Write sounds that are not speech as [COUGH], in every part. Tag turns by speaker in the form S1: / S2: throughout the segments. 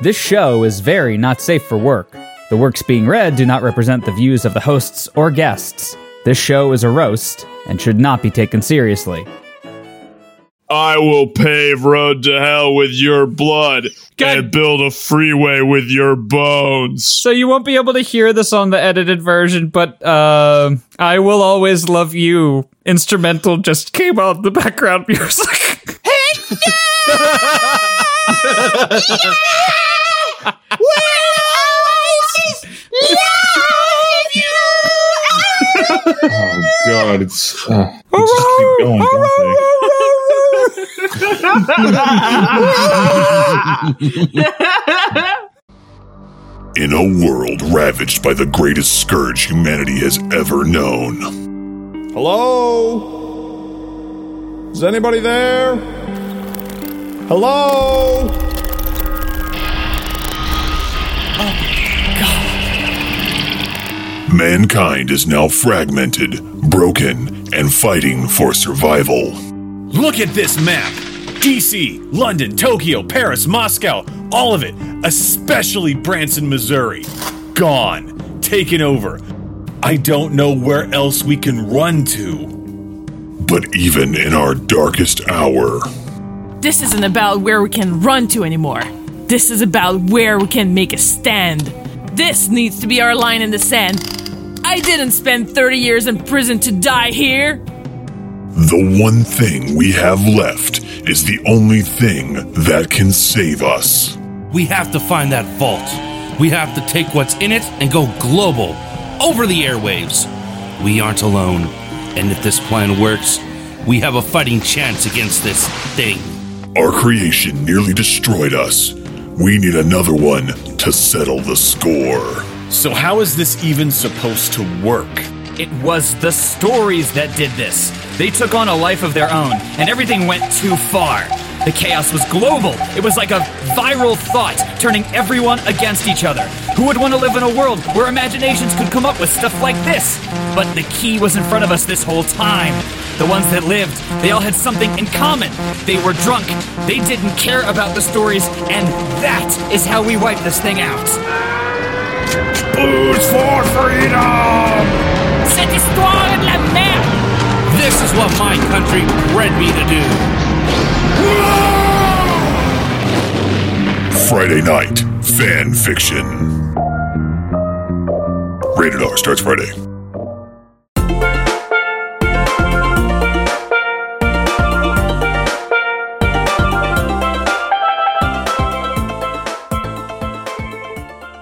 S1: This show is very not safe for work. The works being read do not represent the views of the hosts or guests. This show is a roast and should not be taken seriously.
S2: I will pave road to hell with your blood
S3: God-
S2: and build a freeway with your bones.
S3: So you won't be able to hear this on the edited version, but uh, I will always love you. Instrumental just came out of the background [LAUGHS] music.
S2: Oh god, it's uh, they just keep going, don't
S4: In a world ravaged by the greatest scourge humanity has ever known,
S5: Hello? Is anybody there? Hello?
S4: mankind is now fragmented, broken, and fighting for survival.
S6: Look at this map. DC, London, Tokyo, Paris, Moscow, all of it, especially Branson, Missouri. Gone. Taken over. I don't know where else we can run to.
S4: But even in our darkest hour,
S7: This isn't about where we can run to anymore. This is about where we can make a stand. This needs to be our line in the sand. I didn't spend 30 years in prison to die here.
S4: the one thing we have left is the only thing that can save us.
S8: We have to find that vault. We have to take what's in it and go global, over the airwaves. We aren't alone, and if this plan works, we have a fighting chance against this thing.
S4: Our creation nearly destroyed us. We need another one to settle the score.
S6: So, how is this even supposed to work?
S3: It was the stories that did this. They took on a life of their own, and everything went too far. The chaos was global. It was like a viral thought, turning everyone against each other. Who would want to live in a world where imaginations could come up with stuff like this? But the key was in front of us this whole time. The ones that lived, they all had something in common. They were drunk. They didn't care about the stories, and that is how we wipe this thing out.
S6: Oh,
S7: C'est histoire de la merde!
S8: This is what my country bred me to do.
S4: Friday Night Fan Fiction. Rated R starts Friday.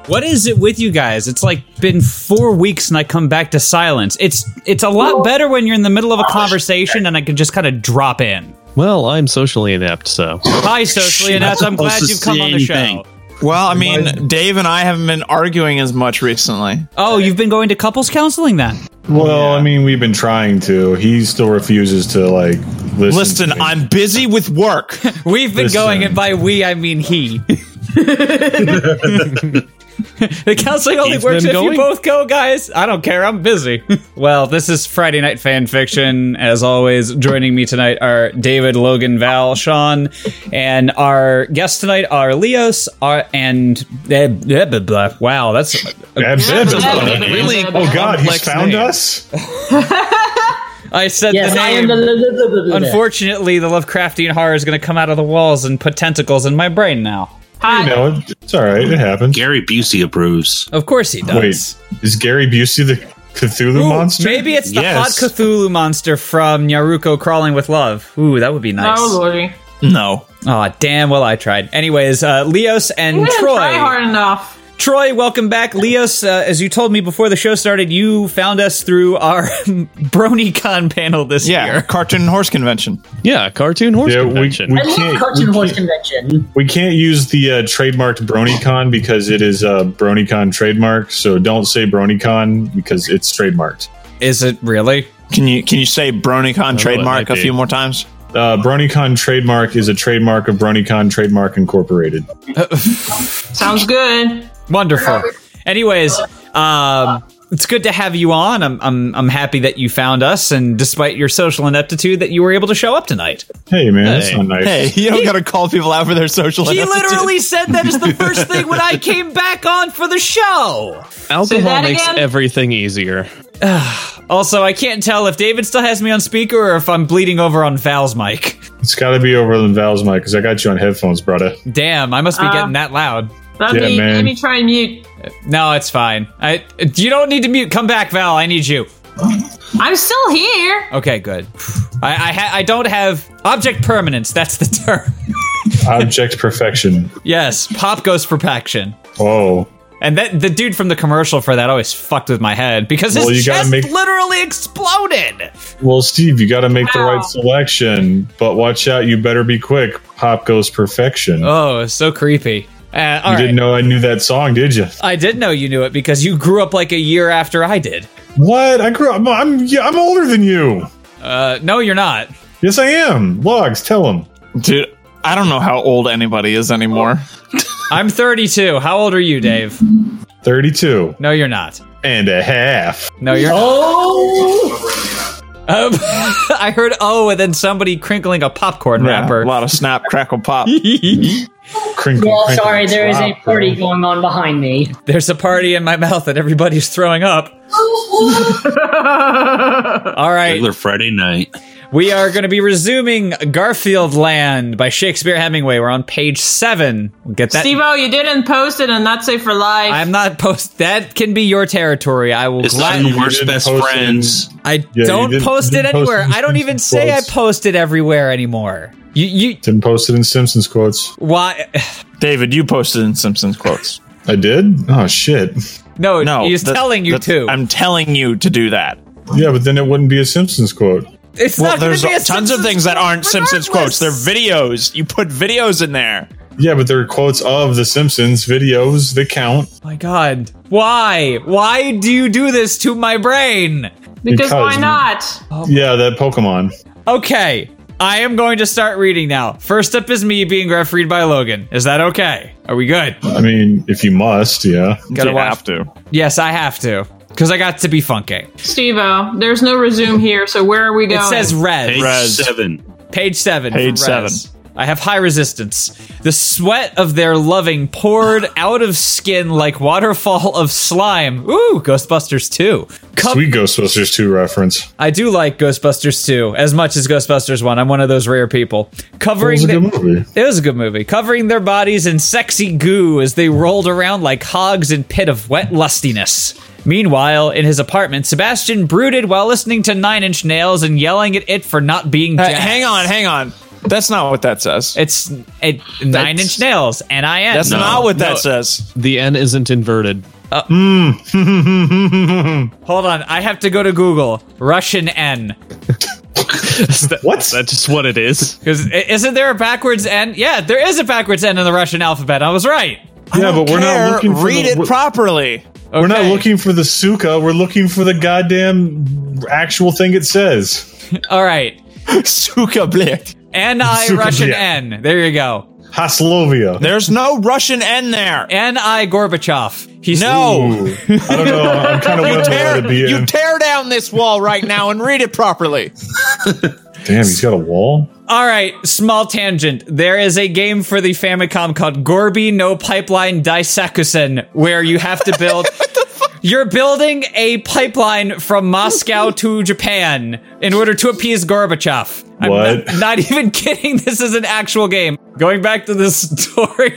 S3: What is it with you guys? It's like been four weeks and I come back to silence. It's it's a lot better when you're in the middle of a conversation and I can just kind of drop in.
S9: Well, I'm socially inept, so
S3: Hi, socially inept. I'm glad you've come on the show.
S10: Well, I mean, Dave and I haven't been arguing as much recently.
S3: Oh, you've been going to couples counseling then?
S2: they? Well, I mean, we've been trying to. He still refuses to like listen.
S10: Listen,
S2: to me.
S10: I'm busy with work.
S3: [LAUGHS] We've been
S2: Listen.
S3: going, and by we I mean he. the counseling only
S9: He's
S3: works
S9: been
S3: if you
S9: going?
S3: both go, guys. I don't care. I'm busy. [LAUGHS] well, this is Friday Night Fan Fiction. As always, joining me tonight are David, Logan, Val, Sean, and our guests tonight are Leos are, and. eh, blah, blah, blah. Wow, that's.
S2: Bad bitch.
S10: really?
S2: Oh god, he's
S10: complex
S2: found
S10: name.
S2: us.
S3: I said
S11: Yes,
S3: the
S11: I
S3: name.
S11: am the.
S3: Unfortunately, the Lovecraftian horror is going to come out of the walls and put tentacles in my brain now.
S2: You know, it's all right. It happens.
S12: Gary Busey approves.
S3: Of course he does.
S2: Wait, is Gary Busey the Cthulhu
S3: Ooh,
S2: monster?
S3: Maybe it's the
S12: Yes.
S3: hot Cthulhu monster from Naruto crawling with love. Ooh, that would be nice.
S11: Oh lordy,
S10: No.
S3: Aw, damn, well I tried. Anyways, uh, Leos and
S11: we didn't
S3: Troy.
S11: try hard enough.
S3: Troy, welcome back. Leos, uh, as you told me before the show started, you found us through our [LAUGHS] BronyCon panel this
S10: Yeah,
S3: year.
S10: cartoon horse convention.
S9: yeah, cartoon horse
S2: Yeah, we-
S9: convention.
S2: we-
S11: I love
S2: can't-
S11: cartoon
S2: we
S11: horse
S2: can't-
S11: convention.
S2: We can't use the uh, trademarked BronyCon because it is a BronyCon trademark. So don't say BronyCon because it's trademarked.
S3: Is it really?
S10: Can you can you say BronyCon trademark
S9: Oh, might
S10: a
S9: be.
S10: few more times?
S2: Uh, BronyCon trademark is a trademark of BronyCon Trademark Incorporated.
S11: Sounds good.
S3: Wonderful. Anyways, um, it's good to have you on. I'm, I'm I'm happy that you found us, and despite your social ineptitude, that you were able to show up tonight.
S6: Hey man, that's not nice.
S10: Hey, you don't gotta call people out for their social.
S3: He
S10: ineptitude.
S3: literally said that is the first thing when I came back on for the show.
S9: Alcohol makes everything easier.
S3: [SIGHS] Also, I can't tell if David still has me on speaker or if I'm bleeding over on Val's mic.
S6: It's got to be over in Val's mic because I got you on headphones,
S10: [LAUGHS]
S6: brother.
S3: Damn, I must be
S6: Uh,
S3: getting that loud.
S6: let Yeah, me- man. let me
S3: try and mute. No, it's fine. I you don't need to mute. Come back, Val. I need you.
S7: I'm still here.
S3: Okay, good. [SIGHS] I I, ha- I don't have object permanence. That's the [LAUGHS] term.
S6: Object perfection.
S3: Yes, pop goes for perfection.
S6: Whoa.
S3: And that the dude from the commercial for that always fucked with my head because his
S6: Well, you
S3: chest
S6: gotta make-
S3: literally exploded.
S6: Well, Steve, you got to make the right selection, but watch out. You better be quick. Pop goes
S10: Uh,
S6: perfection.
S3: Oh, it's so creepy. Uh, all
S6: you didn't know I knew that song, did you?
S3: I did know you knew it because you grew up like a year after I did.
S6: What? I grew up. I'm yeah, I'm older than you.
S3: Uh, no, you're not.
S6: Yes, I am. Logs, tell him.
S10: Dude, I don't know how old anybody is anymore.
S3: [LAUGHS] I'm 32. How old are you, Dave?
S6: 32.
S3: No, you're not.
S6: And a half.
S3: No, you're.
S7: Oh.
S3: Um, [LAUGHS] I heard oh, and then somebody crinkling a popcorn wrapper. A lot
S10: of snap,
S3: [LAUGHS]
S10: crackle, pop.
S6: crinkle.
S7: Well, sorry, there is a party going on behind me.
S3: There's a party in my mouth and everybody's throwing up. All right.
S13: Regular Friday night.
S3: We are going to be resuming Garfield Land by Shakespeare Hemingway. We're on page seven. We'll get that.
S7: Steve O, you didn't post it on Not Safe for Life.
S3: I'm not post. That can be your territory. I will.
S13: It's
S3: gladly-
S13: not in worst best friends.
S3: I don't post it anywhere. I don't even say I post it everywhere anymore. You, you
S6: didn't post it in
S3: [LAUGHS]
S6: Simpsons quotes.
S3: Why?
S10: David, you posted in Simpsons quotes.
S6: I did. Oh shit.
S3: No,
S10: no,
S6: he's telling you
S10: to. I'm telling you to do that.
S6: Yeah, but then it wouldn't be a Simpsons quote.
S3: It's
S10: well,
S6: not gonna
S10: there's
S6: be a
S10: tons of things that aren't Simpsons quotes. They're videos. You put videos in there.
S6: Yeah, but they're quotes of the Simpsons videos. They count.
S3: My God, why? Why do you do this to my brain?
S6: Because why Because-
S7: not?
S3: Oh.
S6: Yeah, that Pokemon.
S3: Okay, I am going to start reading now. First up is me being refereed by Logan. Is that okay? Are we good?
S6: I mean, if you must, yeah.
S3: Gotta You watch- have
S10: to.
S3: Yes, I have to because I got to be funky.
S7: Steve O, there's no resume here, so where are we going?
S3: It says res.
S13: Page Res. seven.
S3: Page seven.
S10: Page
S3: for res. I have high resistance. The sweat of their loving poured out of skin like waterfall of slime. Ooh, Ghostbusters 2.
S6: Sweet Ghostbusters 2 reference.
S3: I do like Ghostbusters 2 as much as Ghostbusters 1. I'm one of those rare people. Covering
S6: It was a
S3: the-
S6: good movie.
S3: It was a good movie. Covering their bodies in sexy goo as they rolled around like hogs in pit of wet lustiness. Meanwhile, in his apartment, Sebastian brooded while listening to Nine Inch Nails and yelling at it for not being.
S10: Hey,
S3: jazz.
S10: hang on, hang on. That's not what that says.
S3: It's it, Nine Inch Nails. N I N.
S10: That's not what that says. Uh,
S9: The N isn't inverted.
S10: hmm.
S3: Hold on, I have to go to Google. Russian N.
S6: [LAUGHS] what?
S9: That's just what it is.
S3: Because isn't there a backwards N? Yeah, there is a backwards N in the Russian alphabet. I was right.
S6: Yeah, but we're not looking for
S10: Read
S6: the-
S10: it
S6: we're-
S10: properly.
S6: We're not looking for the suka. We're looking for the goddamn actual thing it says.
S3: [LAUGHS] All right.
S10: Suka blick.
S3: N I
S6: Suka
S3: Russian
S6: blick.
S3: N. There you go.
S6: Haslovia.
S10: There's no Russian N there.
S3: N I Gorbachev. He's
S10: no.
S6: I don't know.
S3: [LAUGHS]
S6: I'm kind of
S10: you,
S6: wondering where
S10: tear,
S6: to be
S10: you
S6: in.
S10: tear down this wall right now and read it properly.
S6: Damn, he's got a wall.
S3: All right, small tangent. There is a game for the Famicom called Gorby No Pipeline Daisakusen, where you have to build. You're building a pipeline from Moscow to Japan in order to appease Gorbachev. I'm [LAUGHS]
S6: What?
S3: Not, not even kidding. This is an actual game. Going back to the [LAUGHS] story,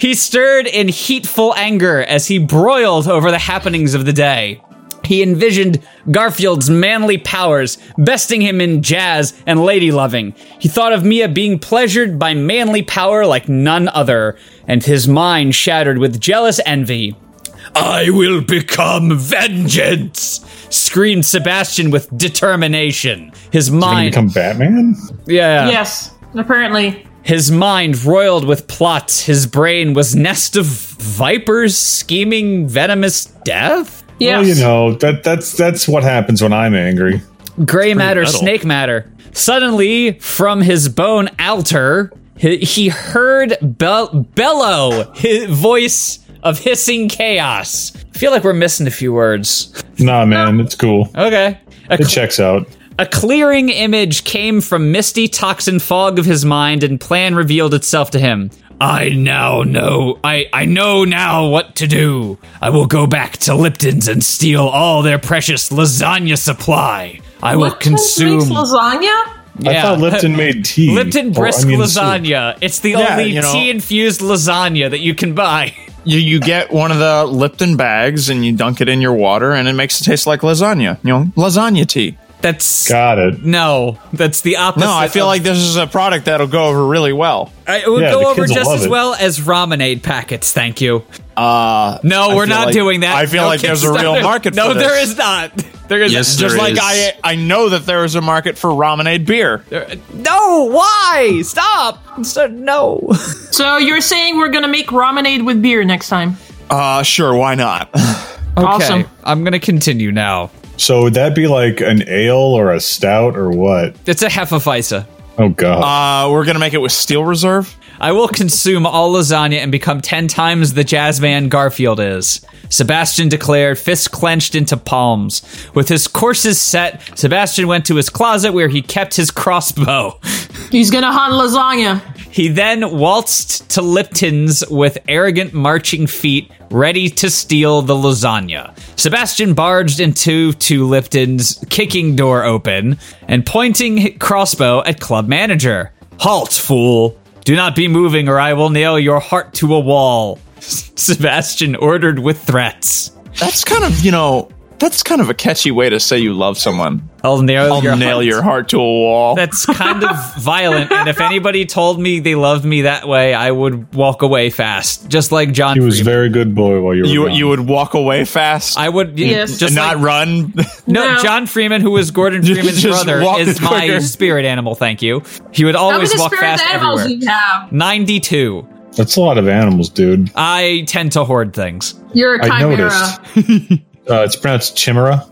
S3: he stirred in heatful anger as he broiled over the happenings of the day. He envisioned Garfield's manly powers, besting him in jazz and lady loving. He thought of Mia being pleasured by manly power like none other, and his mind shattered with jealous envy. [LAUGHS] I will become vengeance! screamed Sebastian with determination. His mind.
S6: become Batman?
S3: Yeah.
S7: Yes, apparently.
S3: His mind roiled with plots. His brain was nest of vipers scheming venomous death?
S6: Well, you know that that's that's what happens when I'm angry.
S3: gray matter,
S6: metal.
S3: snake matter. Suddenly, from his bone altar, he, he heard bel- bellow his voice of hissing chaos. I feel like we're missing a few words.
S6: Nah, man, it's cool.
S3: Okay.
S6: it checks out.
S3: A clearing image came from misty toxin fog of his mind, and plan revealed itself to him. I now know. I, I know now what to do. I will go back to Lipton's and steal all their precious lasagna supply. I will consume.
S7: Makes lasagna?
S6: I thought
S3: [LAUGHS]
S6: Lipton made tea.
S3: Lipton
S6: Or, I
S3: brisk
S6: mean, soup.
S3: lasagna. It's the
S6: Yeah,
S3: only
S6: you know.
S3: tea infused lasagna that you can buy.
S10: [LAUGHS] You, you get one of the Lipton bags and you dunk it in your water and it makes it taste like lasagna. You know, lasagna tea.
S3: That's
S6: got it.
S3: No, that's the opposite.
S10: No, I feel
S3: of-
S10: like this is a product that'll go over really well.
S3: I, it would go over just as well as ramenade packets. Thank you.
S10: Uh,
S3: no,
S10: I
S3: we're
S10: feel
S3: not
S10: like-
S3: doing that.
S10: I feel
S3: No
S10: like there's a real
S3: Kickstarter. [LAUGHS]
S10: market
S3: No,
S10: for this.
S3: there is not. There is
S10: just like I, I know that there is a market for ramenade beer.
S3: No, why? Stop. So, no.
S7: So you're saying we're gonna make ramenade with beer next time?
S10: Uh, sure, why not?
S7: Awesome.
S3: I'm gonna continue now.
S6: So would that be like an ale or a stout or what?
S3: It's a hefeweizen.
S6: Oh god.
S10: Uh, we're gonna make it with Steel Reserve.
S3: I will consume all lasagna and become ten times the jazz man Garfield is. Sebastian declared, fists clenched into palms. With his courses set, Sebastian went to his closet where he kept his crossbow. [LAUGHS]
S7: He's gonna hunt lasagna.
S3: He then waltzed to Lipton's with arrogant marching feet, ready to steal the lasagna. Sebastian barged into to Lipton's kicking door open and pointing hi- crossbow at club manager. Halt, fool! Do not be moving, or I will nail your heart to a wall. [LAUGHS] Sebastian ordered with threats.
S10: That's kind of you know. That's kind of a catchy way to say you love someone.
S3: I'll nail,
S10: I'll
S3: your
S10: nail
S3: heart.
S10: your heart to a wall. [LAUGHS]
S3: That's [LAUGHS] kind of violent, and if anybody told me they loved me that way, I would walk away fast, just like John. He
S6: was very good boy while you were
S10: you
S6: gone.
S10: you would walk away fast.
S3: I would
S10: Yes.
S3: just
S10: And not run.
S3: [LAUGHS] No, John Freeman, who was Gordon Freeman's
S10: Just
S3: brother,
S10: walk
S3: is my
S10: quicker.
S3: spirit animal. Thank you. He would always walk fast everywhere.
S7: have?
S3: Ninety-two.
S6: That's a lot of animals, dude.
S3: I tend to hoard things.
S7: You're a
S6: I
S7: chimera.
S6: noticed.
S3: [LAUGHS]
S6: uh, it's pronounced chimera.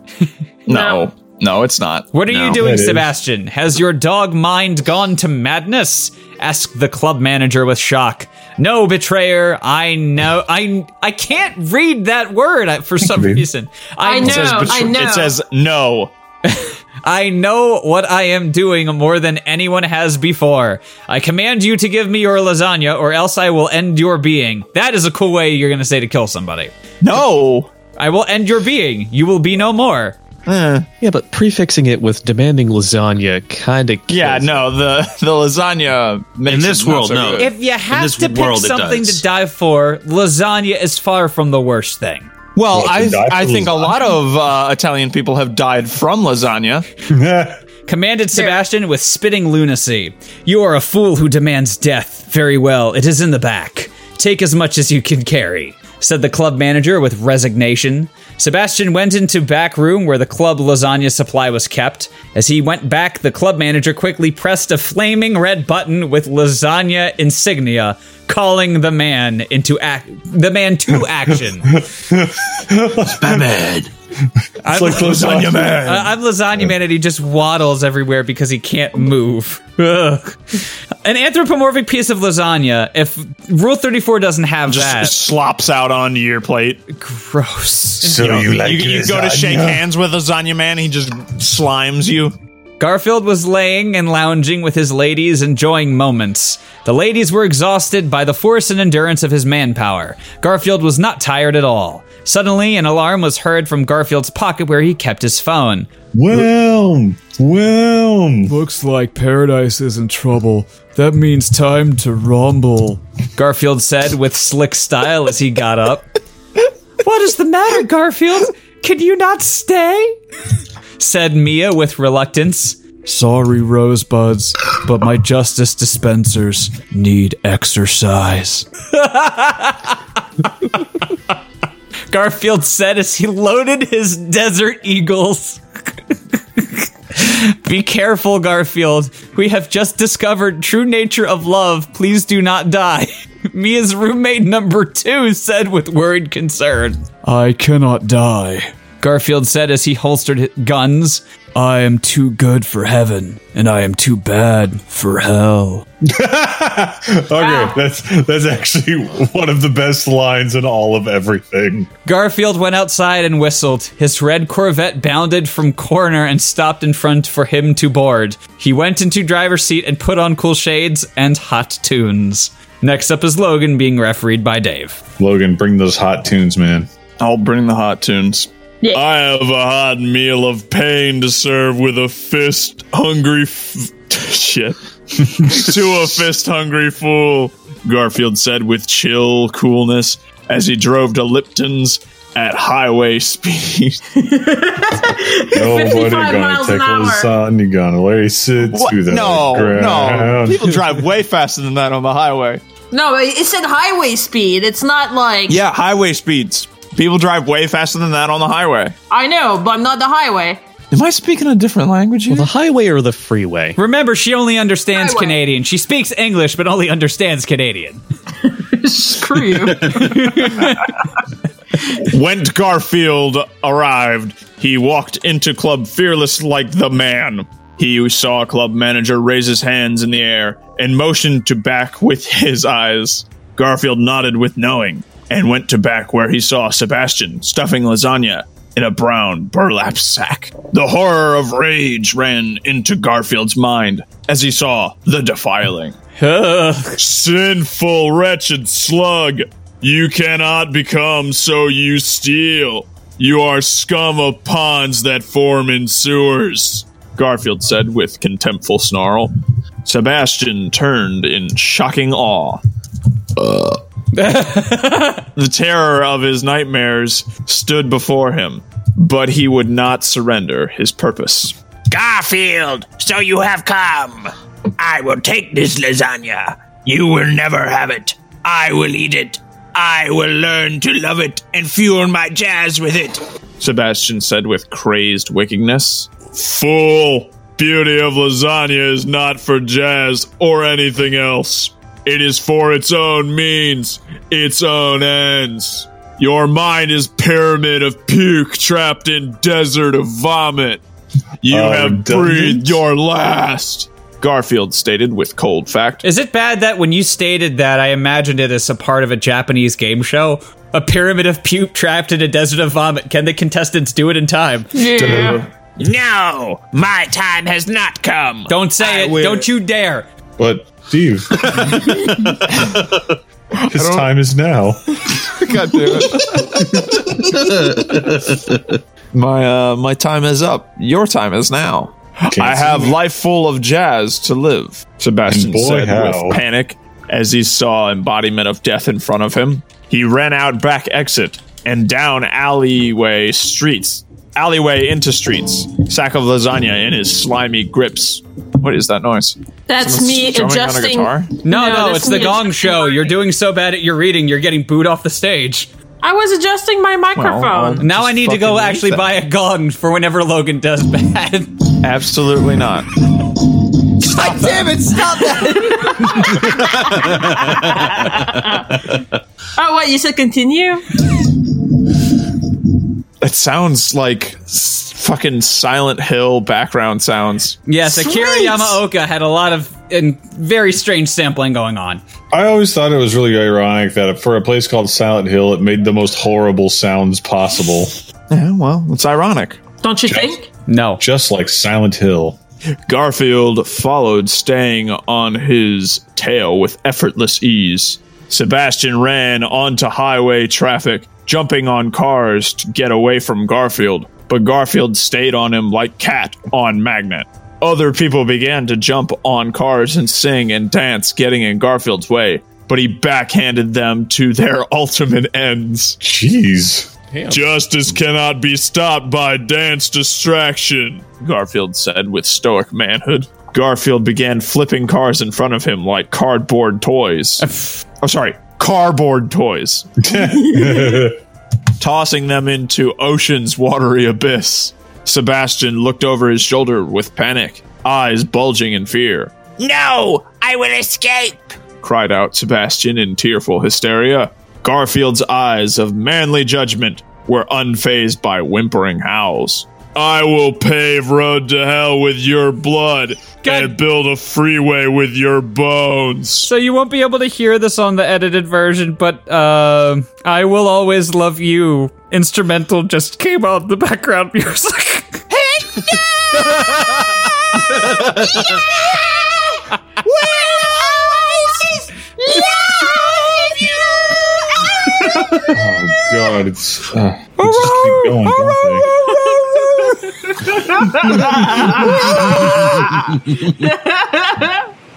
S10: no. No, it's not.
S3: What are
S6: No.
S3: you doing,
S6: It is.
S3: Sebastian? Has your dog mind gone to madness? asked the club manager with shock. No, betrayer. I know. I I can't read that word uh, for some reason.
S7: I It says know, betr- I know. it says
S10: no.
S3: [LAUGHS] I know what I am doing more than anyone has before. I command you to give me your lasagna, or else I will end your being. That is a cool way you're going to say to kill somebody.
S10: [LAUGHS] No.
S3: I will end your being. You will be no more.
S10: Eh.
S9: Yeah, but prefixing it with demanding lasagna kind of
S10: Yeah, no, the [LAUGHS] the lasagna makes
S9: this
S10: it not
S9: world,
S10: so
S9: no.
S10: good.
S3: If you have
S9: this
S3: to pick
S9: world, it
S3: something
S9: does.
S3: to die for, lasagna is far from the worst thing.
S10: Well, I I think a lot of uh, Italian people have died from lasagna.
S3: Commanded Sebastian with spitting lunacy. You are a fool who demands death. Very well, it is in the back. Take as much as you can carry, said the club manager with resignation. Sebastian went into back room where the club lasagna supply was kept. As he went back, the club manager quickly pressed a flaming red button with lasagna insignia, calling the man into act the man to [LAUGHS] action.
S10: [LAUGHS]
S9: Batman.
S3: I'm
S9: like lasagna man.
S3: I- I'm lasagna man, and he just waddles everywhere because he can't [LAUGHS] move. Ugh. An anthropomorphic piece of lasagna. If Rule Thirty Four doesn't have that,
S10: slops out onto your plate.
S3: Gross. So
S10: know,
S3: you like
S10: you, you go to
S3: lasagna?
S10: shake hands with lasagna man, he just slimes you.
S3: Garfield was laying and lounging with his ladies, enjoying moments. The ladies were exhausted by the force and endurance of his manpower. Garfield was not tired at all. Suddenly, an alarm was heard from Garfield's pocket where he kept his phone.
S14: Whelm! Whelm! Looks like paradise is in trouble. That means time to rumble.
S3: Garfield said with slick style as he got up. What is the matter, Garfield? Can you not stay? Said Mia with reluctance.
S14: Sorry, rosebuds, but my justice dispensers need exercise.
S3: Garfield said as he loaded his Desert Eagles. Be careful, Garfield. We have just discovered true nature of love. Please do not die. [LAUGHS] Mia's [LAUGHS] roommate number two said with worried concern.
S14: I cannot die.
S3: Garfield said as he holstered his guns.
S14: I am too good for heaven, and I am too bad for
S3: [LAUGHS]
S14: hell.
S6: Okay, that's that's actually one of the best lines in all of everything.
S3: Garfield went outside and whistled. His red Corvette bounded from corner and stopped in front for him to board. He went into driver's seat and put on cool shades and hot tunes. Next up is Logan being refereed by Dave.
S6: Logan, bring those hot tunes, man.
S10: I'll bring the
S6: [LAUGHS]
S10: hot tunes.
S5: I have a hot meal of pain to serve with a fist hungry f- [LAUGHS]
S10: shit to a fist hungry fool, Garfield said with chill coolness as he drove to Lipton's at highway speed.
S6: Oh, Nobody
S10: 55
S6: gonna
S10: miles an
S6: take lasagna, gonna lace it
S10: [LAUGHS] What?
S6: to the
S10: No, no.
S6: ground. [LAUGHS]
S10: People drive way faster than that on the highway.
S7: No, it it said highway speed. It's not like
S10: Yeah, highway speeds. People drive way faster than that on the highway.
S7: I know, but I'm not the highway.
S10: Am I speaking a different language here?
S9: Well, the highway or the
S10: [LAUGHS]
S9: freeway?
S3: Remember, she only understands Canadian. She speaks English, but only understands Canadian.
S7: [LAUGHS] Screw you.
S10: [LAUGHS] When Garfield arrived, he walked into Club Fearless like the man. He who saw Club Manager raise his hands in the air and motioned to back with his eyes. Garfield nodded with knowing and went to back where he saw Sebastian stuffing lasagna in a brown burlap sack. The horror of rage ran into Garfield's mind as he saw the defiling.
S5: Sinful, wretched slug. You cannot become, so you steal. You are scum of ponds that form in sewers.
S10: Garfield said with contemptful snarl. Sebastian turned in shocking awe. Uh. [LAUGHS] the terror of his nightmares stood before him, but he would not surrender his purpose.
S2: Garfield, so you have come. I will take this lasagna. You will never have it. I will eat it. I will learn to love it and fuel my jazz with it.
S10: Sebastian said with crazed wickedness.
S5: Fool! Beauty of lasagna is not for jazz or anything else. It is for its own means, its own ends. Your mind is pyramid of puke trapped in desert of vomit. You
S10: Oh,
S5: have
S10: doesn't
S5: breathed your last.
S10: Garfield stated with cold fact.
S3: Is it bad that when you stated that, I imagined it as a part of a Japanese game show? A pyramid of puke trapped in a desert of vomit. Can the contestants do it in time?
S2: No, my time has
S3: [LAUGHS]
S2: not come.
S3: Don't say it. Don't you dare.
S6: But [LAUGHS] Steve, his time is now.
S10: [LAUGHS] God damn it. my uh, my time is up. Your time is now. I have life full of jazz to live. Sebastian
S6: And boy,
S10: said
S6: how.
S10: with panic as he saw embodiment of death in front of him. He ran out back exit and down alleyway streets. Alleyway into streets. Sack of lasagna in his slimy grips. What is that noise?
S7: That's
S10: Someone's
S7: me
S10: strumming on a
S7: adjusting.
S10: guitar?
S3: No, no,
S7: that's
S3: it's the
S7: me
S3: Gong Show. You're doing so bad at your reading, you're getting booed off the stage.
S7: I was adjusting my microphone.
S3: now I need to go actually buy a gong for whenever Logan does [LAUGHS] bad.
S10: Absolutely not.
S2: God damn it, stop that!
S7: [LAUGHS] Oh, what you said? Continue.
S10: It sounds like s- fucking Silent Hill background sounds.
S3: Yes, Akira Yamaoka had a lot of and very strange sampling going on.
S6: I always thought it was really ironic that for a place called Silent Hill, it made the most horrible sounds possible.
S10: Yeah, well, it's ironic.
S7: Don't you think?
S3: No.
S6: Just like Silent Hill.
S10: Garfield followed, staying on his tail with effortless ease. Sebastian ran onto highway traffic, jumping on cars to get away from Garfield, but Garfield stayed on him like cat on magnet. Other people began to jump on cars and sing and dance, getting in Garfield's way, but he backhanded them to their ultimate ends.
S6: Jeez.
S5: Justice cannot be stopped by dance distraction.
S10: Garfield said with stoic manhood. Garfield began flipping cars in front of him like cardboard toys. oh, sorry, cardboard toys. Tossing them into ocean's watery abyss. Sebastian looked over his shoulder with panic, eyes bulging in fear.
S2: no, I will escape.
S10: Cried out Sebastian in tearful hysteria. Garfield's eyes of manly judgment were unfazed by whimpering howls.
S5: I will pave road to hell with your blood and build a freeway with your bones.
S3: So you won't be able to hear this on the edited version, but uh, I will always love you. Instrumental just came out in the background music. [LAUGHS]
S6: Oh god, it's uh, they just keep going, don't they?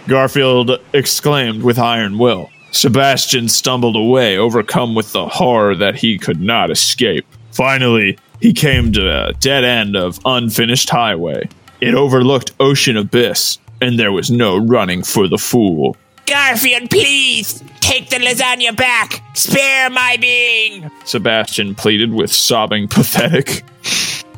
S5: Garfield exclaimed with iron will. Sebastian stumbled away, overcome with the horror that he could not escape. Finally, he came to a dead end of unfinished highway. It overlooked ocean abyss, and there was no running for the fool.
S2: Garfield, please take the lasagna back. Spare my being.
S5: Sebastian pleaded with sobbing pathetic.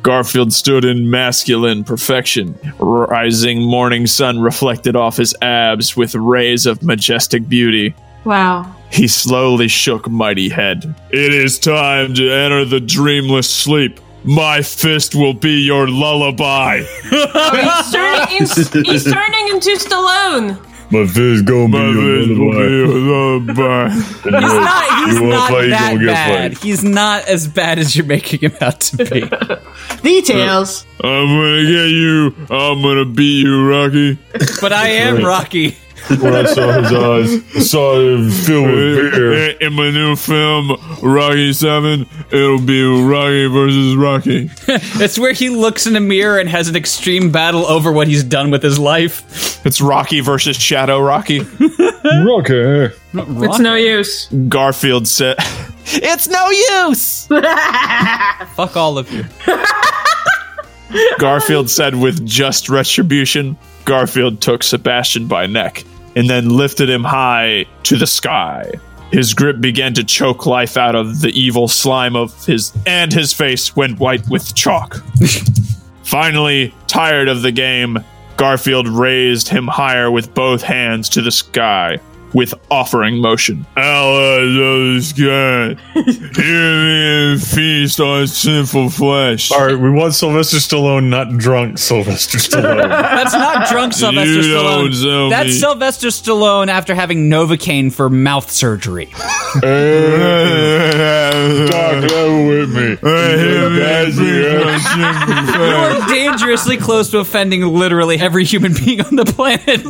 S5: Garfield stood in masculine perfection. Rising morning sun reflected off his abs with rays of majestic beauty.
S7: Wow.
S5: He slowly shook mighty head. It is time to enter the dreamless sleep. My fist will be
S3: [LAUGHS]
S5: your lullaby.
S7: He's turning, he's,
S5: [LAUGHS]
S7: he's turning into Stallone.
S6: My fist gonna be your
S5: lullaby.
S3: [LAUGHS]
S6: And you wanna- you wanna play, you gonna get played.
S3: He's not as bad as you're making him out [LAUGHS] to be.
S7: Details.
S5: I'm gonna get you. I'm gonna beat you, Rocky.
S3: But I am Rocky.
S6: When I saw his eyes, I
S3: [LAUGHS]
S6: saw him filled with fear.
S5: [LAUGHS] In, in my new film, Rocky Seven, it'll be Rocky versus Rocky.
S3: it's where he looks in a mirror and has an extreme battle over what he's done with his life.
S5: It's Rocky versus Shadow
S6: [LAUGHS]
S5: Rocky.
S6: Rocky.
S7: It's no use.
S5: Garfield said,
S7: It's no [LAUGHS] use.
S3: "Fuck all of you."
S5: [LAUGHS] Garfield said with just retribution. Garfield took Sebastian by neck and then lifted him high to the sky. His grip began to choke life out of the evil slime of his and his face went white with chalk. [LAUGHS] Finally, tired of the game, Garfield raised him higher with both hands to the sky with offering motion. Allies of the sky, hear me and feast on sinful flesh.
S6: All right, we want Sylvester Stallone, not drunk Sylvester Stallone.
S3: That's not drunk Sylvester
S6: You
S3: Stallone.
S6: don't know
S3: That's
S6: me.
S3: Sylvester Stallone after having Novocaine for mouth surgery.
S5: [LAUGHS]
S3: Oh.
S6: Talk level with me. That's the
S3: You're dangerously close to offending literally every human being on the planet.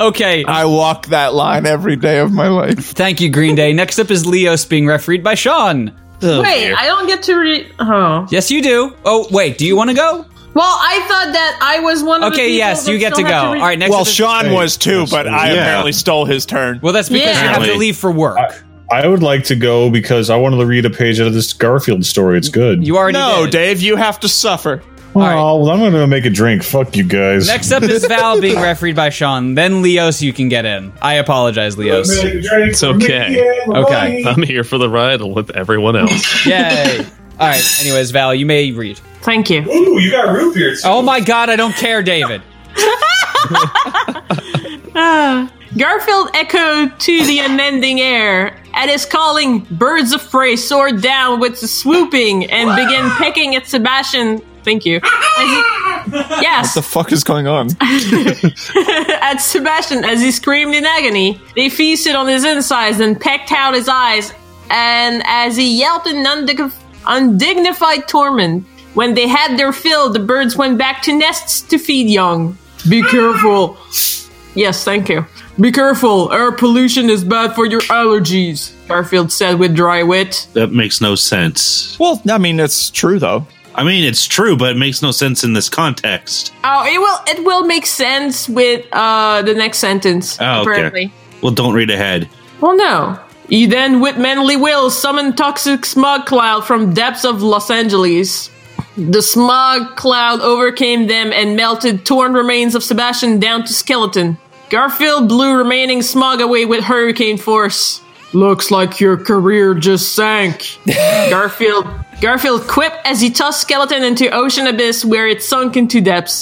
S3: okay.
S10: I walk that line every day of my life.
S3: Thank you, Green Day. Next up is Leos being refereed by Sean.
S7: Wait, I don't get to read. Oh.
S3: Yes, you do. Oh, wait. Do you want to go?
S7: Well, I thought that I was one of the
S3: Okay,
S7: people
S3: yes,
S7: that
S3: you get to
S7: still
S3: go.
S7: have
S3: All
S7: read-
S3: right, next.
S10: Well,
S3: up is-
S10: Sean was too, [LAUGHS] but I
S6: Yeah.
S10: apparently stole his turn.
S3: Well, that's because you have to
S6: Apparently.
S3: leave for work.
S6: I would like to go because I wanted to read a page out of this Garfield story. It's good.
S3: You already
S10: no,
S3: did.
S10: Dave, you have to suffer.
S6: Oh, well, I'm going to make a drink. Fuck you guys.
S3: Next up
S6: [LAUGHS]
S3: is Val being refereed by Sean. Then Leos, you can get in. I apologize, Leos.
S8: It's okay.
S3: Okay.
S8: I'm here for the ride with everyone else.
S3: Yay. All right. Anyways, Val, you may read.
S7: [LAUGHS] Thank you.
S6: Ooh, you got root beer.
S3: Oh my God, I don't care, David.
S7: Ah. Garfield echoed to the unending air and is calling birds of prey soared down with the swooping and begin pecking at Sebastian. Thank you. [LAUGHS] As he-
S10: What
S7: yes,
S10: the fuck is going on?
S7: [LAUGHS] at Sebastian as he screamed in agony. They feasted on his insides and pecked out his eyes, and as he yelped in undig- undignified torment. When they had their fill, the birds went back to nests to feed young. Be careful. Yes, thank you. Be careful. Air pollution is bad for your allergies, Garfield said with dry wit.
S8: That makes no sense.
S10: Well, I mean, it's true though.
S8: I mean, it's true, but it makes no sense in this context.
S7: Oh, it will it will make sense with uh the next sentence.
S8: Oh,
S7: apparently.
S8: okay. Well, don't read ahead.
S7: Well, no. He then, with manly will, summoned toxic smog cloud from depths of Los Angeles. The smog cloud overcame them and melted torn remains of Sebastian down to skeleton. Garfield blew remaining smog away with hurricane force. [LAUGHS] Looks like your career just sank. Garfield Garfield quipped as he tossed skeleton into ocean abyss where it sunk into depths.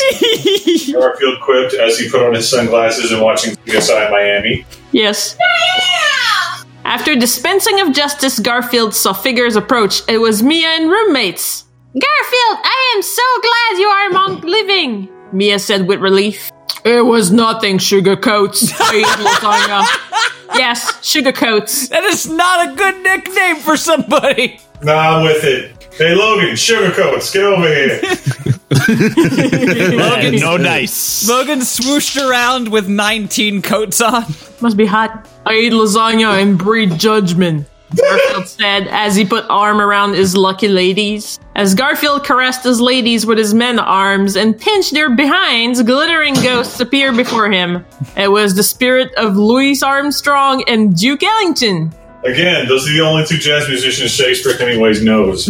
S6: Garfield quipped as he put on his sunglasses and watching CSI Miami.
S7: Yes. After dispensing of justice, Garfield saw figures approach. It was Mia and roommates. Garfield, I am so glad you are among living, Mia said with relief. It was nothing, sugarcoats. I ate lasagna. yes, sugarcoats.
S3: That is not a good nickname for somebody.
S6: Nah, I'm with it. Hey, Logan, sugarcoats, get
S3: [LAUGHS]
S6: over here.
S3: Logan-
S6: no dice.
S3: Logan swooshed around with 19 coats on.
S7: Must be hot. I ate lasagna and breed judgment. Garfield said as he put arm around his lucky ladies. As Garfield caressed his ladies with his men arms and pinched their behinds, glittering ghosts appeared before him. It was the spirit of Louis Armstrong and Duke Ellington.
S6: Again, those are the only two jazz musicians Shakespeare
S3: [LAUGHS]
S6: anyways knows.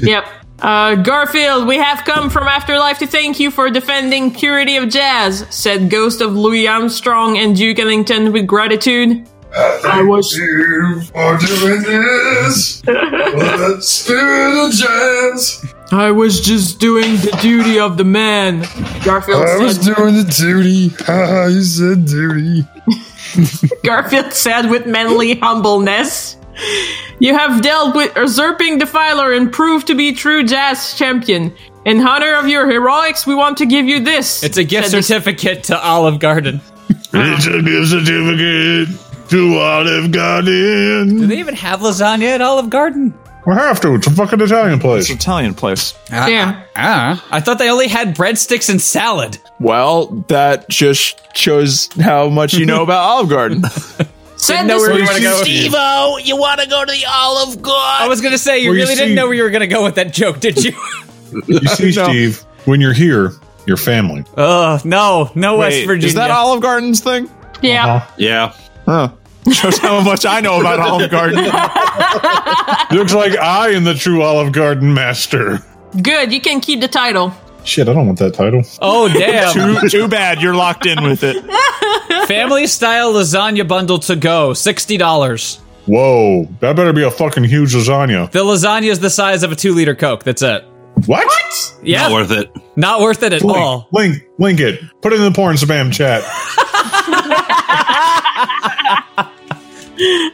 S7: yep. Uh, Garfield, we have come from afterlife to thank you for defending purity of jazz, said Ghost of Louis Armstrong and Duke Ellington with gratitude. I was
S15: you for doing this. Let's spirit of jazz.
S7: I was just doing the duty of the man. Garfield
S15: I
S7: said.
S15: was doing the duty. Haha, you said duty.
S7: Garfield said with manly humbleness. You have dealt with usurping defiler and proved to be true jazz champion. In honor of your heroics, we want to give you this.
S3: It's a gift certificate to Olive Garden.
S16: It's a gift certificate to Olive Garden.
S3: Do they even have lasagna at Olive Garden?
S6: We have to. It's a fucking Italian place.
S10: It's an Italian place.
S3: Yeah. Ah, I thought they only had breadsticks and salad.
S10: Well, that just shows how much you know about Olive [LAUGHS] Garden.
S7: Send
S10: Didn't know
S7: this
S10: where you
S7: to
S10: wanna go.
S2: Steve-O, you want to go to the Olive Garden?
S3: I was gonna say you
S6: Well, you
S3: really
S6: see-
S3: didn't know where you were gonna go with that joke, did you?
S6: You see,
S3: No.
S6: Steve, when you're here, you're family.
S3: Oh no, no West Virginia.
S10: Is that Olive Garden's thing?
S7: Yeah.
S6: Uh-huh.
S8: Yeah.
S10: Huh. Shows how much I know about Olive Garden.
S6: [LAUGHS] Looks like I am the true Olive Garden master.
S7: Good, you can keep the title.
S6: Shit, I don't want that title.
S3: Oh damn!
S10: too, too bad you're locked in with it.
S3: Family style lasagna bundle to go, sixty dollars.
S6: Whoa, that better be a fucking huge lasagna.
S3: The lasagna is the size of a two liter Coke. That's it.
S6: What?
S3: Yeah, not worth
S8: it.
S3: Not worth it at
S6: Link,
S3: all.
S6: link, link it. Put it in the porn spam chat.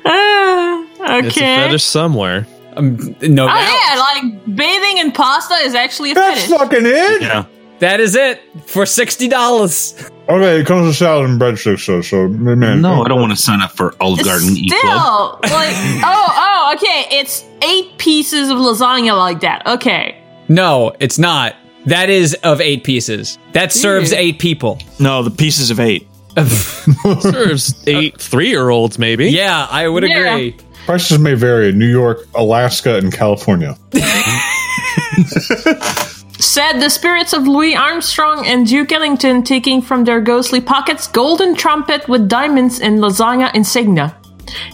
S7: Ah,
S9: It's a
S7: okay.
S9: fetish somewhere.
S3: Um, no
S7: oh yeah, like bathing in pasta is actually a fetish.
S6: fucking it.
S8: Yeah.
S3: That is it for sixty dollars.
S6: Okay, it comes with salad and breadsticks, though. So, man,
S8: No, I don't want to sign up for Olive Garden Eat
S7: Still,
S8: Club.
S7: like [LAUGHS] oh oh okay, it's eight pieces of lasagna like that. Okay.
S3: No, it's not. That is of eight pieces. That serves
S7: Dude.
S3: eight people.
S10: No, the pieces of
S3: [LAUGHS]
S10: eight.
S9: serves eight three year olds, maybe.
S3: Yeah, I would
S7: Yeah.
S3: agree.
S6: Prices may vary in New York, Alaska, and California.
S7: Said the spirits of Louis Armstrong and Duke Ellington taking from their ghostly pockets golden trumpet with diamonds and lasagna insignia.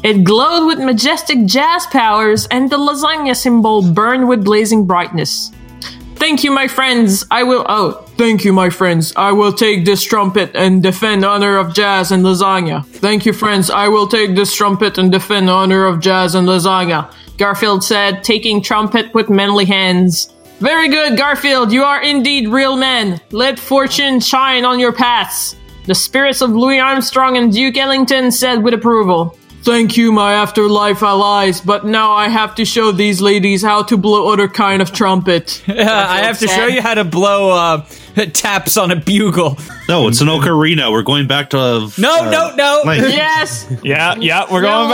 S7: It glowed with majestic jazz powers, and the lasagna symbol burned with blazing brightness. [LAUGHS] Thank you, my friends. I will. Oh, thank you, my
S3: [LAUGHS]
S7: friends. I will take this trumpet and defend honor of jazz and lasagna. Thank you, friends. I will take this trumpet and defend honor of jazz and lasagna. Garfield said, taking trumpet with manly hands. Very good, Garfield. You are indeed real men. Let fortune shine on your paths. The spirits of Louis Armstrong and Duke Ellington said with approval. Thank you, my afterlife allies, but now I have to show these ladies how to blow other kind of trumpet.
S3: [LAUGHS] I have to show you how to blow uh, [LAUGHS] taps on a bugle.
S8: No, it's an ocarina. We're going back to.
S3: No,
S8: uh,
S3: no, no.
S8: Link.
S7: Yes,
S10: Yeah, yeah, we're
S7: No,
S10: going
S8: Uh,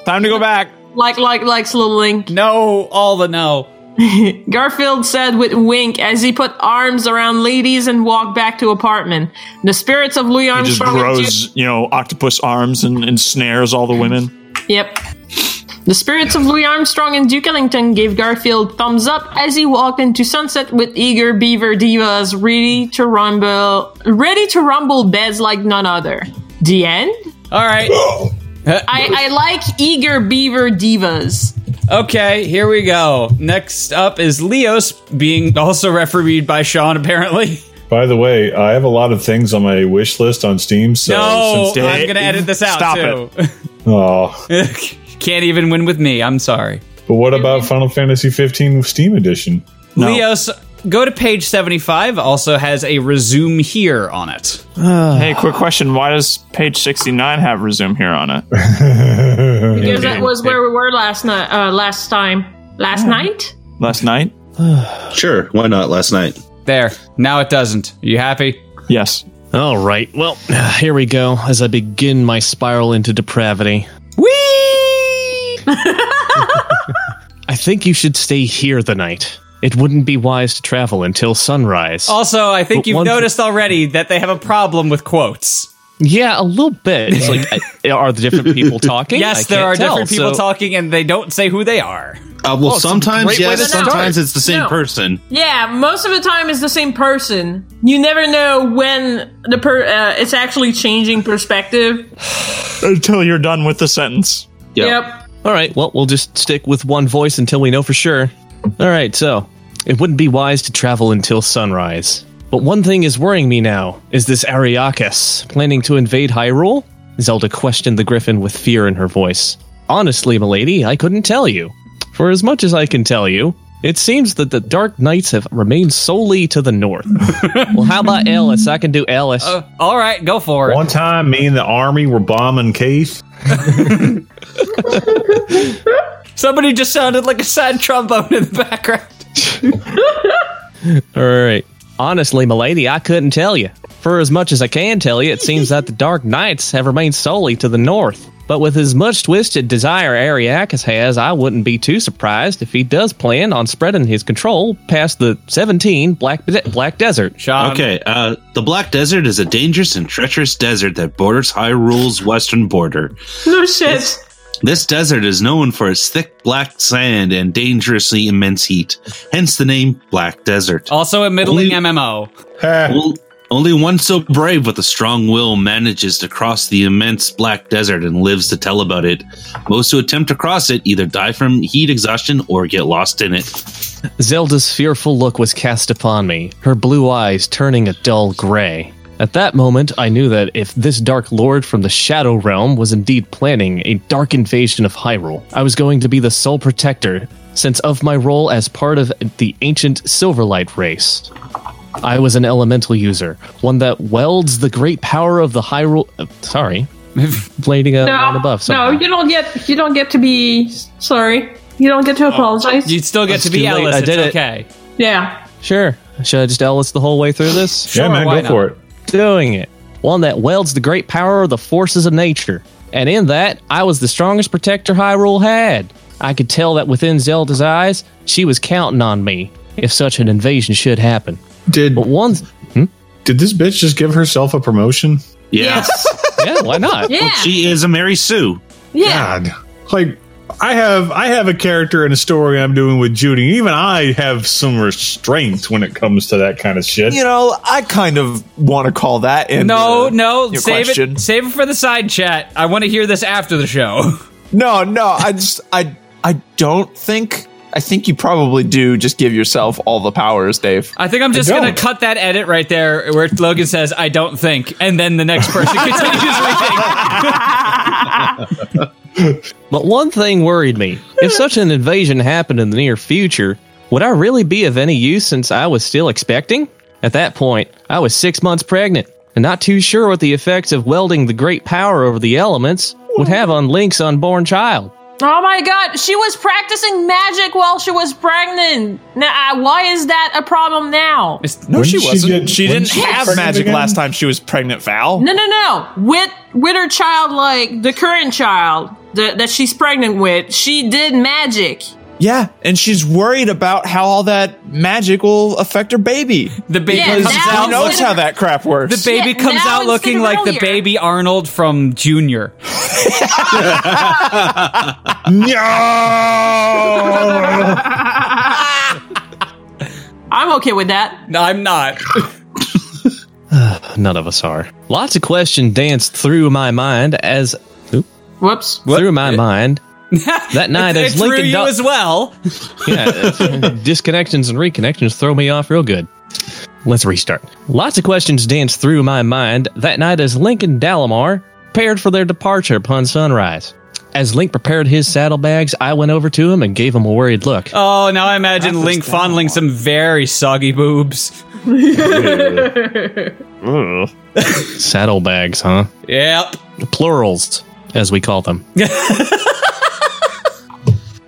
S10: back. Time to go back.
S7: like, like, like, little link.
S3: No, all the no.
S7: [LAUGHS] Garfield said with wink as he put arms around ladies and walked back to apartment. The spirits of Louis
S10: He just
S7: Armstrong. and Duke-
S10: grows, you know, octopus arms and ensnares all the women.
S7: Yep. The spirits of Louis Armstrong and Duke Ellington gave Garfield thumbs up as he walked into sunset with eager beaver divas ready to rumble, ready to rumble beds like none other. The end.
S3: All
S6: [GASPS]
S3: right. Uh,
S7: I, I like eager beaver divas.
S3: Okay, here we go. Next up is Leos being also refereed by Sean, apparently. [LAUGHS]
S6: By the way, I have a lot of things on my wish list on Steam. So
S3: no,
S6: since-
S3: I'm going to edit this out
S6: Stop
S3: too.
S6: [LAUGHS] Aw.
S3: [LAUGHS] Can't even win with me. I'm sorry.
S6: But what about Final Fantasy 15 Steam Edition? [SIGHS]
S3: Leos, go to page 75, also has a resume here on it.
S10: [SIGHS] hey, quick question. Why does page 69 have resume here
S7: [LAUGHS]
S10: on it?
S9: Oh.
S7: Because that was where we were last night. Uh, last time. Last night.
S10: Last night?
S8: [SIGHS] sure, why not? Last night.
S3: There. Now it doesn't. Are you happy?
S10: Yes.
S9: All right. Well, [SIGHS] here we go as I begin my spiral into depravity.
S3: Whee!
S9: [LAUGHS] I think you should stay here the night. It wouldn't be wise to travel until sunrise.
S3: Also, I think
S9: But
S3: you've
S9: one-
S3: noticed already that they have a problem with quotes.
S9: Yeah, a little bit.
S3: [LAUGHS]
S9: It's like, I- are the different people talking? I
S3: Yes, there
S9: can't
S3: are
S9: tell,
S3: different people
S9: so-
S3: talking, and they don't say who they are.
S8: Uh, well, sometimes yes, sometimes it's the same
S7: No.
S8: person.
S7: Yeah, most of the time it's the same person. You never know when the per uh, it's actually changing perspective. [LAUGHS]
S10: Until you're done with the sentence.
S7: Yep.
S9: All right. Well, we'll just stick with one voice until we know for sure. All right. So, it wouldn't be wise to travel until sunrise. But one thing is worrying me now is this Ariakas planning to invade Hyrule? Zelda questioned the griffin with fear in her voice. Honestly, milady, I couldn't tell you. For as much as I can tell you, it seems that the Dark Knights have remained solely to the north. [LAUGHS] well, how about Alice? I can do Alice.
S3: Uh, all right, go for
S6: One time, me and the army were bombing Case.
S3: Somebody just sounded like a sad trombone in the background.
S9: All right. Honestly, milady, I couldn't tell you. For as much as I can tell you, it seems that the Dark Knights have remained solely to the north. But with as much twisted desire Ariakas has, I wouldn't be too surprised if he does plan on spreading his control past the 17 Black Black Desert.
S10: Um,
S8: Okay, uh, the Black Desert is a dangerous and treacherous desert that borders Hyrule's western border.
S7: No shit.
S8: This desert is known for its thick black sand and dangerously immense heat, hence the name Black Desert.
S3: Also a middling MMO.
S17: Eh.
S8: Well, only one so brave with a strong will manages to cross the immense black desert and lives to tell about it. Most who attempt to cross it either die from heat exhaustion or get lost in it.
S9: Zelda's fearful look was cast upon me, her blue eyes turning a dull gray. At that moment, I knew that if this Dark Lord from the Shadow Realm was indeed planning a dark invasion of Hyrule, I was going to be the sole protector, since of my role as part of the ancient Silverlight race. I was an elemental user, one that welds the great power of the Hyrule. Uh, sorry. Blading a line above.
S7: no,
S9: somehow.
S7: you don't get you don't get to be sorry. You don't get to apologize.
S3: You'd Oh. still get
S9: It's
S3: to be
S9: too late.
S3: Alice.
S9: I did
S3: it's
S9: it.
S3: okay.
S7: Yeah.
S9: Sure. Should I just Ellis the whole way through this?
S3: Yeah, Sure, man, why go not? for it.
S9: Doing it. One that welds the great power of the forces of nature. And in that, I was the strongest protector Hyrule had. I could tell that within Zelda's eyes, she was counting on me if such an invasion should happen.
S6: Did
S9: but Hmm? one?
S6: Did this bitch just give herself a promotion?
S8: Yes. [LAUGHS]
S9: yeah, why not?
S7: Yeah.
S8: She is a Mary Sue.
S7: Yeah.
S6: God. Like I have I have a character and a story I'm doing with Judy. Even I have some restraint when it comes to that kind of shit.
S3: You
S6: know, I kind of want to call that
S3: no, no,
S6: uh, your
S3: save
S6: question.
S3: it. Save it for the side chat. I want to hear this after the show. [LAUGHS]
S17: No, no, I just I I don't think I think you probably do just give yourself all the powers, Dave.
S3: I think I'm just
S17: don't.
S3: gonna cut that edit right there where Logan says, "I don't think," and then the next
S6: [LAUGHS]
S3: person continues
S9: But one thing worried me. If such an invasion happened in the near future, would I really be of any use since I was still expecting? At that point, I was six months pregnant and not too sure what the effects of welding the great power over the elements would have on Link's unborn child.
S7: Oh my god, she was practicing magic while she was pregnant. Nah, why is that a problem now?
S17: No, she wasn't. She,
S7: when
S17: didn't
S7: she was
S17: have
S7: pregnant
S17: magic
S7: again?
S17: last time she was pregnant,
S3: Oh.
S17: Val.
S7: No, no, no. With with her child, like the current child that that she's pregnant with, she did magic.
S17: Yeah, and she's worried about how all that magic will affect her baby.
S3: The baby
S17: because
S3: comes
S17: who
S3: out-
S17: knows how that crap works.
S3: The baby comes
S7: now
S3: out
S7: it's
S3: looking like the
S7: familiar.
S3: baby Arnold from Junior. [LAUGHS]
S6: no.
S7: I'm okay with that.
S3: No, I'm
S7: [LAUGHS]
S3: not.
S9: None of us are. Lots of questions danced through my mind as. oop.
S7: Whoops.
S9: Through my
S3: [LAUGHS]
S9: mind. That night,
S3: It-
S9: as
S3: it
S9: Lincoln
S3: threw you
S9: Doc-
S3: as [LAUGHS] well. [LAUGHS]
S9: [LAUGHS] yeah, disconnections and reconnections throw me off real good. Let's restart. Lots of questions danced through my mind that night as Link and Dalimar prepared for their departure upon sunrise. As Link prepared his saddlebags, I went over to him and gave him a worried look.
S3: Oh, now I imagine Link fondling some very soggy boobs.
S9: Saddlebags, huh?
S3: Yep. [LAUGHS]
S9: Plurals, as we call them.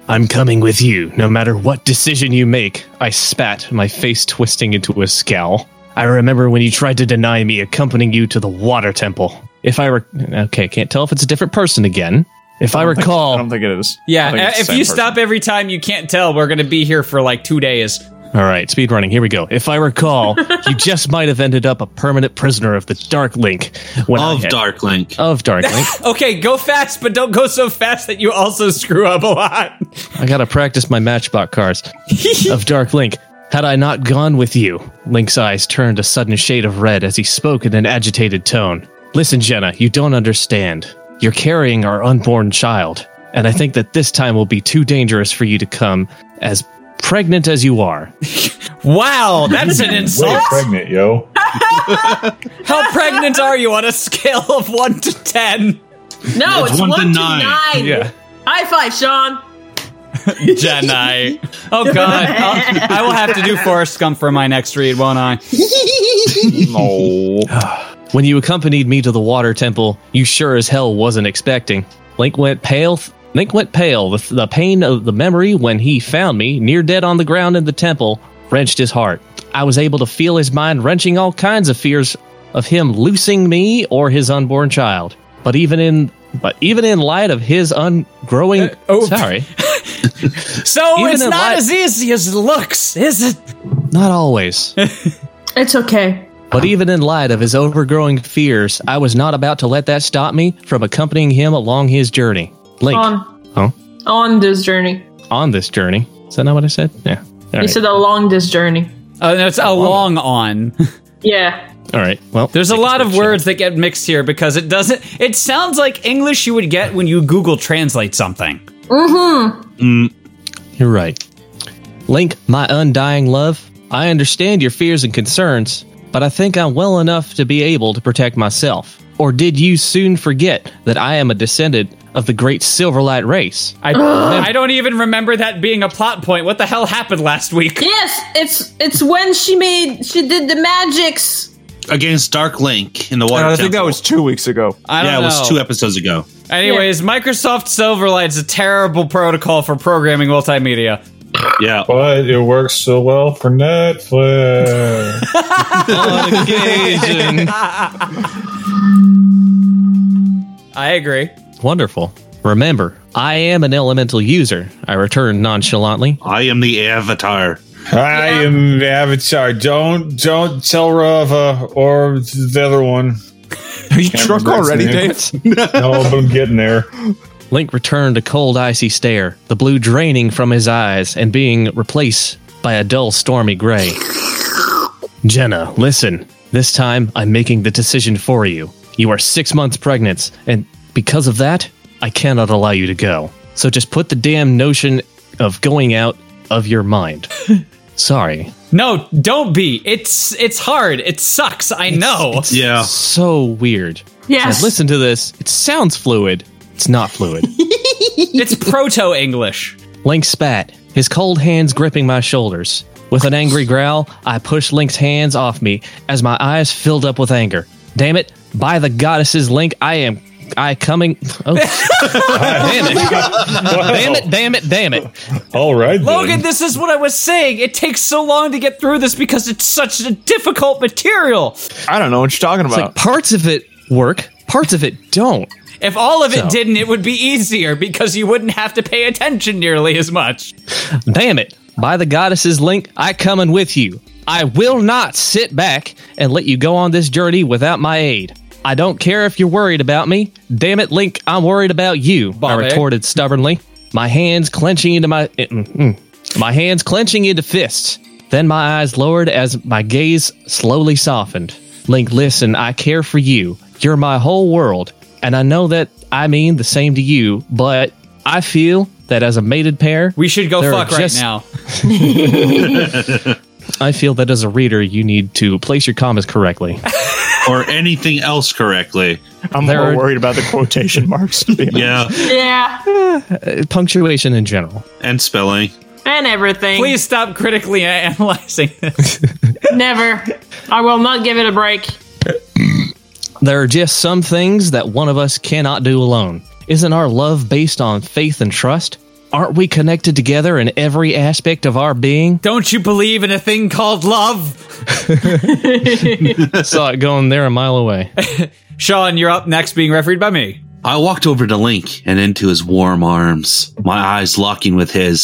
S9: I'm coming with you, no matter what decision you make. I spat, my face twisting into a scowl. I remember when you tried to deny me accompanying you to the water temple. If I were. Okay, can't tell if it's a different person again. If I, recall. I don't
S17: think it is.
S3: Yeah, if you stop every time, you can't tell. We're going to be here for like two days.
S9: All right, speed running. Here we go. If I recall, you just might have ended up a permanent prisoner of the Dark Link. When
S8: Of
S9: Dark Link. Of Dark
S3: [LAUGHS]
S9: Link.
S3: Okay, go fast, but don't go so fast that you also screw up a lot.
S9: I gotta practice my matchbox cars.
S3: [LAUGHS]
S9: of Dark Link. Had I not gone with you, Link's eyes turned a sudden shade of red as he spoke in an agitated tone. Listen, Jenna, you don't understand. You're carrying our unborn child, and I think that this time will be too dangerous for you to come as pregnant as you are.
S3: [LAUGHS] wow, that
S9: [LAUGHS]
S3: is an
S6: Way
S3: insult.
S6: pregnant, yo.
S3: How pregnant are you on a scale of one to ten?
S7: No, it's, one, to nine.
S3: Yeah.
S7: High five, Sean. [LAUGHS]
S3: Jenai. Oh god, I'll- I will have to do Forrest Gump for my next read, won't I?
S9: [LAUGHS] No. when you accompanied me to the water temple, you sure as hell wasn't expecting. Link went pale. Link went pale. The, the pain of the memory when he found me near dead on the ground in the temple wrenched his heart. I was able to feel his mind wrenching all kinds of fears of him loosing me or his unborn child. But even in but even in light of his ungrowing, oh, sorry.
S3: Uh, [LAUGHS] So
S9: Even
S3: Oh, it's
S9: in
S3: not
S9: li-
S3: as e- easy as it looks, is it? [LAUGHS]
S9: Not always.
S7: It's okay.
S9: But even in light of his overgrowing fears, I was not about to let that stop me from accompanying him along his journey. Link.
S7: On
S9: Huh?
S7: on this journey.
S9: On this journey. Is that not what I said? Yeah. All
S7: you
S9: right.
S7: said along this journey.
S3: Oh, no, it's a long [LAUGHS] on.
S7: Yeah.
S9: All right. Well,
S3: there's a lot of words that get mixed here because it doesn't. It sounds like English you would get when you Google translate something. [LAUGHS]
S7: Mm-hmm.
S9: Mm, you're right. Link, my undying love, I understand your fears and concerns, but I think I'm well enough to be able to protect myself. Or did you soon forget that I am a descendant of the great Silverlight race?
S3: [GASPS] I, I don't even remember that being a plot point. What the hell happened last week?
S7: Yes, it's it's when she made she did the magics.
S8: against Dark Link in the water.
S3: I think
S8: that
S17: was two weeks ago.
S3: I don't
S8: yeah, it was
S3: know.
S8: two episodes ago.
S3: Anyways, Microsoft Silverlight's a terrible protocol for programming multimedia.
S8: Yeah,
S6: but it works so well for Netflix.
S3: [LAUGHS]
S2: [LAUGHS] Oh,
S3: I agree.
S9: Wonderful. Remember, I am an elemental user, I returned nonchalantly.
S8: I am the avatar.
S6: I am Avatar. Don't don't tell Rava or the other one.
S17: Are you
S9: drunk already,
S6: [LAUGHS] no, but I'm getting there.
S9: Link returned a cold, icy stare, the blue draining from his eyes and being replaced by a dull, stormy gray. Jenna, listen. This time, I'm making the decision for you. You are six months pregnant, and because of that, I cannot allow you to go. So just put the damn notion of going out of your mind. [LAUGHS] Sorry.
S3: No, don't be. It's it's hard. It sucks. I know.
S9: yeah. So weird.
S3: Yes.
S9: I listen to this. It sounds fluid. It's not fluid.
S3: [LAUGHS] it's proto English.
S9: Link spat, his cold hands gripping my shoulders. With an angry growl, I pushed Link's hands off me as my eyes filled up with anger. Damn it, by the goddesses, Link, I am I coming
S6: [LAUGHS]
S9: oh. damn it. Damn it, damn it, damn it.
S6: All right.
S3: Logan, this is what I was saying. It takes so long to get through this because it's such a difficult material.
S17: I don't know what you're talking
S9: It's
S17: about.
S9: like parts of it work, parts of it don't.
S3: If all of it
S9: So-
S3: didn't, it would be easier because you wouldn't have to pay attention nearly as much.
S9: Damn it. By the goddesses, Link, I coming with you. I will not sit back and let you go on this journey without my aid. I don't care if you're worried about me. Damn it, Link, I'm worried about you,
S3: Bobby.
S9: I retorted stubbornly, my hands clenching into my mm, mm. my hands clenching into fists. Then my eyes lowered as my gaze slowly softened. Link, listen, I care for you. You're my whole world, and I know that I mean the same to you, but I feel that as a mated pair,
S3: we should go fuck right
S9: [LAUGHS]
S3: now. [LAUGHS]
S9: I feel that as a reader, you need to place your commas correctly.
S8: [LAUGHS] or anything else correctly.
S17: I'm
S9: There-
S17: more worried about the
S9: [LAUGHS]
S17: quotation marks. To be
S8: Yeah,
S3: [LAUGHS]
S7: Yeah.
S9: Uh, punctuation in general.
S8: and spelling.
S7: And everything.
S3: Please stop critically a- analyzing this.
S7: Never. I will not give it a break.
S9: There are just some things that one of us cannot do alone. Isn't our love based on faith and trust? Aren't we connected together in every aspect of our being?
S3: Don't you believe in a thing called love?
S9: [LAUGHS] Saw it going there a mile away.
S3: [LAUGHS] Sean, you're up next, being refereed by me.
S8: I walked over to Link and into his warm arms, my eyes locking with his.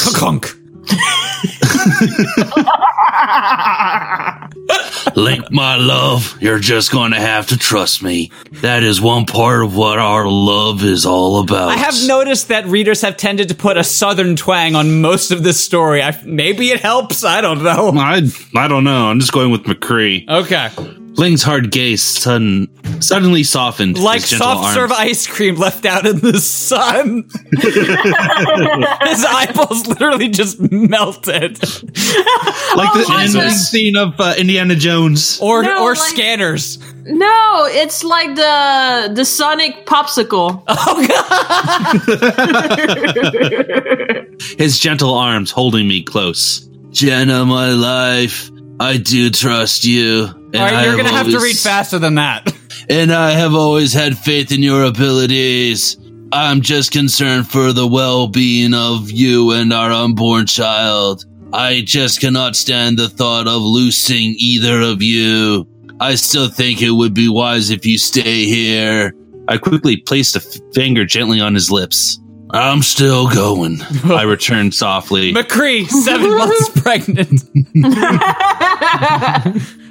S8: Link, my love, you're just going to have to trust me. That is one part of what our love is all about.
S3: I have noticed that readers have tended to put a southern twang on most of this story. I, maybe it helps. I don't know.
S8: Oh. I I don't know. I'm just going with McCree.
S3: Okay.
S8: Ling's hard gaze sudden, suddenly softened.
S3: Like
S8: his gentle
S3: soft serve
S8: arms.
S3: ice cream left out in the
S8: [LAUGHS]
S3: sun. His eyeballs literally just melted.
S8: like the ending scene of uh, Indiana Jones,
S3: or
S7: No,
S3: or
S7: like-
S3: scanners.
S7: No, it's like the the Sonic popsicle.
S3: Oh
S8: his gentle arms holding me close. Jenna, my life, I do trust you. and
S3: All right,
S8: I
S3: you're gonna have to
S8: always-
S3: read faster than that.
S8: and I have always had faith in your abilities. I'm just concerned for the well being of you and our unborn child. I just
S3: [LAUGHS]
S8: cannot stand the thought of losing either of you. I still think it would be wise if you stay here. I quickly placed a f- finger gently on his lips. I'm still
S3: [LAUGHS]
S8: going, I returned softly.
S3: McCree, seven [LAUGHS] months pregnant.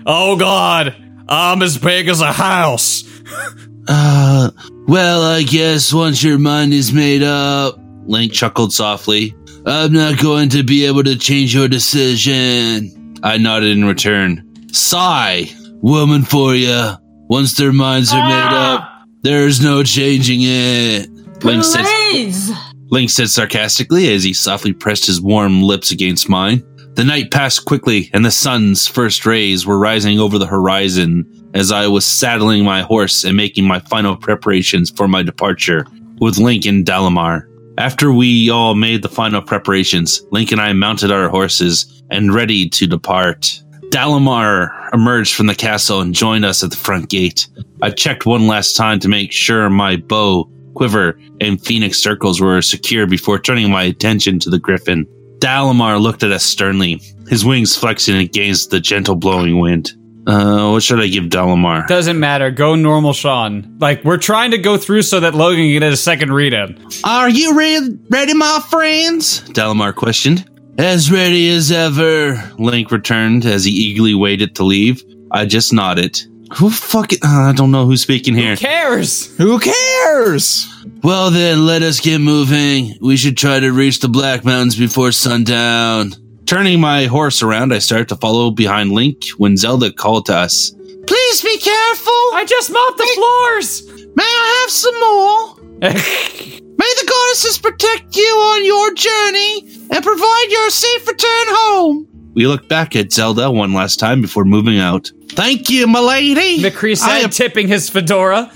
S4: Oh god, I'm as big as a house.
S8: [LAUGHS] Uh, well, I guess once your mind is made up, Link chuckled softly. I'm not going to be able to change your decision. I nodded in return. Sigh, woman for ya. Once their minds are made
S4: Ah!
S8: up, there's no changing it. Link said,
S7: Please.
S8: Link said sarcastically as he softly pressed his warm lips against mine. The night passed quickly, and the sun's first rays were rising over the horizon as I was saddling my horse and making my final preparations for my departure with Link and Dalamar. After we all made the final preparations, Link and I mounted our horses and ready to depart. Dalamar emerged from the castle and joined us at the front gate. I checked one last time to make sure my bow, quiver, and phoenix circles were secure before turning my attention to the griffin. Dalamar looked at us sternly, his wings flexing against the gentle blowing wind. Uh, what should I give Dalamar?
S3: Doesn't matter. Go normal, Sean. Like we're trying to go through so that Logan can get a second read in.
S8: Are you re- ready, my friends? Dalamar questioned. As ready as ever, Link returned as he eagerly waited to leave. I just nodded. Who fucking. uh, I don't know who's speaking here. Who
S3: cares?
S8: Who cares? Well, then, let us get moving. We should try to reach the Black Mountains before sundown. Turning my horse around, I started to follow behind Link when Zelda called to us. Please be careful.
S3: I just mopped the floors.
S2: May I have some
S3: [LAUGHS]
S2: more? May the goddesses protect you on your journey and provide your safe return home.
S8: We looked back at Zelda one last time before moving out. Thank you, my lady.
S3: McCree said, tipping his fedora.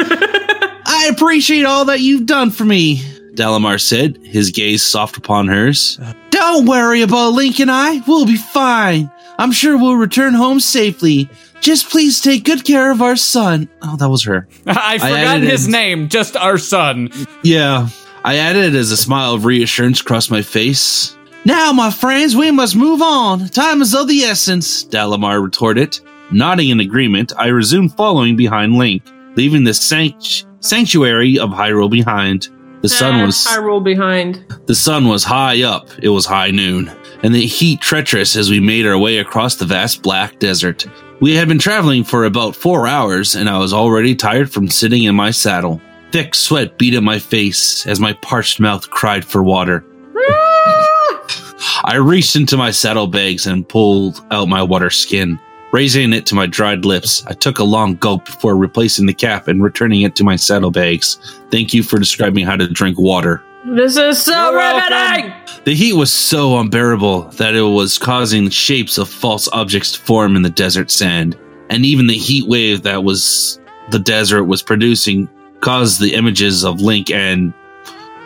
S8: I appreciate all that you've done for me, Dalamar said, his gaze soft upon hers.
S3: Uh.
S2: Don't worry about Link and I. We'll be fine. I'm sure we'll return home safely. Just please take good care of our son.
S8: Oh, that
S3: [LAUGHS]
S8: was her.
S3: I've
S8: I
S3: forgotten
S8: added
S3: his
S8: in-
S3: name. Just our son.
S8: Yeah. I added as a smile of reassurance crossed my face.
S2: Now, my friends, we must move on. Time is of the essence.
S8: Dalamar retorted. Nodding in agreement, I resumed following behind Link, leaving the sanct- sanctuary of Hyrule behind. The sun was
S7: I roll behind.
S8: The sun was high up, it was high noon, and the heat treacherous as we made our way across the vast black desert. We had been traveling for about four hours, and I was already tired from sitting in my saddle. Thick sweat beat at my face as my parched mouth cried for water. I reached into my saddlebags and pulled out my water skin. Raising it to my dried lips, I took a long gulp before replacing the cap and returning it to my saddlebags. Thank you for describing how to drink water.
S7: This is so riveting.
S8: The heat was so unbearable that it was causing shapes of false objects to form in the desert sand, and even the heat wave that was the desert was producing caused the images of Link and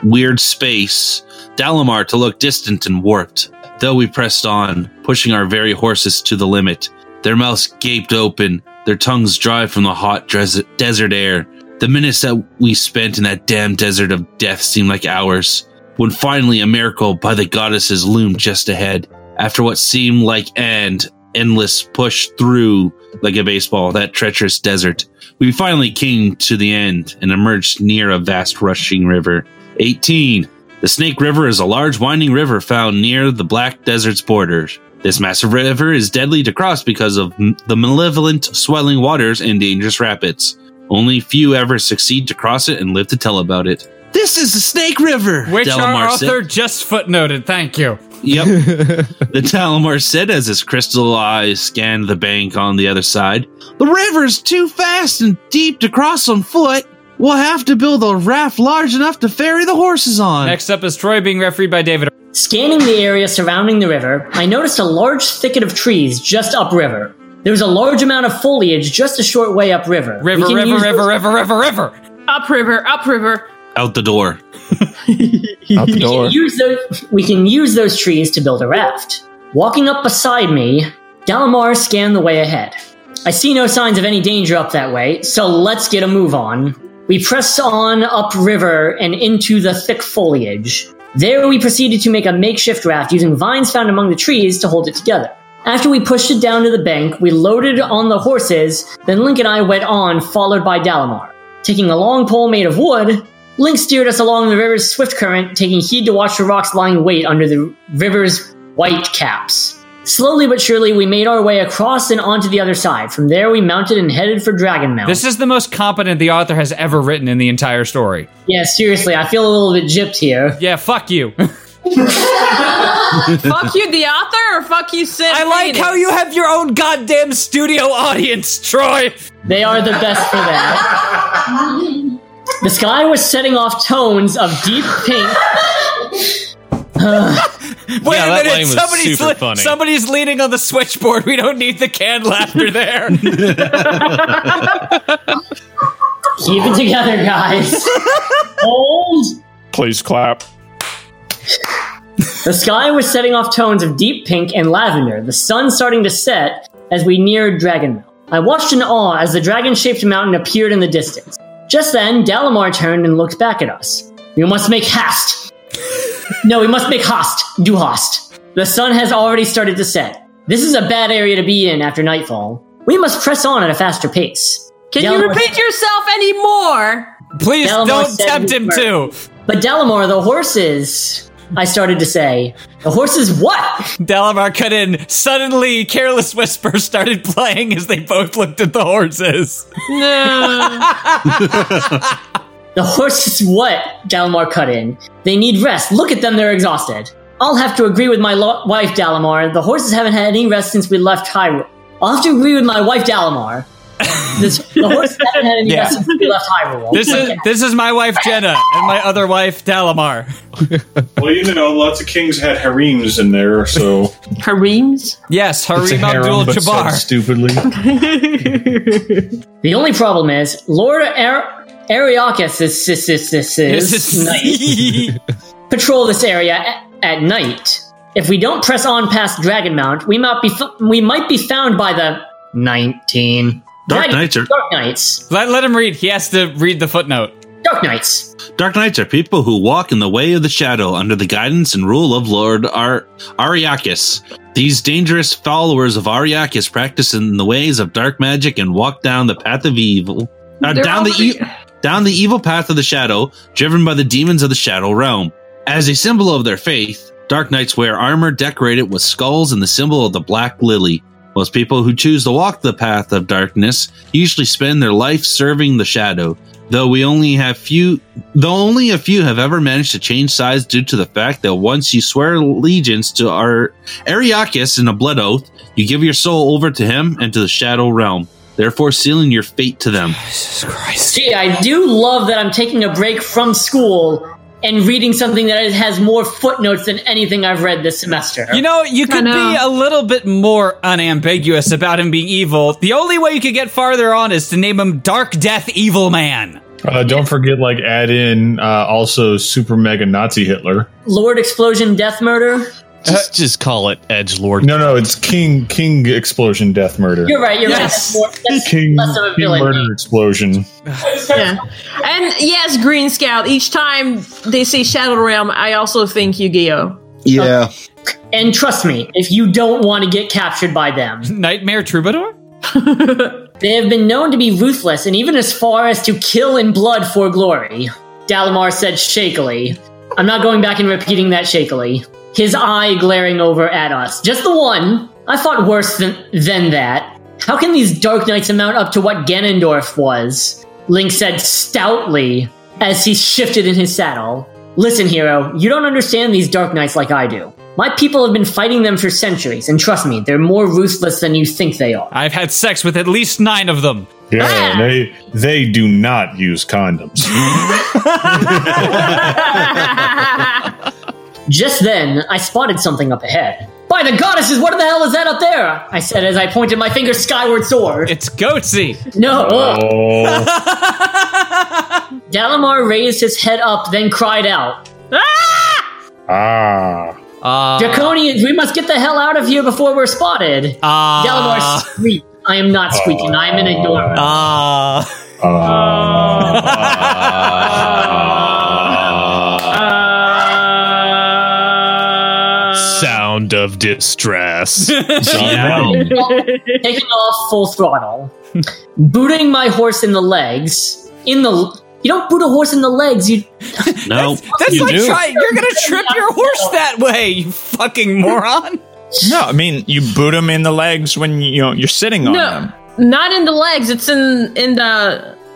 S8: weird space Dalamar to look distant and warped. Though we pressed on, pushing our very horses to the limit, their mouths gaped open, their tongues dry from the hot dres- desert air. The minutes that we spent in that damn desert of death seemed like hours. when finally a miracle by the goddesses loomed just ahead. After what seemed like an endless push through, like a baseball, that treacherous desert, we finally came to the end and emerged near a vast rushing river. 18. The Snake River is a large winding river found near the Black Desert's borders. This massive river is deadly to cross because of m- the malevolent swelling waters and dangerous rapids. Only few ever succeed to cross it and live to tell about it. This is the Snake River,
S3: Which our
S8: Delamar said.
S3: author just footnoted. Thank you.
S11: [LAUGHS]
S8: Yep. the Talamar said as his crystal eyes scanned the bank on the other side.
S2: The river's too fast and deep to cross on foot. We'll have to build a raft large enough to ferry the horses on.
S3: Next up is Troy being refereed by David.
S11: Scanning the area surrounding the river, I noticed a large thicket of trees just upriver. There was a large amount of foliage just a short way upriver.
S3: River, river, river, river, river, river.
S7: Upriver, upriver.
S8: Out
S11: [LAUGHS]
S8: the door.
S11: Out the door. We can, use those, we can use those trees to build a raft. Walking up beside me, Dalamar scanned the way ahead. I see no signs of any danger up that way, so let's get a move on. We press on upriver and into the thick foliage. There we proceeded to make a makeshift raft using vines found among the trees to hold it together. After we pushed it down to the bank, we loaded on the horses, then Link and I went on, followed by Dalamar. Taking a long pole made of wood, Link steered us along the river's swift current, taking heed to watch the rocks lying wait under the river's white caps. Slowly but surely, we made our way across and onto the other side. From there, we mounted and headed for Dragon Mountain.
S3: This is the most competent the author has ever written in the entire story.
S11: yeah, seriously, I feel a little bit gypped here.
S3: Yeah, fuck
S11: [LAUGHS]
S3: you. [LAUGHS]
S7: fuck you, the author, or fuck you, Sid. I like
S3: how you have your own goddamn studio audience, Troy.
S11: They are the best for that. The sky was setting off tones of deep pink. [SIGHS]
S3: Wait
S11: Yeah,
S3: a
S11: that
S3: minute,
S11: line was
S3: somebody's
S11: super
S3: le-
S11: funny.
S3: somebody's leaning on the switchboard. We don't need the canned
S11: [LAUGHS]
S3: laughter there.
S11: Keep it together,
S2: [LAUGHS]
S11: guys. Hold.
S10: Please clap.
S11: The sky was setting off tones of deep pink and lavender, the sun starting to set as we neared Dragonmount. I watched in awe as the dragon shaped mountain appeared in the distance. Just then, Dalamar turned and looked back at us. We must make haste. [LAUGHS] no, we must make haste. Do haste. The sun has already started to set. This is a bad area to be in after nightfall. We must press on at a faster pace.
S7: Can you repeat yourself anymore?
S3: Please
S7: don't tempt him
S11: But Delamore, the horses. I started to say, the horses what?
S3: Dalamar cut in. Suddenly, Careless Whisper started playing as they both looked at the horses.
S11: [LAUGHS] The horses what? Dalamar cut in. They need rest. Look at them, they're exhausted. I'll have to agree with my lo- wife, Dalamar. The horses haven't had any rest since we left Hyrule. I'll have to agree with my wife, Dalamar. This, the horses haven't had any
S3: Yeah.
S11: rest since we left Hyrule.
S3: [LAUGHS] This is this is my wife Jenna and my other wife Dalamar.
S6: Well, you know, lots of kings had harems in there, [LAUGHS] so
S7: harems.
S3: Yes,
S6: It's a
S3: Harim
S6: harem,
S3: Abdul
S6: but said
S3: Jabbar.
S6: Stupidly.
S11: The only problem is, Lord Ar- Ariakis is, is, is, is, is [LAUGHS]
S3: [LAUGHS]
S11: night. patrol this area a- at night. If we don't press on past Dragonmount, we might be f- we might be found by the nineteen
S8: Dark
S11: Dragon-
S8: Knights are-
S11: Dark Knights.
S3: Let, let him read. He has to read the footnote.
S11: Dark Knights.
S8: Dark Knights are people who walk in the way of the shadow under the guidance and rule of Lord Ar- Ariakis. These dangerous followers of Ariakis practice in the ways of dark magic and walk down the path of evil. uh,
S7: They're
S8: down the e- down the evil path of the shadow, driven by the demons of the shadow realm. As a symbol of their faith, Dark Knights wear armor decorated with skulls and the symbol of the Black Lily. Most people who choose to walk the path of darkness usually spend their life serving the shadow. Though we only have few, though only a few have ever managed to change sides due to the fact that once you swear allegiance to our Ariakis in a blood oath, you give your soul over to him and to the shadow realm, therefore sealing your fate to them.
S11: Gee, I do love that I'm taking a break from school and reading something that has more footnotes than anything I've read this semester.
S3: You know, you could be
S11: know.
S3: a little bit more unambiguous about him being evil. The only way you could get farther on is to name him Dark Death Evil Man.
S6: Uh, don't forget, like, add in uh, also super mega Nazi Hitler.
S11: Lord Explosion Death Murder.
S9: Just, just call it Edge Lord.
S6: No, no, it's King King Explosion Death Murder.
S11: You're right. You're
S7: Yes.
S11: right. That's, more, that's
S6: King,
S11: less of a
S6: King
S11: villain.
S6: Murder Explosion.
S7: yeah. And yes, Green Scout. Each time they say Shadow Realm, I also think Yu-Gi-Oh.
S11: Yeah. And trust me, if you don't want to get captured by them,
S3: [LAUGHS] Nightmare Troubadour?
S11: they have been known to be ruthless and even as far as to kill in blood for glory. Dalimar said shakily. I'm not going back and repeating that shakily. His eye glaring over at us. Just the one. I fought worse than, than that. How can these Dark Knights amount up to what Ganondorf was? Link said stoutly as he shifted in his saddle. Listen, hero, you don't understand these Dark Knights like I do. My people have been fighting them for centuries, and trust me, they're more ruthless than you think they are.
S3: I've had sex with at least nine of them.
S6: Yeah,
S11: Ah!
S6: they they do not
S11: [LAUGHS]
S6: use condoms.
S11: Just then, I spotted something up ahead. By the goddesses, what the hell is that up there? I said as I pointed my finger skyward sword.
S3: It's Goatsy.
S11: No.
S6: Oh.
S11: [LAUGHS] Dalimar raised his head up, then cried out.
S6: ah.
S3: Uh,
S11: Draconians, we must get the hell out of here before we're spotted.
S3: Ah.
S11: Dalimar squeaked. I am not squeaking. I am an ignorer.
S3: Ah.
S8: Uh,
S2: Ah.
S11: Uh,
S9: Sound
S8: [LAUGHS]
S9: of distress.
S11: taking, off, taking off full throttle, booting my horse in the legs. In the you don't boot a horse in the legs. You
S8: No,
S3: That's like trying. You're gonna trip your horse that way, you fucking moron.
S10: No, I mean you boot them in the legs when you know, you're sitting on them.
S7: No, not in the legs. It's in in the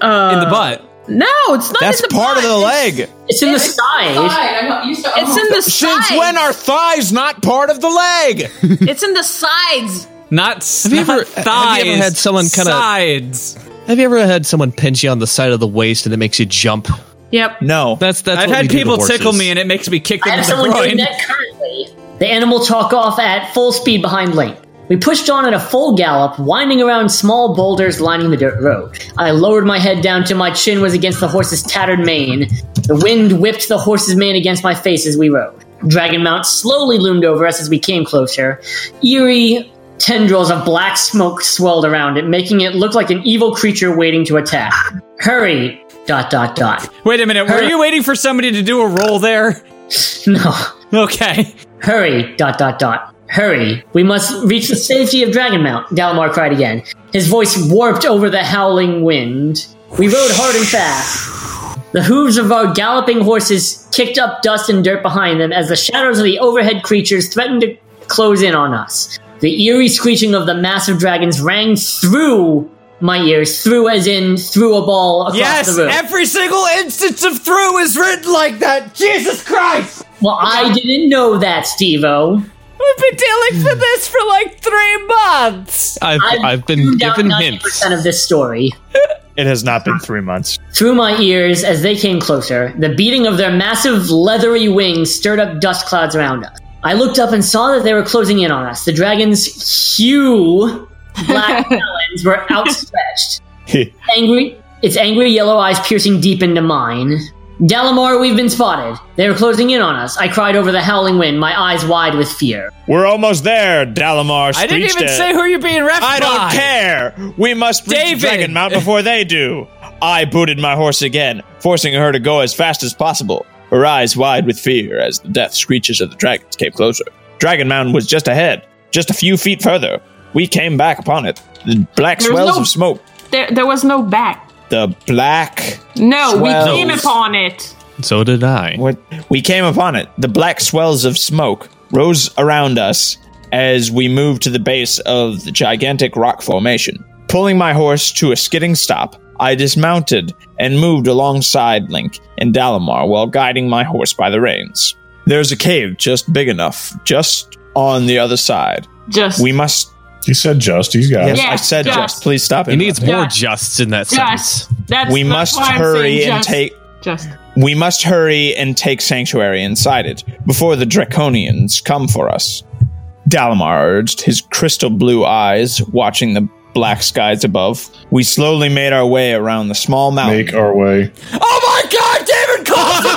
S7: uh,
S10: In the butt.
S7: No, it's not.
S10: That's
S7: in the
S10: part of
S7: butt.
S10: the leg.
S11: It's in the side.
S7: It's in the
S17: Since
S7: side.
S17: when are thighs not part of the leg?
S10: [LAUGHS]
S7: it's in the sides.
S3: Not,
S9: Have you ever, uh,
S3: thighs,
S9: have you ever had someone kind of
S3: sides?
S9: Have you ever had someone pinch you on the side of the waist and it makes you jump?
S7: Yep.
S9: No, that's that's.
S3: I've
S9: what we
S3: had
S9: do to
S3: people tickle
S9: horses.
S3: me and it makes me kick
S11: I
S3: them in
S11: have
S3: the
S11: someone doing
S3: groin.
S11: that currently. The animal chalk off at full speed behind Link. We pushed on at a full gallop, winding around small boulders lining the dirt road. I lowered my head down till my chin was against the horse's tattered mane. The wind whipped the horse's mane against my face as we rode. Dragonmount slowly loomed over us as we came closer. Eerie tendrils of black smoke swirled around it, making it look like an evil creature waiting to attack. Hurry! Dot dot dot.
S3: Wait a minute. Were you waiting for somebody to do a roll there? [LAUGHS]
S11: No.
S3: Okay.
S11: Hurry, dot dot dot. Hurry. We must reach the safety of Dragonmount, Dalimar cried again. His voice warped over the howling wind. We rode hard and fast. The hooves of our galloping horses kicked up dust and dirt behind them as the shadows of the overhead creatures threatened to close in on us. The eerie screeching of the massive dragons rang through my ears, through as in through a ball across
S3: Yes,
S11: the room.
S3: every single instance of through is written like that. Jesus Christ!
S11: well, I didn't know that, Stevo.
S3: We've been dealing with this for like three months.
S9: I've,
S11: I've,
S9: been
S11: given hints of this story.
S10: It has not been three months.
S11: Through my ears, as they came closer, the beating of their massive, leathery wings stirred up dust clouds around us. I looked up and saw that they were closing in on us. The dragon's hue black talons were
S10: [LAUGHS]
S11: outstretched. angry, its angry yellow eyes piercing deep into mine. Dalimar, we've been spotted. They are closing in on us. I cried over the howling wind, my eyes wide with fear.
S10: We're almost there, Dalimar.
S11: I didn't
S10: screeched
S11: even
S10: it.
S11: say who you're being ref
S10: I don't
S11: by.
S10: care. We must reach
S11: David.
S10: Dragon Mount before they do. I booted my horse again, forcing her to go as fast as possible. Her eyes wide with fear as the death screeches of the dragons came closer. Dragon Mountain was just ahead, just a few feet further. We came back upon it. The black
S7: There's
S10: swells
S7: no-
S10: of smoke.
S7: There, there was no back.
S10: The black.
S7: No,
S10: swells.
S7: we came upon it.
S10: So did I. What? We came upon it. The black swells of smoke rose around us as we moved to the base of the gigantic rock formation. Pulling my horse to a skidding stop, I dismounted and moved alongside Link and Dalimar while guiding my horse by the reins. There's a cave just big enough, just on the other side.
S7: Just.
S10: We must.
S6: He said just. He's got
S10: Yes,
S7: it.
S10: I said
S7: Just.
S10: just. Please stop it. He needs
S7: more
S10: justs in that
S7: Just. That's
S10: we
S7: that's
S10: must
S7: why I'm
S10: hurry
S7: saying
S10: and
S7: just-
S10: take
S7: Just.
S10: we must hurry and take sanctuary inside it before the Draconians come for us. Dalimar urged, his crystal blue eyes watching the black skies above. We slowly made our way around the small mountain. Make
S6: our way.
S3: Oh my god, David Cole!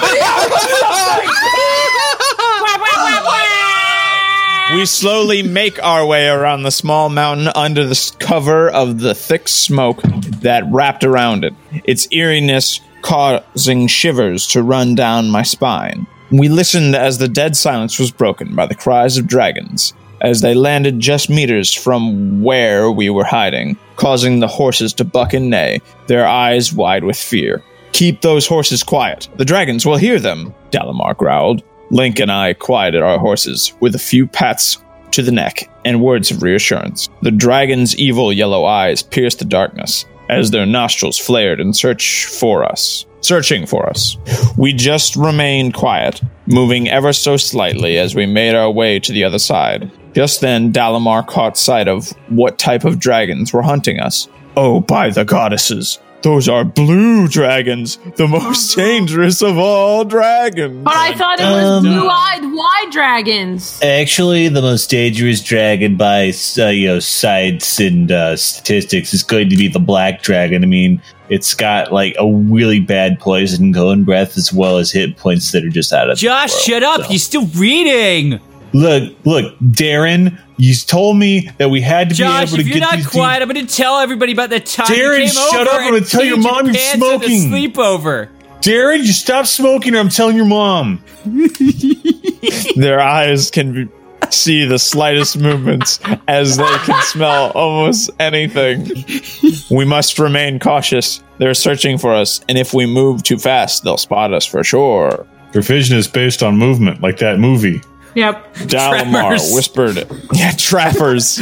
S17: We
S10: slowly make our way around the small mountain under the s- cover of the thick smoke that wrapped around it, its eeriness causing shivers to run down my spine. We listened as the dead silence was broken by the cries of dragons as they landed just meters from where we were hiding, causing the horses to buck and neigh, their eyes wide with fear. Keep those horses quiet. The dragons will hear them, Dalimar growled. Link and I quieted our horses with a few pats to the neck and words of reassurance. The dragon's evil yellow eyes pierced the darkness as their nostrils flared in search for us, searching for us. We just remained quiet, moving ever so slightly as we made our way to the other side. Just then, Dalimar caught sight of what type of dragons were hunting us. Oh, by the goddesses! Those are blue dragons, the most dangerous of all dragons.
S7: But I thought it was
S18: Um,
S7: blue-eyed white dragons.
S18: Actually, the most dangerous dragon by uh, you know science and uh, statistics is going to be the black dragon. I mean, it's got like a really bad poison going breath as well as hit points that are just out of.
S3: Josh, shut up. You're still reading.
S18: Look, look, Darren, you told me that we had to
S3: Josh,
S18: be able
S3: if
S18: to
S3: you're
S18: get
S3: not
S18: these
S3: quiet, I'm going to tell everybody about the time
S18: Darren,
S3: you came
S18: shut
S3: over
S18: up. I'm
S3: and
S18: gonna tell your
S3: peed
S18: mom you're
S3: pants at the
S18: smoking.
S3: sleepover.
S18: Darren, you stop smoking or I'm telling your mom.
S10: [LAUGHS] Their eyes can be- see the slightest movements as they can smell almost anything. We must remain cautious. They're searching for us, and if we move too fast, they'll spot us for sure.
S6: Revision is based on movement, like that movie.
S3: [LAUGHS]
S7: Yep.
S10: Dalamar
S6: Trappers.
S10: whispered, "Yeah, trappers."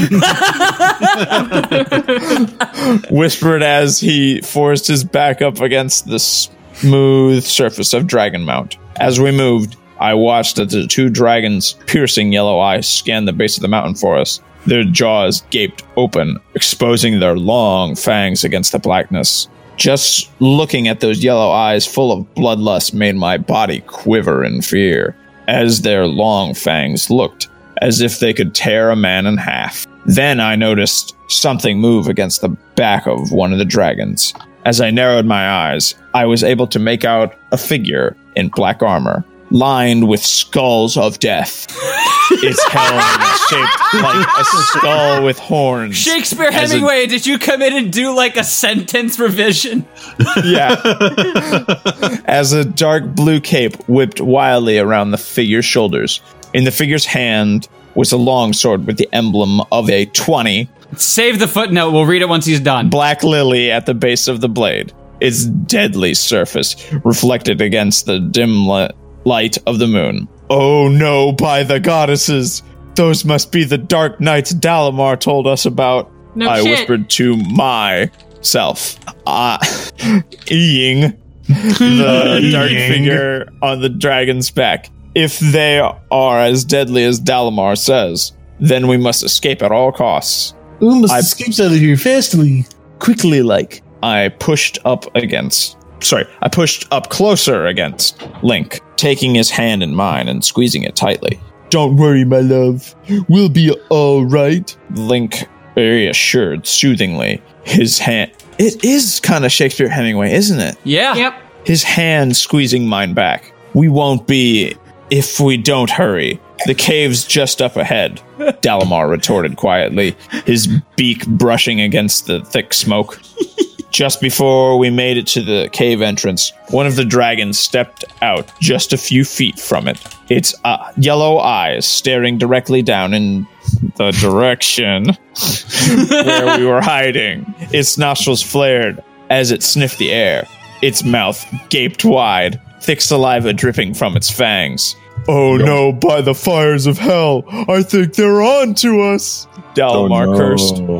S10: whispered as he forced his back up against the smooth surface of Dragon Mount. As we moved, I watched as the two dragons' piercing yellow eyes scanned the base of the mountain for us. Their jaws gaped open, exposing their long fangs against the blackness. Just looking at those yellow eyes full of bloodlust made my body quiver in fear, as their long fangs looked as if they could tear a man in half. Then I noticed something move against the back of one of the dragons. As I narrowed my eyes, I was able to make out a figure in black armor, lined with skulls of death.
S3: [LAUGHS]
S10: its helm shaped like a skull with horns.
S3: Shakespeare
S10: As a-
S3: Hemingway, did you come in and do like a sentence revision?
S10: yeah. [LAUGHS] As a dark blue cape whipped wildly around the figure's shoulders. In the figure's hand was a long sword with the emblem of a 20.
S3: Save the footnote. We'll read it once he's done.
S10: Black lily at the base of the blade. Its deadly surface reflected against the dim li- light of the moon. [LAUGHS] Oh no, by the goddesses! Those must be the dark knights Dalimar told us about.
S7: No
S10: I
S7: shit.
S10: whispered to myself. Ah, [LAUGHS] eeing [LAUGHS] the dark
S6: Eeing.
S10: figure on the dragon's back. If they are as deadly as Dalimar says, then we must escape at all costs.
S18: We must
S10: escape out of here fastly, quickly like. I pushed up against. Sorry, I pushed up closer against Link, taking his hand in mine and squeezing it tightly. Don't worry, my love. We'll be all right. Link reassured soothingly. His hand. It is kind of Shakespeare Hemingway, isn't it?
S3: Yeah.
S7: Yep.
S10: His hand squeezing mine back. We won't be if we don't hurry. The cave's just up ahead. [LAUGHS] Dalimar retorted quietly, his beak brushing against the thick smoke. [LAUGHS] Just before we made it to the cave entrance, one of the dragons stepped out just a few feet from it, its uh, yellow eyes staring directly down in the direction where we were hiding. Its nostrils flared as it sniffed the air, its mouth gaped wide, thick saliva dripping from its fangs. Oh no, by the fires of hell, I think they're on to us. Dalimar
S6: Oh, no.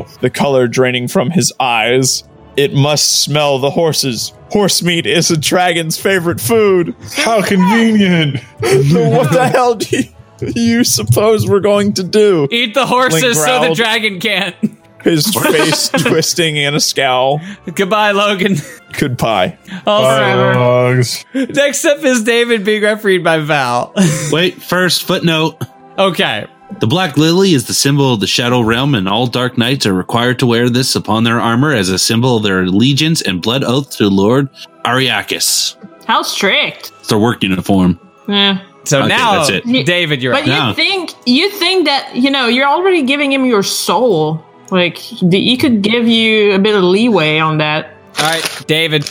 S10: cursed, the color draining from his eyes. It must smell the horses. Horse meat is a dragon's favorite food. How convenient. [LAUGHS] what the hell do you, you suppose we're going to do?
S3: Eat the
S10: Link
S3: horses so the
S10: growled,
S3: dragon can't.
S10: [LAUGHS] His
S3: [LAUGHS]
S10: face twisting in a scowl.
S3: Goodbye, Logan. [LAUGHS] Oh,
S10: Goodbye.
S3: All forever. Next up is David being refereed by Val.
S8: Wait, first footnote.
S3: Okay.
S8: The black lily is the symbol of the shadow realm, and all dark knights are required to wear this upon their armor as a symbol of their allegiance and blood oath to Lord Ariakis.
S7: How strict?
S8: It's their work uniform.
S7: Yeah.
S3: So
S8: Okay,
S3: now,
S8: that's it.
S3: David, you're
S7: but
S3: up.
S7: you think you think that you know you're already giving him your soul. Like the, he could give you a bit of leeway on that.
S3: All right, David.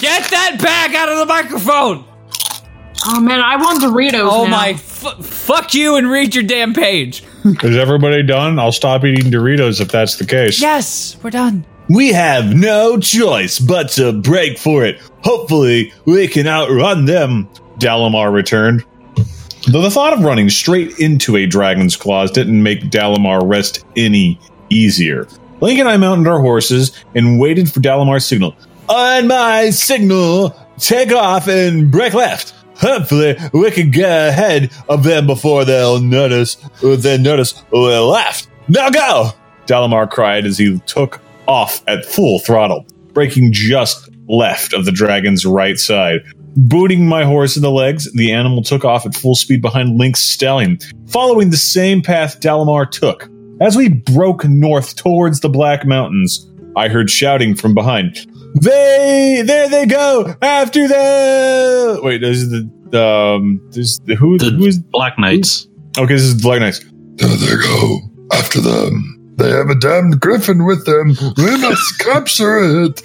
S3: Get that bag out of the microphone!
S7: Oh man, I want Doritos.
S3: Oh
S7: now.
S3: my! F- fuck you and read your damn page.
S6: Is everybody done? I'll stop eating Doritos if that's the case.
S3: Yes, we're [LAUGHS] done.
S18: We have no choice but to break for it. Hopefully, we can outrun them.
S6: Dalamar returned. Though the thought of running straight into a dragon's claws didn't make Dalamar rest any easier. Link and I mounted our horses and waited for Dalamar's signal.
S18: On my signal, take off and break left. Hopefully, we can get ahead of them before they'll notice. They notice we left. Now go!
S6: Dalamar cried as he took off at full throttle, breaking just left of the dragon's right side. Booting my horse in the legs, the animal took off at full speed behind Link's stallion, following the same path Dalamar took. As we broke north towards the Black Mountains, I heard shouting from behind. They, there they go after them. Wait, this is the um, this is the, who who is
S8: Black Knights?
S6: Okay, this is Black Knights.
S15: There they go. After them. They have a damned griffin with them. We must capture it.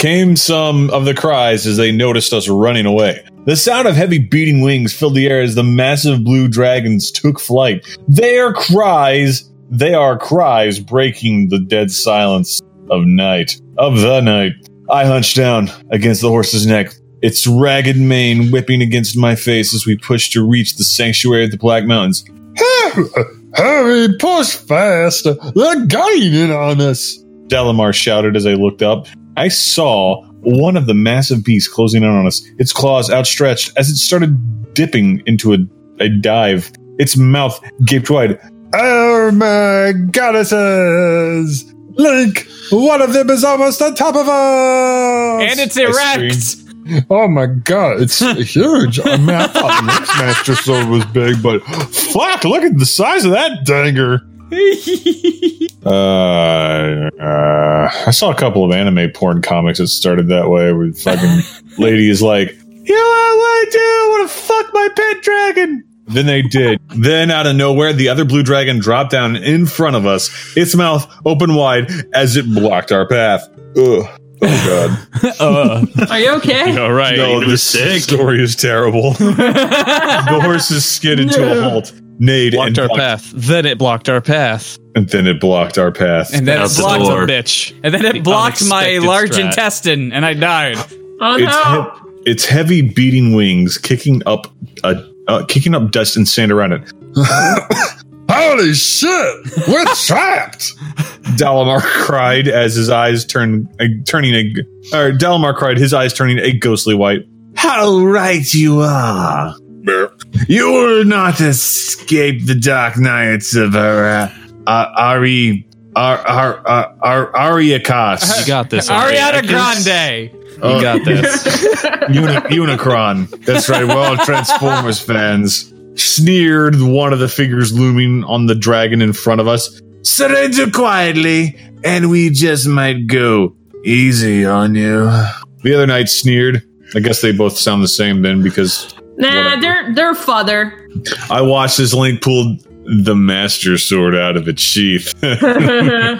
S6: Came some of the cries as they noticed us running away. The sound of heavy beating wings filled the air as the massive blue dragons took flight. Their cries, they are cries breaking the dead silence of night, of the night. I hunched down against the horse's neck, its ragged mane whipping against my face as we pushed to reach the sanctuary of the Black Mountains.
S15: Hurry, push fast. They're gaining on us.
S6: Delamar shouted as I looked up. I saw one of the massive beasts closing in on us, its claws outstretched as it started dipping into a, a dive. Its mouth gaped wide.
S15: Oh my goddesses! Link, one of them is almost on top of us!
S3: And it's erect!
S15: Oh my god,
S3: [LAUGHS]
S15: it's huge! I mean, I thought Link's Master Sword was big, but fuck, look at the size of that danger!
S6: Uh, uh, I saw a couple of anime porn comics that started that way, where the fucking lady is like, You know what I do? I want to fuck my pet dragon. Then they did. Then out of nowhere, the other blue dragon dropped down in front of us, its mouth open wide as it blocked our path. Ugh. Oh
S9: [LAUGHS]
S6: god.
S9: uh.
S7: Are you okay?
S6: All right. No, this story is
S7: [LAUGHS]
S6: terrible. the horses skidded to a halt, neighed, blocked and our
S9: path. Then it blocked our path,
S6: and then it blocked our
S9: [LAUGHS]
S6: path,
S9: and then it blocked a bitch,
S3: And then it
S9: The
S3: blocked my
S9: unexpected
S3: large
S9: strat.
S3: intestine, and I died.
S7: Oh
S6: its, he- its heavy beating wings kicking up uh, uh, kicking up dust and sand
S18: [COUGHS]
S6: around it.
S15: Holy shit!
S3: [LAUGHS]
S15: We're trapped!
S6: Dalamar cried as his eyes turned uh, turning a or Dalamar cried his eyes turning a ghostly white.
S18: How right you are. You will not escape the dark nights of uh, uh, Ari. Ar, Ar, Ar, Ar, Ariakos.
S9: You got this,
S3: [LAUGHS] Ariana Grande.
S18: Oh.
S15: [LAUGHS]
S9: got this.
S18: Uni-
S6: Unicron. That's right. We're all Transformers fans. Sneered one of the figures looming on the dragon in front of us.
S18: Surrender quietly, and we just might go easy on you.
S6: The other knight sneered. I guess they both sound the same then because
S7: Nah, they're
S3: [LAUGHS]
S7: they're father.
S6: I watched as Link pulled the Master Sword out of its sheath.
S15: I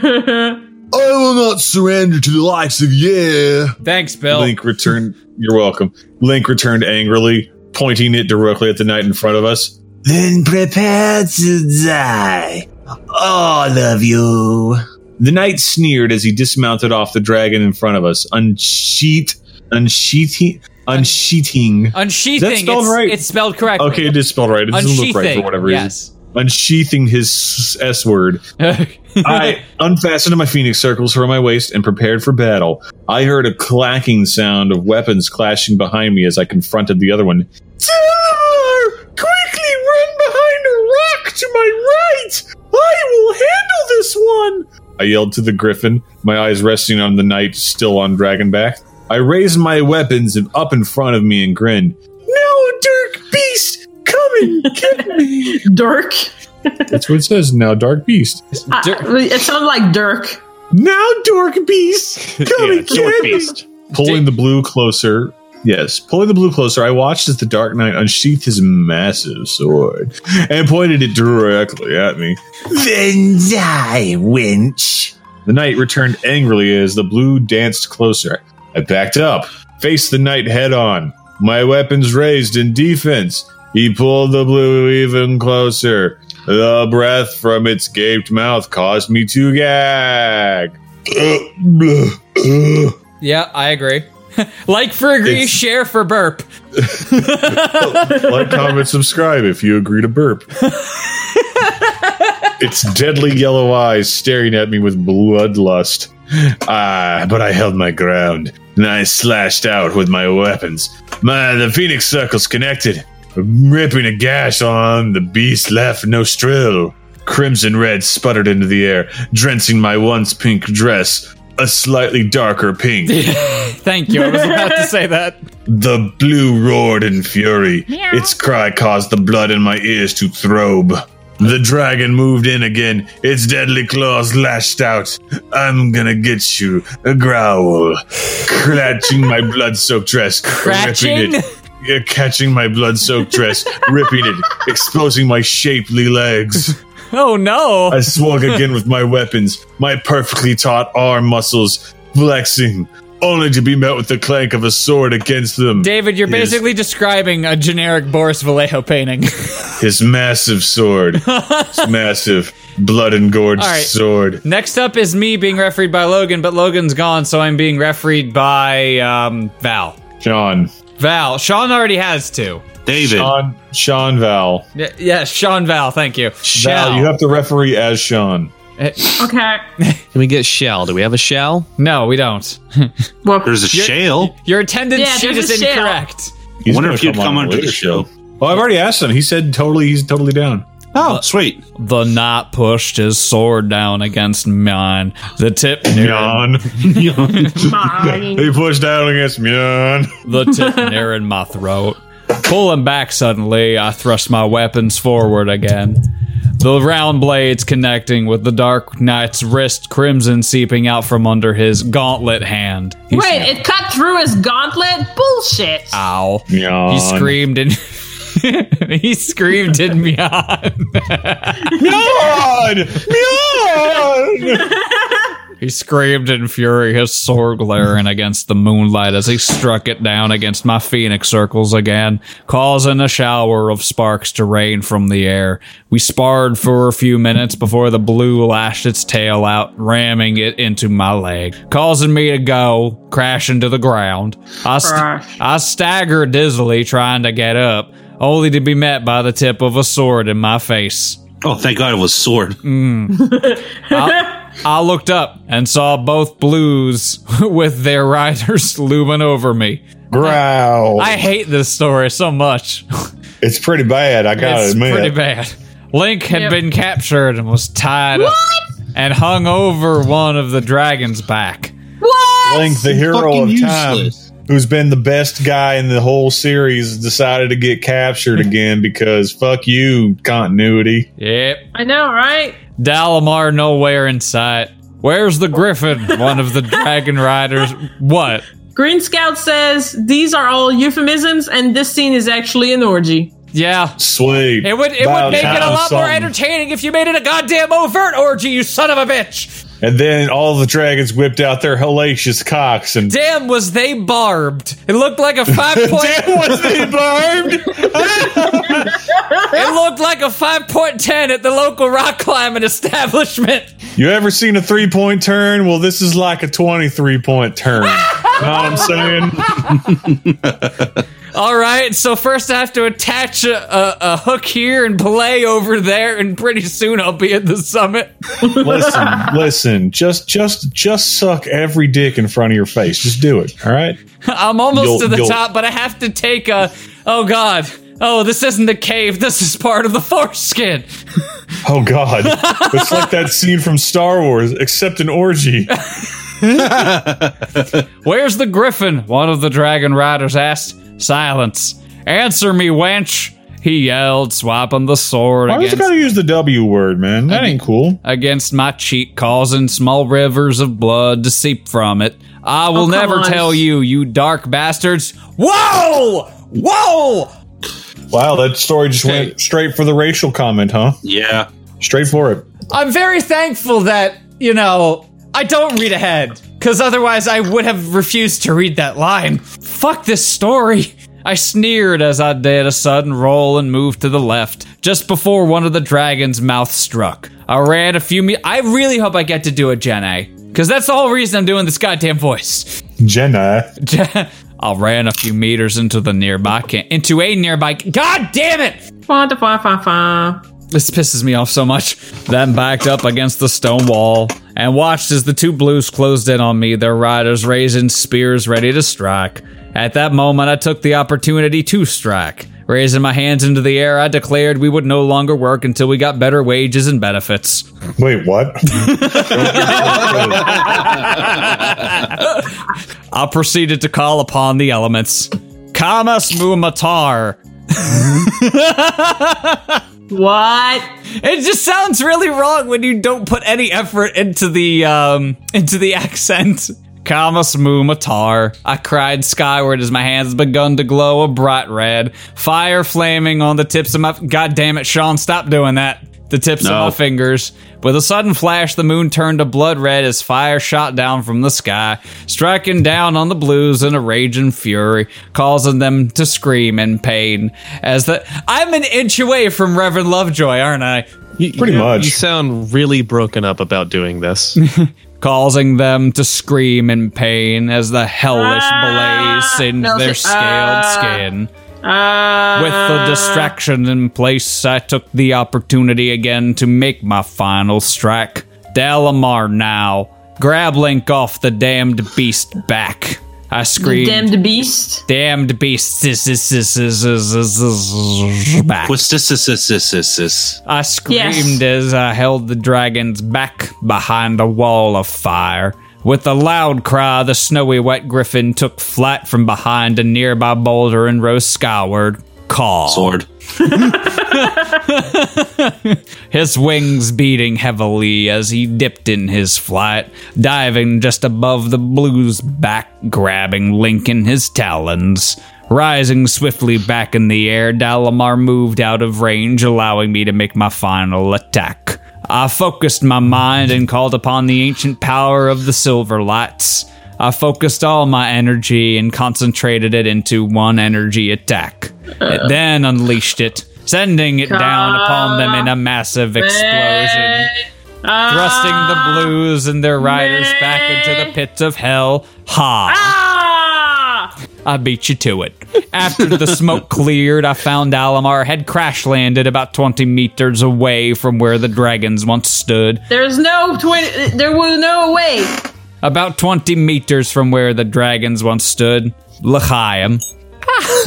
S15: will not surrender to the likes of yeah.
S3: Thanks, Bill.
S6: Link returned. You're welcome. Link returned angrily, pointing it directly at the knight in front of us.
S18: Then prepare to die, all of you.
S6: The knight sneered as he dismounted off the dragon in front of us, unsheath, unsheathing, unsheathing,
S3: Unsheathing.
S6: Is that spelled
S3: it's,
S6: right?
S3: it's spelled correctly.
S6: Okay, it is spelled right. It doesn't look right for
S3: Unsheathing,
S6: whatever
S3: yes.
S6: reason. Unsheathing his S
S3: [LAUGHS]
S6: word. I unfastened my phoenix circles from my waist and prepared for battle. I heard a clacking sound of weapons clashing behind me as I confronted the other one.
S15: Quickly run behind a rock to my right! I will handle this one!
S6: I yelled to the griffin, my eyes resting on the knight still on Dragonback. I raised my weapons and up in front of me and grinned.
S15: Now, Dirk Beast, come and get me!
S3: [LAUGHS]
S7: Dirk?
S6: That's what it says now, Dark Beast.
S7: I- it sounds like Dirk. [LAUGHS]
S15: Now, Dork Beast,
S6: Pulling the blue closer, Yes, pulling the blue closer, I watched as the Dark Knight unsheathed his massive sword and pointed it directly at me. Then die, winch. The knight returned angrily as the blue danced closer. I backed up, faced the knight head on, my weapons raised in defense. He pulled the blue even closer. The breath from its gaped mouth caused me to gag.
S3: Yeah, I agree. [LAUGHS] like for agree, share for
S9: [LAUGHS]
S3: burp.
S6: like, comment, subscribe if you agree
S3: [LAUGHS]
S6: to burp. its deadly yellow eyes staring at me with bloodlust. Ah, but I held my ground, and I slashed out with my weapons. My the Phoenix Circle's connected, ripping a gash on the beast left nostril. Crimson red sputtered into the air, drenching my once pink dress, a slightly darker pink.
S3: [LAUGHS] Thank you. I was about to say
S9: [LAUGHS]
S3: that.
S6: The blue roared in fury. Its cry caused the blood in my ears to throb. The dragon moved in again, its deadly claws lashed out. I'm gonna get you, a growl. Clutching my blood soaked dress, ripping it. Yeah, Catching my blood soaked dress, ripping it, exposing my shapely legs.
S3: Oh no!
S6: I swung again with my weapons, my perfectly taut arm muscles flexing, only to be met with the clank of a sword against them.
S3: David, you're
S6: It is-
S3: basically describing a generic Boris Vallejo painting. [LAUGHS]
S6: His massive sword. His massive, blood engorged
S3: All right.
S6: sword.
S3: Next up is me being refereed by Logan, but Logan's gone, so I'm being refereed by um, Val.
S6: Sean.
S3: Val. Sean already has two.
S8: David.
S6: Sean, Sean Val.
S3: Y- yeah, Sean Val. Thank you. Eh.
S6: Val, you have to referee as Sean.
S3: [LAUGHS]
S7: Okay.
S9: Can we get shall? Do we have a shall?
S3: No, we don't. [LAUGHS]
S8: There's a shale.
S3: Your attendance
S7: Yeah,
S3: sheet
S7: there's
S3: is
S7: a shell.
S3: incorrect.
S6: He's
S8: wonder
S6: gonna
S8: if you'd come
S6: on
S8: onto
S6: later.
S8: the show.
S6: Well, I've already asked him. He said totally. He's totally down.
S3: Oh,
S8: sweet.
S3: The knight pushed his sword down against mine. The tip
S8: [LAUGHS]
S6: Yawn.
S9: [LAUGHS]
S6: he pushed down against Mjorn.
S3: [LAUGHS] the tip near in my throat. Pulling back suddenly, I thrust my weapons forward again. The round blades connecting with the Dark Knight's wrist, crimson seeping out from under his gauntlet hand. He
S7: Wait, it cut through his gauntlet? Bullshit.
S3: Ow.
S6: Yawn.
S3: He screamed and [LAUGHS] he screamed and meowed.
S6: Mjorn!
S3: He screamed in fury, his sword glaring against the moonlight as he struck it down against my phoenix circles again, causing a shower of sparks to rain from the air. We sparred for a few minutes before the blue lashed its tail out, ramming it into my leg, causing me to go crashing to the ground. I, st- I staggered dizzily, trying to get up, only to be met by the tip of a sword in my face.
S8: Oh, thank God it was sword.
S9: Mm.
S3: [LAUGHS] I, I looked up and saw both blues [LAUGHS] with their riders [LAUGHS] looming over me.
S6: Growl.
S3: I hate this story so much.
S6: It's pretty bad, I gotta
S3: it's
S6: admit.
S3: pretty bad. Link had
S6: Yep.
S3: been captured and was tied up and hung over one of the dragon's back.
S7: What?
S6: Link, the hero of time, who's been the best guy in the whole series, decided to
S3: [LAUGHS]
S6: get captured again because fuck you, continuity.
S3: Yep.
S7: I know, right?
S3: Dalamar nowhere in sight. Where's the griffin? One of the dragon riders. What?
S7: Green Scout says these are all euphemisms and this scene is actually an orgy.
S3: Yeah.
S6: Sweet.
S3: It would it
S6: About
S3: would make it a
S6: time
S3: lot more
S6: something.
S3: entertaining if you made it a goddamn overt orgy, you son of a bitch.
S6: And then all the dragons whipped out their hellacious cocks and
S3: Damn, was they barbed? It looked like
S6: [LAUGHS]
S3: a five point.
S6: Damn, was they barbed?
S3: it looked like a five point ten at the local rock climbing establishment.
S6: You ever seen a three point turn? Well, this is like a 23 point
S3: [LAUGHS]
S6: turn. [LAUGHS] know what I'm saying?
S3: All right, so first I have to attach a, a, a hook here and play over there, and pretty soon I'll be at the summit.
S6: Listen, listen, just just just suck every dick in front of your face. Just do it. All right?
S3: I'm almost
S6: You'll-
S3: to the
S6: you'll-
S3: top, but I have to take a. Oh God. Oh, this isn't the cave. This is part of the foreskin.
S6: Oh god. it's like that scene from Star Wars, except an orgy.
S3: [LAUGHS] Where's the griffin? One of the dragon riders asked. Silence. Answer me, wench. He yelled, swapping the sword
S6: Why was it
S3: against
S6: gotta use the W word, man? That ain't cool.
S3: against my cheek, causing small rivers of blood to seep from it. I will
S19: Oh, come
S3: never
S19: on.
S3: tell you, you dark bastards. Whoa!
S9: [LAUGHS]
S3: Whoa!
S6: Wow, that story just went straight for the racial comment, huh?
S8: Yeah.
S6: Straight for it.
S3: I'm very thankful that, you know, I don't read ahead, because otherwise I would have refused to read that line. Fuck this story. I sneered as I did a sudden roll and moved to the left, just before one of the dragon's mouth struck. I ran a few me- I really hope I get to do it, Gen A, because that's the whole reason I'm doing this goddamn voice.
S6: Jenna.
S3: [LAUGHS] I ran a few meters into the nearby camp, into a nearby. God damn it!
S7: Fa da fa fa fa.
S3: This pisses me off so much. Then backed up against the stone wall and watched as the two blues closed in on me, their riders raising spears ready to strike. At that moment, I took the opportunity to strike. Raising my hands into the air, I declared we would no longer work until we got better wages and benefits.
S6: Wait, what?
S3: I proceeded to call upon the elements. Kamas Mumatar.
S7: what?
S3: It just sounds really wrong when you don't put any effort into the um into the accent. Kamas Mumatar. I cried skyward as my hands begun to glow a bright red, fire flaming on the tips of my God damn it, Sean, stop doing that. The tips
S8: No.
S3: of my fingers. With a sudden flash, the moon turned to blood red as fire shot down from the sky, striking down on the blues in a raging fury, causing them to scream in pain. As the I'm an inch away from Reverend Lovejoy, aren't I?
S6: Pretty much.
S9: You sound really broken up about
S3: [LAUGHS]
S9: doing this.
S3: causing them to scream in pain as the hellish blaze singed
S7: no,
S3: their
S7: say-
S3: scaled
S7: ah.
S3: skin.
S7: Uh,
S3: With the distraction in place, I took the opportunity again to make my final strike. Dalamar now. Grab Link off the damned beast back. I
S7: The
S3: screamed.
S7: damned beast.
S3: damned beast. Sis, sis, sis, sis, sis, sis, sis, sis, Back. I screamed as I held the dragon's back behind a wall of fire. With a loud cry, the snowy white griffin took flight from behind a nearby boulder and rose skyward. Call.
S8: Sword.
S3: his wings beating heavily as he dipped in his flight, diving just above the blue's back, grabbing Link in his talons. Rising swiftly back in the air, Dalamar moved out of range, allowing me to make my final attack. I focused my mind and called upon the ancient power of the Silver Lights. I focused all my energy and concentrated it into one energy attack. It then unleashed it, sending it down upon them in a massive explosion, thrusting the blues and their riders back into the pits of hell. Ha! I beat you to it. After the smoke [LAUGHS] cleared, I found Alamar had crash landed about 20 meters away from where the dragons once stood.
S7: There's no twin. There was no way.
S3: About 20 meters from where the dragons once stood, L'chaim.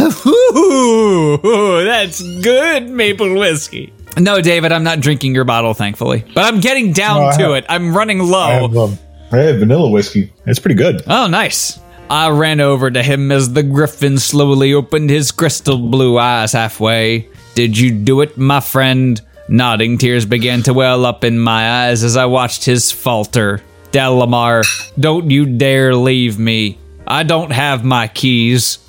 S3: Ooh, that's good maple whiskey. No, David, I'm not drinking your bottle, thankfully. But I'm getting down
S6: No, I
S3: to
S6: have-
S3: it. I'm running low.
S6: I have, um, I have vanilla whiskey. It's
S3: [LAUGHS]
S6: pretty good.
S3: Oh, nice. I ran over to him as the griffin slowly opened his crystal blue eyes halfway. Did you do it, my friend? Nodding tears began to well up in my eyes as I watched his falter. Delamar, don't you dare leave me. I don't have my keys.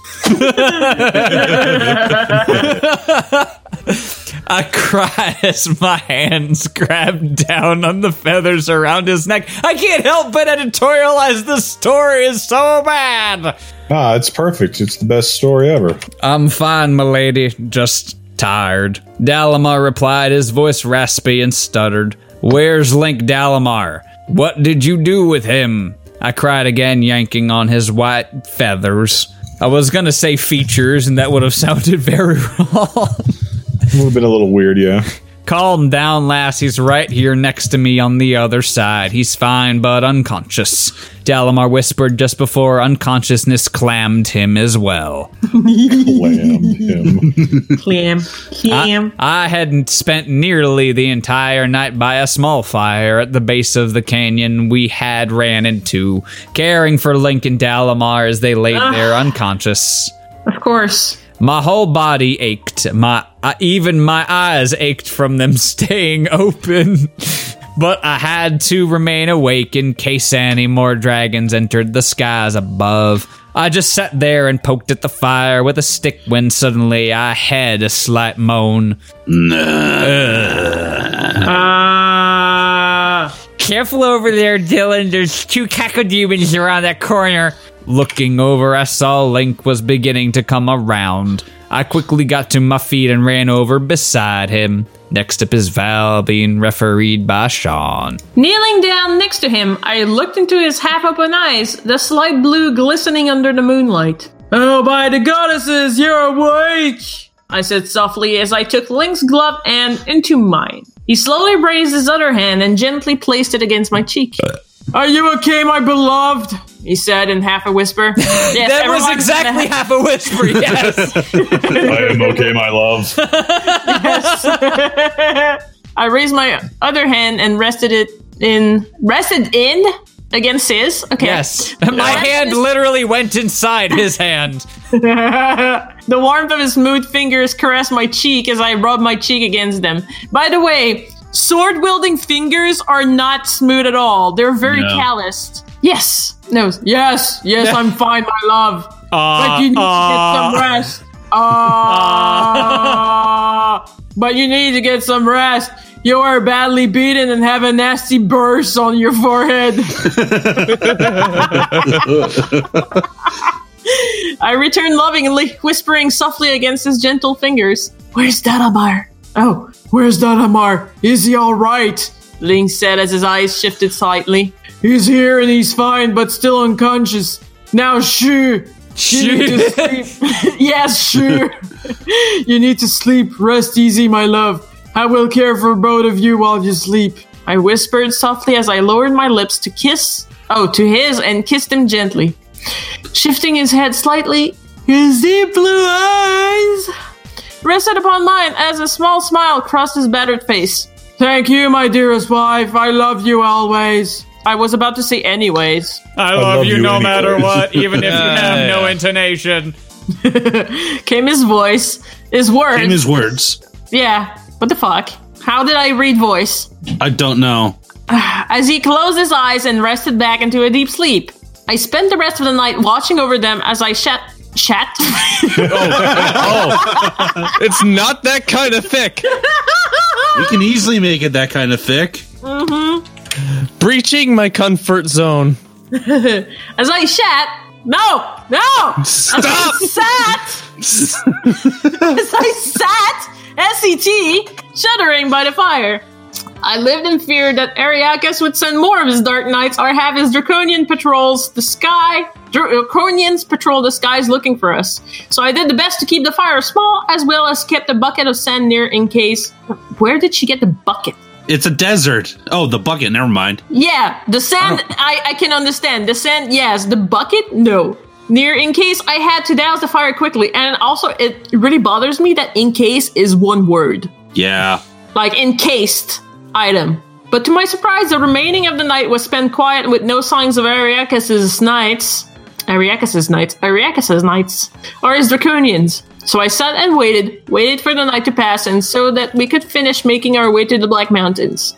S3: I cried [LAUGHS] as my hands grabbed down on the feathers around his neck. I can't help but editorialize this story is so bad.
S6: Ah, it's perfect. It's the best story ever.
S3: I'm fine, milady, just tired. Dalamar replied, his voice raspy and stuttered. Where's Link Dalamar? What did you do with him? I cried again, yanking on his white feathers. I was gonna say features, and that would have [LAUGHS] sounded very wrong.
S6: Would have been a little weird, yeah.
S3: Calm down, lass. He's right here next to me on the other side. He's fine but unconscious. Dalamar whispered just before unconsciousness clammed him as well.
S6: Clammed him.
S7: [LAUGHS] Clam. Clam.
S3: I, I had spent nearly the entire night by a small fire at the base of the canyon we had ran into,
S7: Ah.
S3: caring for Link and Dalamar as they laid there unconscious.
S7: Of course.
S3: My whole body ached. My uh, even my eyes ached from them [LAUGHS] staying open. but I had to remain awake in case any more dragons entered the skies above. I just sat there and poked at the fire with a stick when suddenly I heard a slight moan.
S7: Uh,
S3: Uh, Careful over there, Dylan. There's two cacodemons around that corner. Looking over, I saw Link was beginning to come around. I quickly got to my feet and ran over beside him. Next up is Val being refereed by Sean. [LAUGHS]
S7: Kneeling down next to him, I looked into his half open eyes, the slight blue glistening under the moonlight. Oh, by the goddesses, you're awake! I said softly as I took Link's glove and into mine. He slowly raised his other hand and gently placed it against my cheek. Are you okay, my beloved? He said in half a [LAUGHS] whisper. Yes,
S3: That was
S7: everyone's
S3: exactly
S7: gonna-
S3: half a whisper, yes.
S7: [LAUGHS]
S6: [LAUGHS] I am okay, my love.
S7: Yes. [LAUGHS] I raised my other hand and rested it in rested in against his. Okay.
S3: Yes. My hand literally went inside his hand.
S7: [LAUGHS] the warmth of his smooth fingers caressed my cheek as I rubbed my cheek against them. By the way, sword wielding fingers are not smooth at all. They're very
S3: No.
S7: calloused. Yes. No. Yes. Yes. I'm fine, my love. but you need
S2: uh.
S7: to get some rest. Ah. but you need to get some rest. You are badly beaten and have a nasty burst on your forehead. I returned lovingly, whispering softly against his gentle fingers. Where's Daramar? [LAUGHS] Oh, where's Daramar? Is he all right? Ling said as his eyes shifted slightly. He's here and he's fine, but still unconscious. Now, shoo! You need
S2: [LAUGHS]
S3: [LAUGHS]
S7: to sleep. [LAUGHS] yes, sure. you need to sleep. Rest easy, my love. I will care for both of you while you sleep. I whispered softly as I lowered my lips to kiss. Oh, to his and kissed him gently. Shifting his head slightly, his deep blue eyes rested upon mine as a small smile crossed his battered face. Thank you, my dearest wife. I love you always. I was about to say, anyways.
S3: I
S5: love, you, no matter what, even
S3: [LAUGHS]
S5: [LAUGHS] if you
S3: Yeah,
S5: have no
S3: yeah. intonation.
S7: Came his voice, his words.
S8: In his words,
S7: Yeah. What the fuck? How did I read voice? [SIGHS]
S8: I don't know.
S7: As he closed his eyes and rested back into a deep sleep, I spent the rest of the night watching over them as I shat. [LAUGHS] Chat.
S3: Oh.
S9: Oh. [LAUGHS] it's not that kind of thick.
S8: We can easily make it that kind of thick.
S7: hmm
S9: Breaching my comfort zone.
S7: as I shat. No, no. As I sat. as I sat, S E T, shuddering by the fire. I lived in fear that Ariakas would send more of his Dark Knights or have his Draconian patrols the sky. Draconians patrol the skies looking for us. So I did the best to keep the fire small, as well as kept a bucket of sand near in case. Where did she get the bucket?
S8: It's a desert. Oh, the bucket. Never mind.
S7: Yeah, the sand, I, I can understand. The sand, yes. The bucket, no. Near in case, I had to douse the fire quickly. And also, it really bothers me that in case is one word.
S8: Yeah.
S7: Like, encased item. But to my surprise, the remaining of the night was spent quiet with no signs of Ariakas's knights. Ariakas's knights. Ariakas's knights. Or his draconians. So I sat and waited, waited for the night to pass, and so that we could finish making our way to the Black Mountains.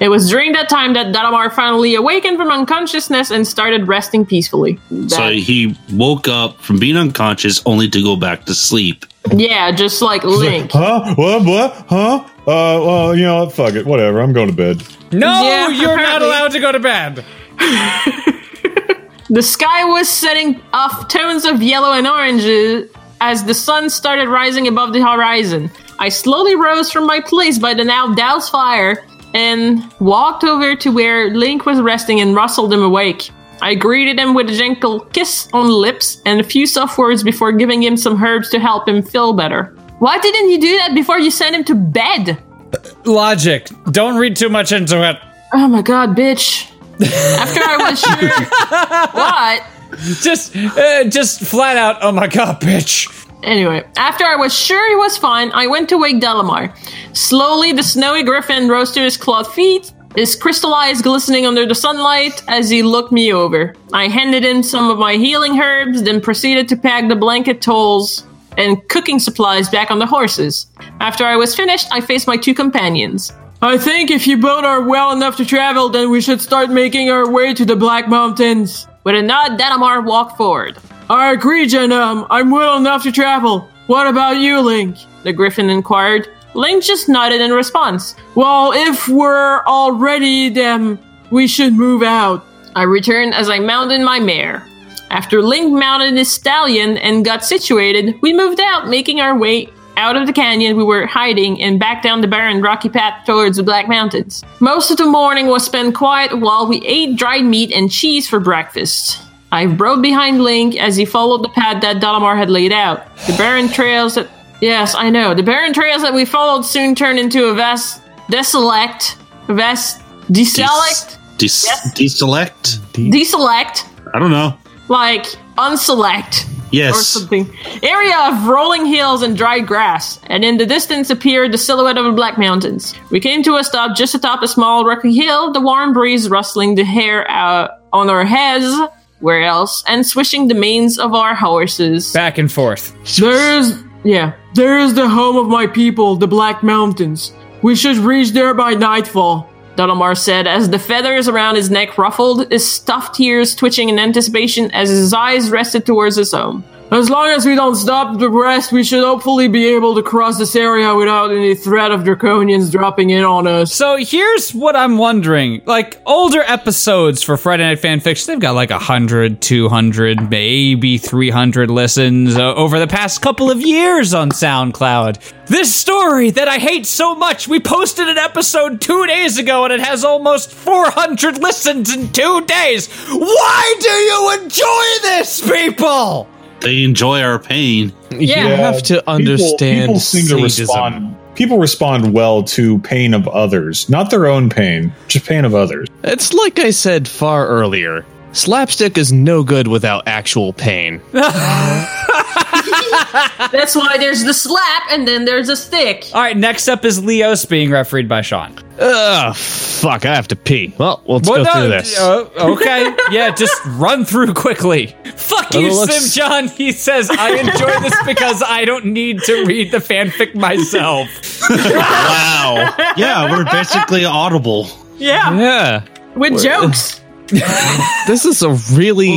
S7: It was during that time that Dalamar finally awakened from unconsciousness and started resting peacefully.
S8: So he woke up from being unconscious only to go back to sleep.
S7: Yeah, just like Link.
S6: Huh? What? What? Huh? Uh, well, you know, what? fuck it. Whatever. I'm going to bed.
S3: No,
S7: Yeah,
S3: you're not
S7: apparently.
S3: allowed to go to bed.
S7: The sky was setting off tones of yellow and orange as the sun started rising above the horizon. I slowly rose from my place by the now doused fire and walked over to where Link was resting and rustled him awake. I greeted him with a gentle kiss on the lips and a few soft words before giving him some herbs to help him feel better. Why didn't you do that before you sent him to bed?
S3: Logic. Don't read too much into it.
S7: Oh my god, bitch. After I was sure [LAUGHS] what
S3: Just, uh, just flat out. Oh my god, bitch.
S7: Anyway, after I was sure he was fine, I went to wake Delamar. Slowly, the snowy griffin rose to his clawed feet, his crystal eyes glistening under the sunlight as he looked me over. I handed him some of my healing herbs, then proceeded to pack the blanket tolls and cooking supplies back on the horses. After I was finished, I faced my two companions. I think if you both are well enough to travel, then we should start making our way to the Black Mountains. With a nod, Datamar walked forward. I agree, Janam. I'm well enough to travel. What about you, Link? The Griffin inquired. Link just nodded in response. Well, if we're all ready, then we should move out. I returned as I mounted my mare. After Link mounted his stallion and got situated, we moved out, making our way out of the canyon we were hiding and back down the barren rocky path towards the Black Mountains. Most of the morning was spent quiet while we ate dried meat and cheese for breakfast. I rode behind Link as he followed the path that Dalamar had laid out. The barren trails that yes, I know. The barren trails that we followed soon turned into a vast deselect vast deselect
S8: Dis- Deselect?
S7: deselect
S8: I don't know.
S7: like unselect
S8: Yes.
S7: or something area of rolling hills and dry grass and in the distance appeared the silhouette of the black mountains we came to a stop just atop a small rocky hill the warm breeze rustling the hair out on our heads where else and swishing the manes of our horses
S3: back and forth
S7: there's yeah there's the home of my people the black mountains we should reach there by nightfall Dalamar said as the feathers around his neck ruffled, his stuffed ears twitching in anticipation as his eyes rested towards his own. As long as we don't stop the rest, we should hopefully be able to cross this area without any threat of draconians dropping in on us.
S3: So here's what I'm
S7: [LAUGHS]
S3: wondering. Like older episodes for Friday Night Fanfiction, they've got like 100, 200, maybe 300 listens uh, over the past couple of years on SoundCloud. This story that I hate so much, we posted an episode two days ago and it has almost 400 listens in two days. Why do you enjoy this, people?
S8: They enjoy our pain.
S9: You have to understand
S6: People, seem to
S9: sadism.
S6: respond. People respond well to pain of others, not their own pain, just pain of others.
S9: It's like I said far earlier. Slapstick is no good without actual pain.
S7: That's why there's the slap and then there's a stick.
S3: All right, next up is Leos being refereed by Sean.
S9: Ugh, fuck, I have to pee. Well, let's
S3: Well, no,
S9: go through this.
S3: uh,
S9: [LAUGHS]
S3: okay, yeah, just run through quickly. Fuck
S9: Well,
S3: you,
S9: it looks-
S3: Sim John. He says, I enjoy this because I don't need to read the fanfic myself.
S8: wow. Yeah, we're basically audible.
S7: Yeah.
S9: [LAUGHS] Yeah.
S7: With
S9: We're- [LAUGHS]
S7: jokes.
S9: this is a really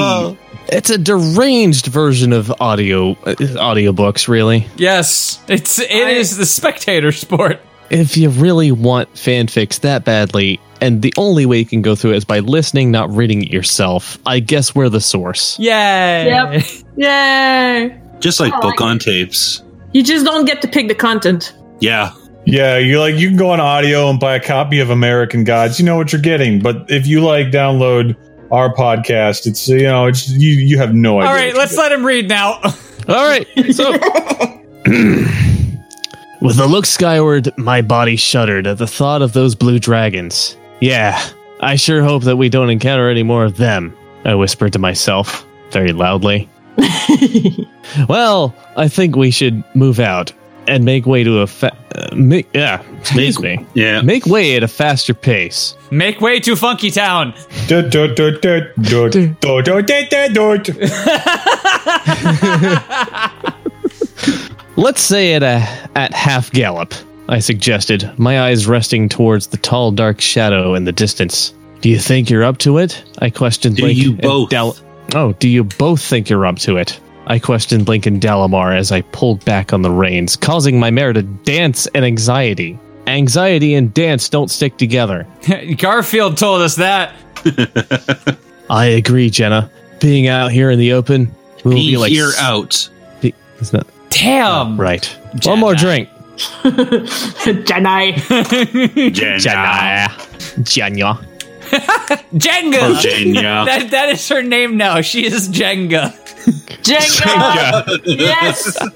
S9: it's a deranged version of audio uh, audiobooks, really.
S3: Yes, it's it is the spectator sport.
S9: If you really want fanfics that badly, and the only way you can go through it is by listening, not reading it yourself, I guess we're the source.
S3: Yay.
S7: Yep. Yay.
S8: Just
S7: like book
S8: on tapes.
S7: You just don't get to pick the content.
S8: Yeah.
S6: Yeah, you like you can go on audio and buy a copy of American Gods. You know what you're getting, but if you like download our podcast, it's you know it's you you have no idea.
S3: All right, let's let him read now. [LAUGHS]
S9: All right, so With a look skyward, my body shuddered at the thought of those blue dragons. Yeah, I sure hope that we don't encounter any more of them, I whispered to myself very loudly. well, I think we should move out and make way to a fa- uh, make, yeah, excuse me.
S8: Yeah.
S9: Make way at a faster pace.
S3: Make way to Funky Town.
S9: Let's say at a at half gallop, I suggested, my eyes resting towards the tall dark shadow in the distance. Do you think you're up to it? I questioned
S8: Do
S9: Link
S8: you
S9: and
S8: both?
S9: Dal- oh, do you both think you're up to it? I questioned Link and Dalamar as I pulled back on the reins, causing my mare to dance in anxiety. Anxiety and dance don't stick together.
S3: [LAUGHS] Garfield told us that.
S9: I agree, Jenna. Being out here in the open, we'll be
S8: Being
S9: like
S8: here
S9: s-
S8: out. Um,
S9: be- it's not
S3: Damn.
S9: right. One more drink.
S7: [LAUGHS] Jedi.
S9: Jenna. Jenna.
S3: Jenga.
S9: Oh,
S3: [LAUGHS]
S9: Jenga.
S3: That, that is her name now. She is [LAUGHS] Jenga.
S7: Jenga. yes.
S3: [LAUGHS]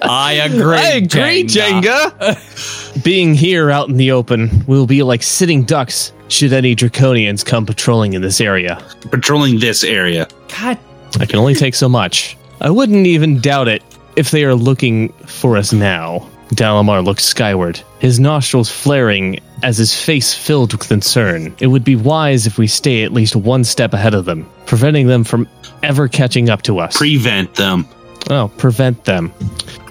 S3: I agree.
S9: I agree,
S3: Jenga.
S9: [LAUGHS] Being here out in the open, we'll be like sitting ducks should any draconians come patrolling in this area.
S8: Patrolling this area.
S3: God.
S9: I can only take so much. I wouldn't even doubt it if they are looking for us now. Dalamar looked skyward, his nostrils flaring as his face filled with concern. It would be wise if we stay at least one step ahead of them, preventing them from ever catching up to us.
S8: Prevent them.
S9: Oh, prevent them.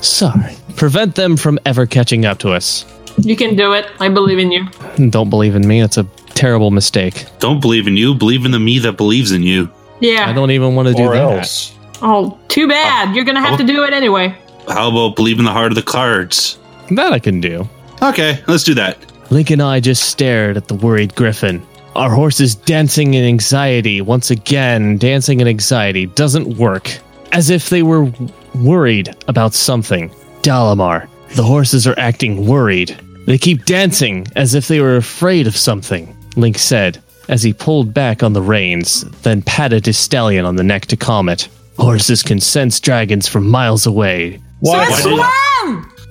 S9: Sorry. Prevent them from ever catching up to us.
S7: You can do it. I believe in you.
S9: Don't believe in me. That's a terrible mistake.
S8: Don't believe in you. Believe in the me that believes in you.
S7: Yeah.
S9: I don't even want to do
S8: Or
S9: that.
S8: else.
S7: Oh, too bad. You're gonna have to do it anyway.
S8: How about believe in the heart of the cards?
S9: That I can do.
S8: Okay, let's do that.
S9: Link and I just stared at the worried griffin. Our horses dancing in anxiety once again. Dancing in anxiety doesn't work. As if they were worried about something. Dalamar, the horses are acting worried. They keep dancing as if they were afraid of something, Link said, as he pulled back on the reins, then patted his stallion on the neck to calm it. Horses can sense dragons from miles away.
S8: Why didn't
S9: that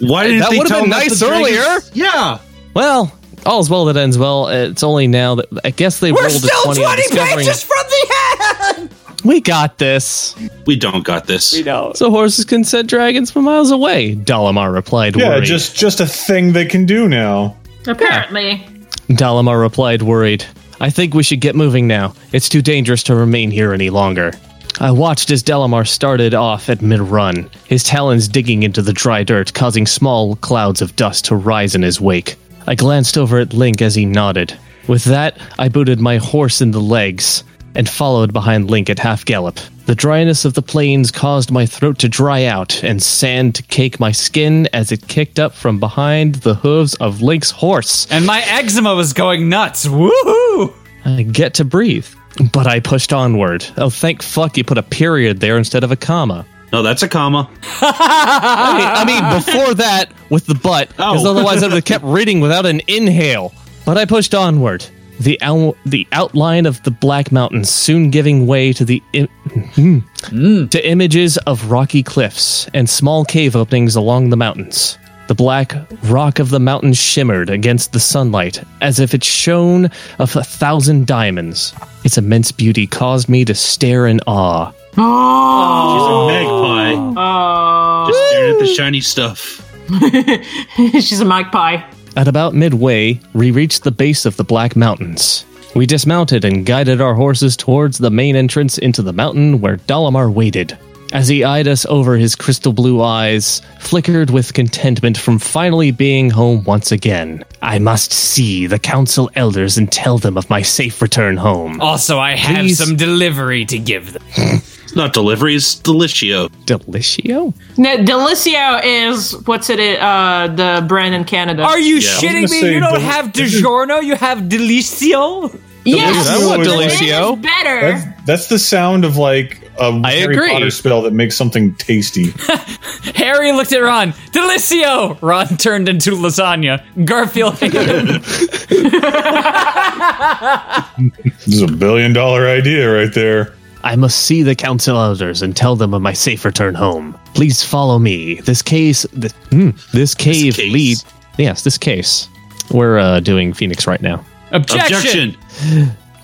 S8: they
S9: would have
S8: tell
S9: been
S8: them that
S9: nice
S8: the
S9: earlier?
S8: dragons-
S9: Yeah. Well, all's well that ends well. It's only now that I guess they rolled a twenty. on discovering-
S20: from the end!
S9: We got this.
S8: We don't got this. We don't.
S9: So horses can set dragons from miles away. Dalamar replied.
S6: Yeah,
S9: worried.
S6: just just a thing they can do now.
S7: Apparently.
S9: Dalamar replied, worried. I think we should get moving now. It's too dangerous to remain here any longer. I watched as Dalamar started off at mid run, his talons digging into the dry dirt, causing small clouds of dust to rise in his wake. I glanced over at Link as he nodded. With that, I booted my horse in the legs and followed behind Link at half gallop. The dryness of the plains caused my throat to dry out and sand to cake my skin as it kicked up from behind the hooves of Link's horse.
S3: And my eczema was going nuts. Woohoo!
S9: I get to breathe. But I pushed onward. Oh, thank fuck you put a period there instead of a comma.
S8: No, that's a comma.
S9: I, mean, I mean, before that with the butt, because
S8: Oh.
S9: otherwise I would have kept reading without an inhale. But I pushed onward. The ou- the outline of the Black Mountains soon giving way to the Im- hmm, to images of rocky cliffs and small cave openings along the mountains. The black rock of the mountain shimmered against the sunlight as if it shone of a thousand diamonds. Its immense beauty caused me to stare in awe.
S7: Oh.
S8: She's a magpie.
S7: Oh.
S8: Just staring at the shiny stuff.
S7: [LAUGHS] She's a magpie.
S9: At about midway, we reached the base of the Black Mountains. We dismounted and guided our horses towards the main entrance into the mountain where Dalamar waited. As he eyed us over, his crystal blue eyes flickered with contentment from finally being home once again. I must see the council elders and tell them of my safe return
S3: [LAUGHS]
S9: home.
S3: Also, I have
S9: Please.
S3: some delivery to give them.
S8: It's not delivery, it's delicio.
S9: Delicio?
S7: No, Delicio is what's it? Uh, the brand in Canada.
S3: Are you shitting me? You don't have DiGiorno, you have Delicio?
S7: Yes,
S6: Delicio
S7: Delicio
S6: is-
S7: is better.
S6: That's, that's the sound of like a Harry
S3: agree.
S6: Potter spell that makes something tasty.
S3: Harry looked at Ron. Delicio! Ron turned into lasagna. Garfield [LAUGHS] hated it.
S6: this is a billion dollar idea right there.
S9: I must see the council elders and tell them of my safe return home. Please follow me. This case, this, hmm, this cave lead. Yes, this case. We're uh, doing Phoenix right now.
S8: Objection!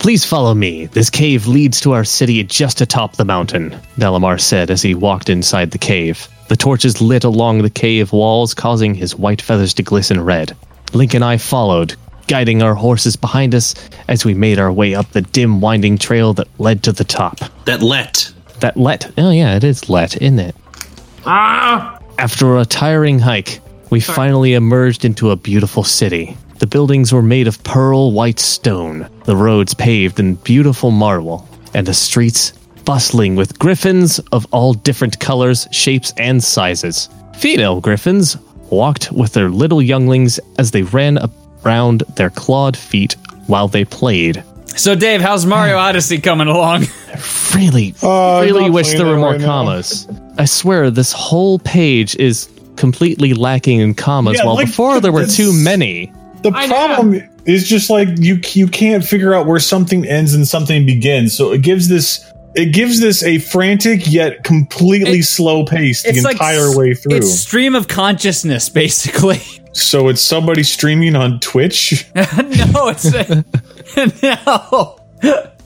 S9: Please follow me. This cave leads to our city just atop the mountain, Dalamar said as he walked inside the cave. The torches lit along the cave walls, causing his white feathers to glisten red. Link and I followed, guiding our horses behind us as we made our way up the dim, winding trail that led to the top.
S8: That let.
S9: That let. Oh, yeah, it is let, isn't it?
S7: Ah!
S9: After a tiring hike, we finally emerged into a beautiful city. The buildings were made of pearl white stone, the roads paved in beautiful marble, and the streets bustling with griffins of all different colors, shapes, and sizes. Female griffins walked with their little younglings as they ran around their clawed feet while they played.
S3: So, Dave, how's Mario Odyssey coming along? [LAUGHS]
S9: really,
S6: Uh,
S9: really wish there were more commas. I swear, this whole page is completely lacking in commas.
S6: Yeah,
S9: while
S6: like,
S9: before there were
S6: it's-
S9: too many.
S6: The problem is just like you you can't figure out where something ends and something begins. So it gives this it gives this a frantic yet completely slow pace the entire
S3: s-
S6: way through.
S3: It's stream of consciousness, [LAUGHS] basically.
S6: so it's somebody streaming on Twitch.
S3: [LAUGHS] no, it's no.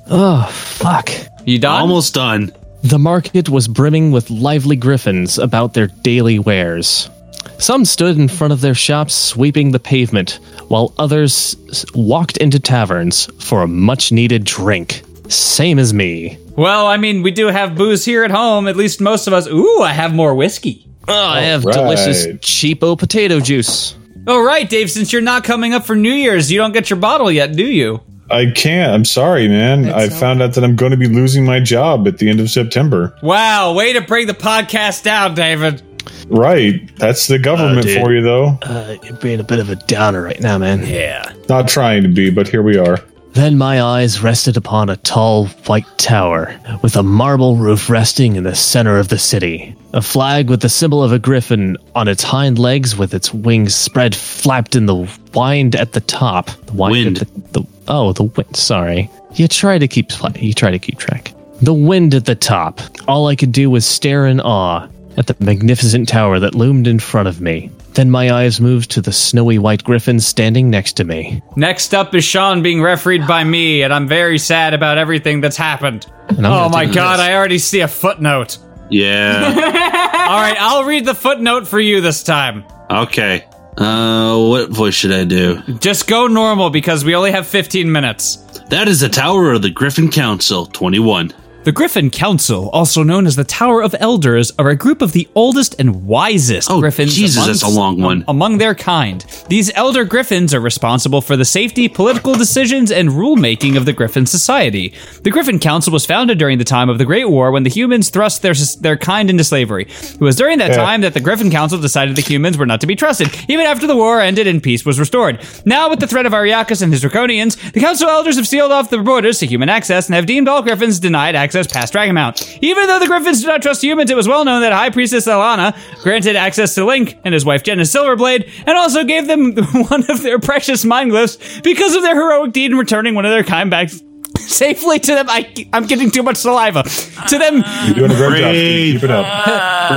S9: Oh
S20: [LAUGHS]
S9: fuck!
S3: You done?
S8: Almost done.
S9: The market was brimming with lively griffins about their daily wares. Some stood in front of their shops sweeping the pavement, while others s- walked into taverns for a much needed drink. Same as me.
S3: Well, I mean, we do have booze here at home. At least most of us. Ooh, I have more whiskey.
S9: Oh, I have delicious cheapo potato juice.
S3: All right, Dave. Since you're not coming up for New Year's, you don't get your bottle yet, do you?
S6: I can't. I'm sorry, man. I found out that I'm going to be losing my job at the end of September.
S3: Wow, way to bring the podcast down, David.
S6: Right. That's the government
S9: dude.
S6: for you, though.
S9: Uh, you're being a bit of a downer right now, man.
S3: Yeah.
S6: Not trying to be, but here we are.
S9: Then my eyes rested upon a tall white tower with a marble roof resting in the center of the city. A flag with the symbol of a griffin on its hind legs with its wings spread flapped in the wind at the top. The wind. At the, the, oh, the wind. Sorry. You try to keep pl- you try to keep track. The wind at the top. All I could do was stare in awe at the magnificent tower that loomed in front of me. Then my eyes moved to the snowy white griffin standing next to
S6: [LAUGHS]
S9: me.
S3: Next up is Sean being refereed by me, and I'm very sad about everything that's happened.
S9: I'm
S3: Oh
S9: gonna
S3: my
S9: do
S3: god,
S9: this.
S3: I already see a
S9: [LAUGHS]
S3: footnote.
S8: Yeah.
S3: All right, I'll read the footnote for you this time.
S8: Okay. Uh, what voice should I do?
S3: Just go normal because we only have 15 minutes.
S8: That is the Tower of the Griffin Council, 21.
S3: The Griffin Council, also known as the Tower of Elders, are a group of the oldest and wisest griffins.
S8: Oh, Jesus, that's a long one.
S3: Among their kind. These elder griffins are responsible for the safety, political decisions, and rulemaking of the Griffin Society. The Griffin Council was founded during the time of the Great War when the humans thrust their, their kind into slavery. It was during that
S19: Yeah.
S3: time that the Griffin Council decided the humans were not to be trusted, even after the war ended and peace was restored. Now, with the threat of Ariakas and his Draconians, the Council Elders have sealed off the borders to human access and have deemed all Griffins denied access past Dragonmount. Even though the Griffins do not trust humans, it was well known that High Priestess Alana granted access to Link and his wife Jenna Silverblade, and also gave them [LAUGHS] one of their precious mind glyphs because of their heroic deed in returning one of their kind back [LAUGHS] safely to them. I, I'm getting too much saliva. To them,
S6: You're doing a great job. Keep it up.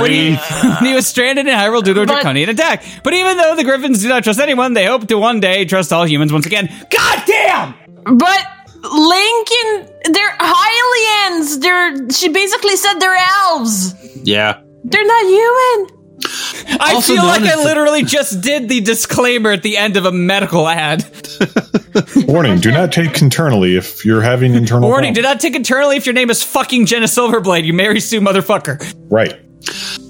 S3: [LAUGHS] when he, when he was stranded in Hyrule due to a draconian attack. But even though the Griffins do not trust anyone, they hope to one day trust all humans once again. God damn!
S7: But Lincoln, they're Hylians. They're she basically said they're elves.
S8: Yeah.
S7: They're not human.
S3: I
S7: Also
S3: feel like
S7: known as
S3: I
S7: the-
S3: literally just did the disclaimer at the end of a medical ad.
S6: [LAUGHS] Warning do not take internally if you're having internal.
S3: Warning, do not take internally if your name is fucking Jenna Silverblade, you Mary Sue motherfucker.
S6: Right.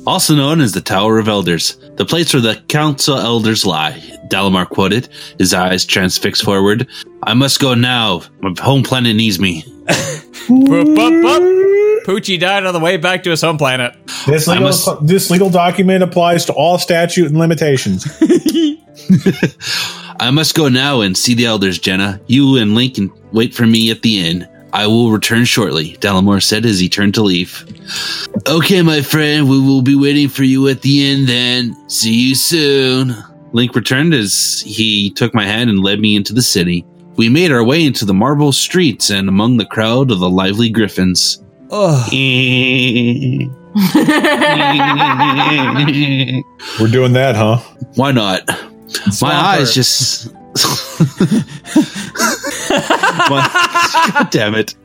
S8: Also known as the Tower of Elders, the place where the Council Elders lie, Dalamar quoted, his eyes transfixed forward. I must go now. My home planet needs me.
S3: Boop, boop, boop. Poochie died on the way back to his home planet.
S6: This
S8: I
S6: legal,
S8: must-
S6: this legal document applies to all statute and limitations.
S8: I must go now and see the elders, Jenna. You and Lincoln wait for me at the inn. I will return shortly, Dalamore said as he turned to leave. Okay, my friend, we will be waiting for you at the inn then. See you soon. Link returned as he took my hand and led me into the city. We made our way into the marble streets and among the crowd of the lively
S6: [LAUGHS]
S8: griffins.
S6: We're doing that, huh?
S8: Why not? My eyes just. [LAUGHS] My- [LAUGHS] God damn it.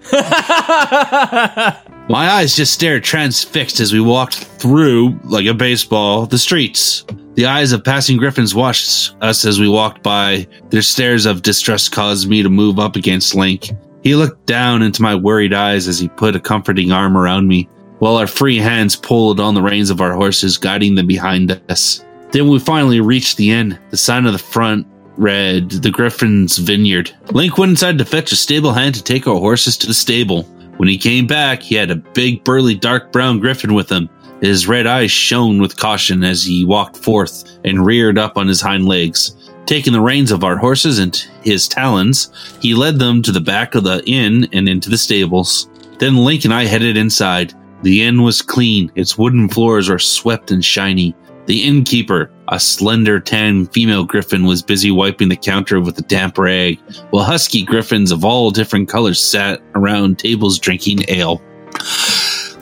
S8: My eyes just stared transfixed as we walked through, like a baseball, the streets. The eyes of passing griffins watched us as we walked by. Their stares of distrust caused me to move up against Link. He looked down into my worried eyes as he put a comforting arm around me, while our free hands pulled on the reins of our horses, guiding them behind us. Then we finally reached the inn. The sign of the front read The Griffin's Vineyard. Link went inside to fetch a stable hand to take our horses to the stable. When he came back, he had a big, burly, dark brown griffin with him. His red eyes shone with caution as he walked forth and reared up on his hind legs. Taking the reins of our horses in his talons, he led them to the back of the inn and into the stables. Then Link and I headed inside. The inn was clean, its wooden floors were swept and shiny. The innkeeper, a slender tan female griffin, was busy wiping the counter with a damp rag, while husky griffins of all different colors sat around tables drinking ale.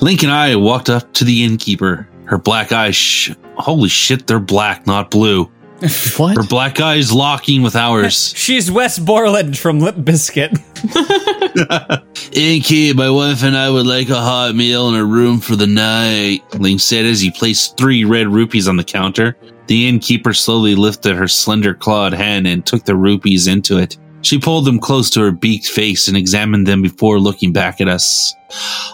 S8: Link and I walked up to the innkeeper. Her black eyes, sh- holy shit, they're black, not blue.
S9: what?
S8: Her black eyes locking with ours.
S3: She's Wes Borland from Lip Biscuit. [LAUGHS]
S8: Inky, my wife and I would like a hot meal and a room for the night, Link said as he placed three red rupees on the counter. The innkeeper slowly lifted her slender clawed hand and took the rupees into it. She pulled them close to her beaked face and examined them before looking back at us.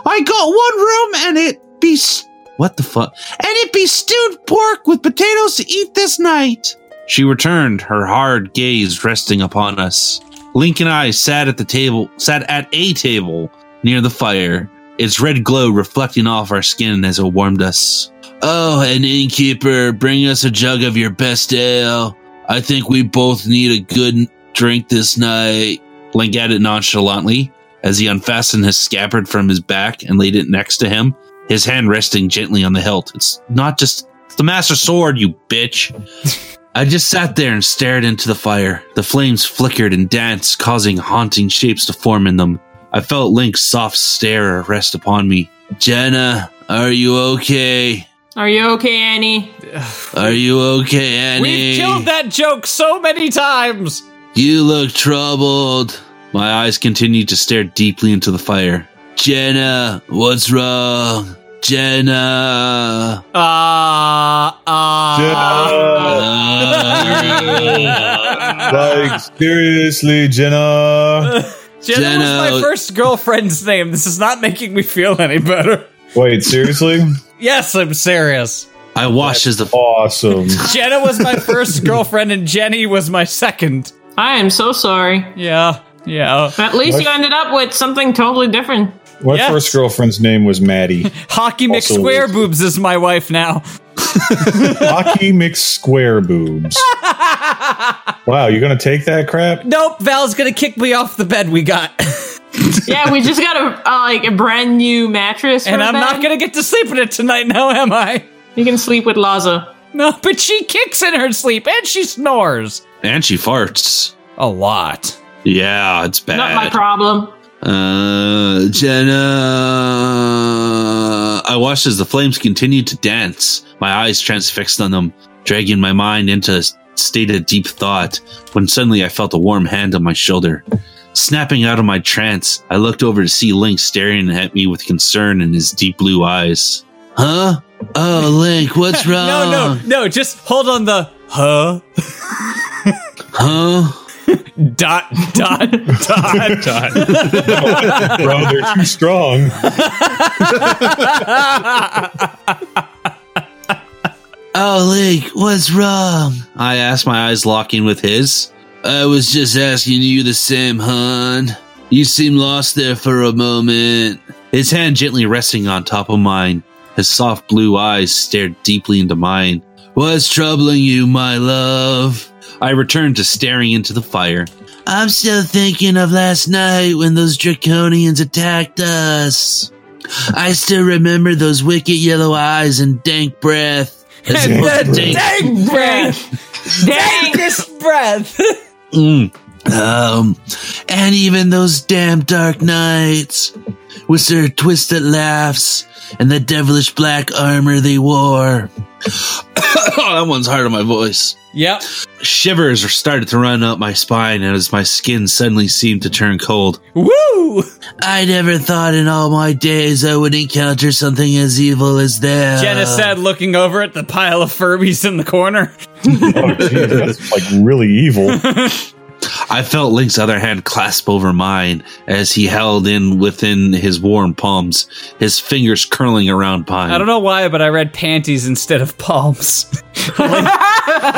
S20: I got one room and it be s-
S8: What the fuck?
S20: and it be stewed pork with potatoes to eat this night.
S8: She returned, her hard gaze resting upon us. Link and I sat at the table, sat at a table near the fire, its red glow reflecting off our skin as it warmed us. Oh, an innkeeper, bring us a jug of your best ale. I think we both need a good drink this night. Link added nonchalantly as he unfastened his scabbard from his back and laid it next to him, his hand resting gently on the hilt. It's not just it's the master sword, you bitch.
S3: [LAUGHS]
S8: I just sat there and stared into the fire. The flames flickered and danced, causing haunting shapes to form in them. I felt Link's soft stare rest upon me. Jenna, are you okay?
S7: Are you okay, Annie?
S8: Are you okay, Annie?
S3: We've killed that joke so many times.
S8: You look troubled. My eyes continued to stare deeply into the fire. Jenna, what's wrong? Jenna.
S3: Ah,
S20: ah.
S8: Uh,
S3: [LAUGHS]
S15: like seriously, Jenna.
S3: [LAUGHS] Jenna, was my first girlfriend's name. This is not making me feel any better.
S15: Wait, seriously?
S3: Yes, I'm serious.
S8: I watched as the
S15: awesome.
S3: [LAUGHS] Jenna was my first girlfriend, and Jenny was my second.
S7: I am so sorry.
S3: Yeah, yeah.
S7: At least you ended up with something totally different.
S15: My first girlfriend's name was Maddie.
S3: Hockey
S15: Also
S3: McSquare boobs is my wife now.
S15: [LAUGHS] Hockey mix square boobs.
S3: [LAUGHS]
S15: wow, you're gonna take that crap?
S3: Nope, Val's gonna kick me off the bed we got,
S7: [LAUGHS] yeah, we just got a, a like a brand new mattress,
S3: and I'm not gonna get to sleep in it tonight. Now, am I?
S7: You can sleep with Laza.
S3: No, but she kicks in
S9: [LAUGHS]
S3: her sleep and she snores.
S8: And she farts.
S3: A lot.
S8: Yeah, it's bad.
S7: Not my problem.
S8: Uh, Jenna. I watched as the flames continued to dance, my eyes transfixed on them, dragging my mind into a state of deep thought, when suddenly I felt a warm hand on my shoulder. Snapping out of my trance, I looked over to see Link staring at me with concern in his deep blue eyes. Huh? Oh, Link, what's
S3: [LAUGHS]
S8: wrong?
S3: No, no, no. Just hold on the huh,
S8: huh.
S3: Dot dot dot
S15: [LAUGHS] dot. Bro, they're too strong.
S8: Oh, Link, what's wrong? I asked, my eyes locking with his. I was just asking you the same, hon. You seem lost there for a moment. His hand gently resting on top of mine. His soft blue eyes stared deeply into mine. What's troubling you, my love? I returned to staring into the fire. [COUGHS] I'm still thinking of last night when those draconians attacked us. I still remember those wicked yellow eyes and dank breath.
S3: [LAUGHS]
S8: As
S20: And
S8: well as
S20: the dank
S8: breath.
S20: Dankest
S3: breath.
S8: Mm. Um, and even those damn dark nights with their twisted laughs and the devilish black armor they wore. Oh, that one's hard on my voice.
S3: Yep.
S8: Shivers started to run up my spine as my skin suddenly seemed to turn cold.
S3: Woo!
S8: I never thought in all my days I would encounter something as evil as that.
S3: Jenna said, looking over at the pile of Furbies in
S15: [LAUGHS]
S3: the corner.
S15: Oh, That's like really evil.
S3: [LAUGHS]
S8: I felt Link's other hand clasp over mine as he held in within his warm palms, his fingers curling around mine.
S3: I don't know why, but I read panties instead of palms. [LAUGHS]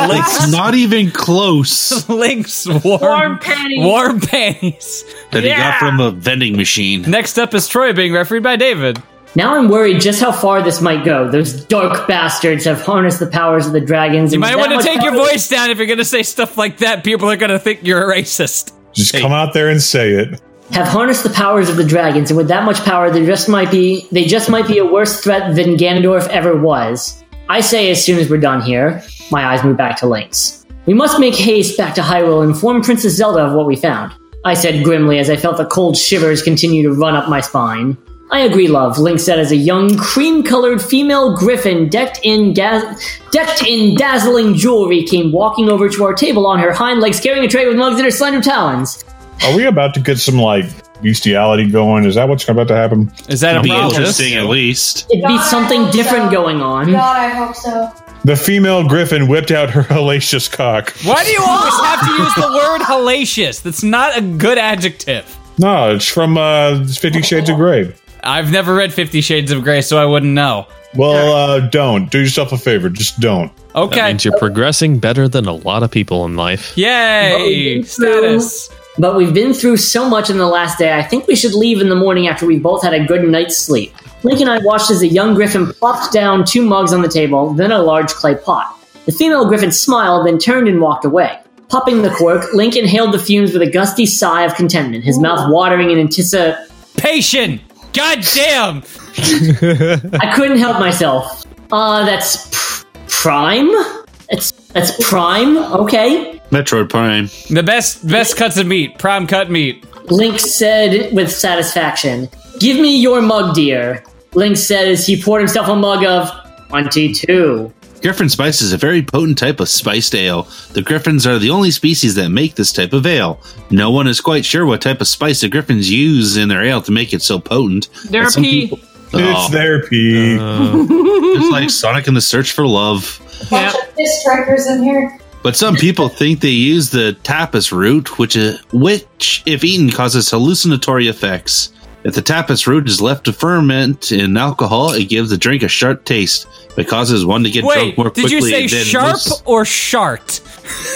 S8: Link's not
S3: [LAUGHS]
S8: even close.
S3: Link's warm,
S20: Warm panties.
S3: Warm panties.
S8: That he got from a vending machine.
S3: Next up is Troy being refereed by David.
S11: Now I'm worried just how far this might go. Those dark bastards have harnessed the powers of the dragons.
S3: You
S11: and
S3: might
S11: that
S3: want to
S11: much
S3: take your
S11: power-
S3: voice down if you're going to say stuff like that. People are going to think you're a racist.
S15: Just come out there and say it.
S11: Have harnessed the powers of the dragons, and with that much power, they just might be they just might be a worse threat than Ganondorf ever was. I say as soon as we're done here, my eyes move back to Link's. We must make haste back to Hyrule and inform Princess Zelda of what we found. I said grimly as I felt the cold shivers continue to run up my spine. I agree, love. Link said as a young, cream-colored female griffin decked in gaz- decked in dazzling jewelry came walking over to our table on her hind legs, carrying a tray with mugs in her slender talons.
S15: Are we about to get some like bestiality going? Is that what's about to happen?
S3: Is that
S8: Be interesting, at least.
S11: It'd be something different going on.
S21: God, I hope so.
S6: The female griffin whipped out
S15: [LAUGHS]
S6: her hellacious cock.
S3: Why do you always have to use the word hellacious? That's not a good adjective.
S6: No, it's from uh, Fifty Shades of Grey.
S3: I've never read Fifty Shades of Grey, so I wouldn't know.
S6: Well, uh, don't. Do yourself a favor. Just don't.
S3: Okay.
S9: That means you're progressing better than a lot of people in life.
S3: Yay!
S11: Status. But we've been through so much in the last day, I think we should leave in the morning after we've both had a good night's sleep. Link and I watched as the young griffin plopped down two mugs on the table, then a large clay pot. The female griffin smiled, then turned and walked away. Popping the cork, Link inhaled the fumes with a gusty sigh of contentment, his mouth watering in
S3: anticipation. God damn!
S11: I couldn't help myself. Uh, that's pr- prime? That's, that's prime? Okay.
S8: Metroid Prime.
S3: The best best cuts of meat, prime cut meat.
S11: Link said with satisfaction, Give me your mug, dear. Link said as he poured himself a mug of 22.
S8: Griffin spice is a very potent type of spiced ale. The griffins are the only species that make this type of ale. No one is quite sure what type of spice the griffins use in their ale to make it so potent.
S7: Their
S8: But some
S7: pee.
S8: people- Oh.
S6: It's their pee.
S8: [LAUGHS] it's like Sonic and the Search for Love.
S21: Bunch of fish strikers in here.
S8: But some people think they use the tapas root, which, is, which, if eaten, causes hallucinatory effects. If the tapas root is left to ferment in alcohol, it gives the drink a sharp taste, but causes one to get drunk
S3: Wait,
S8: more
S3: did
S8: quickly.
S3: you say
S8: than
S3: sharp
S8: most-
S3: or shart?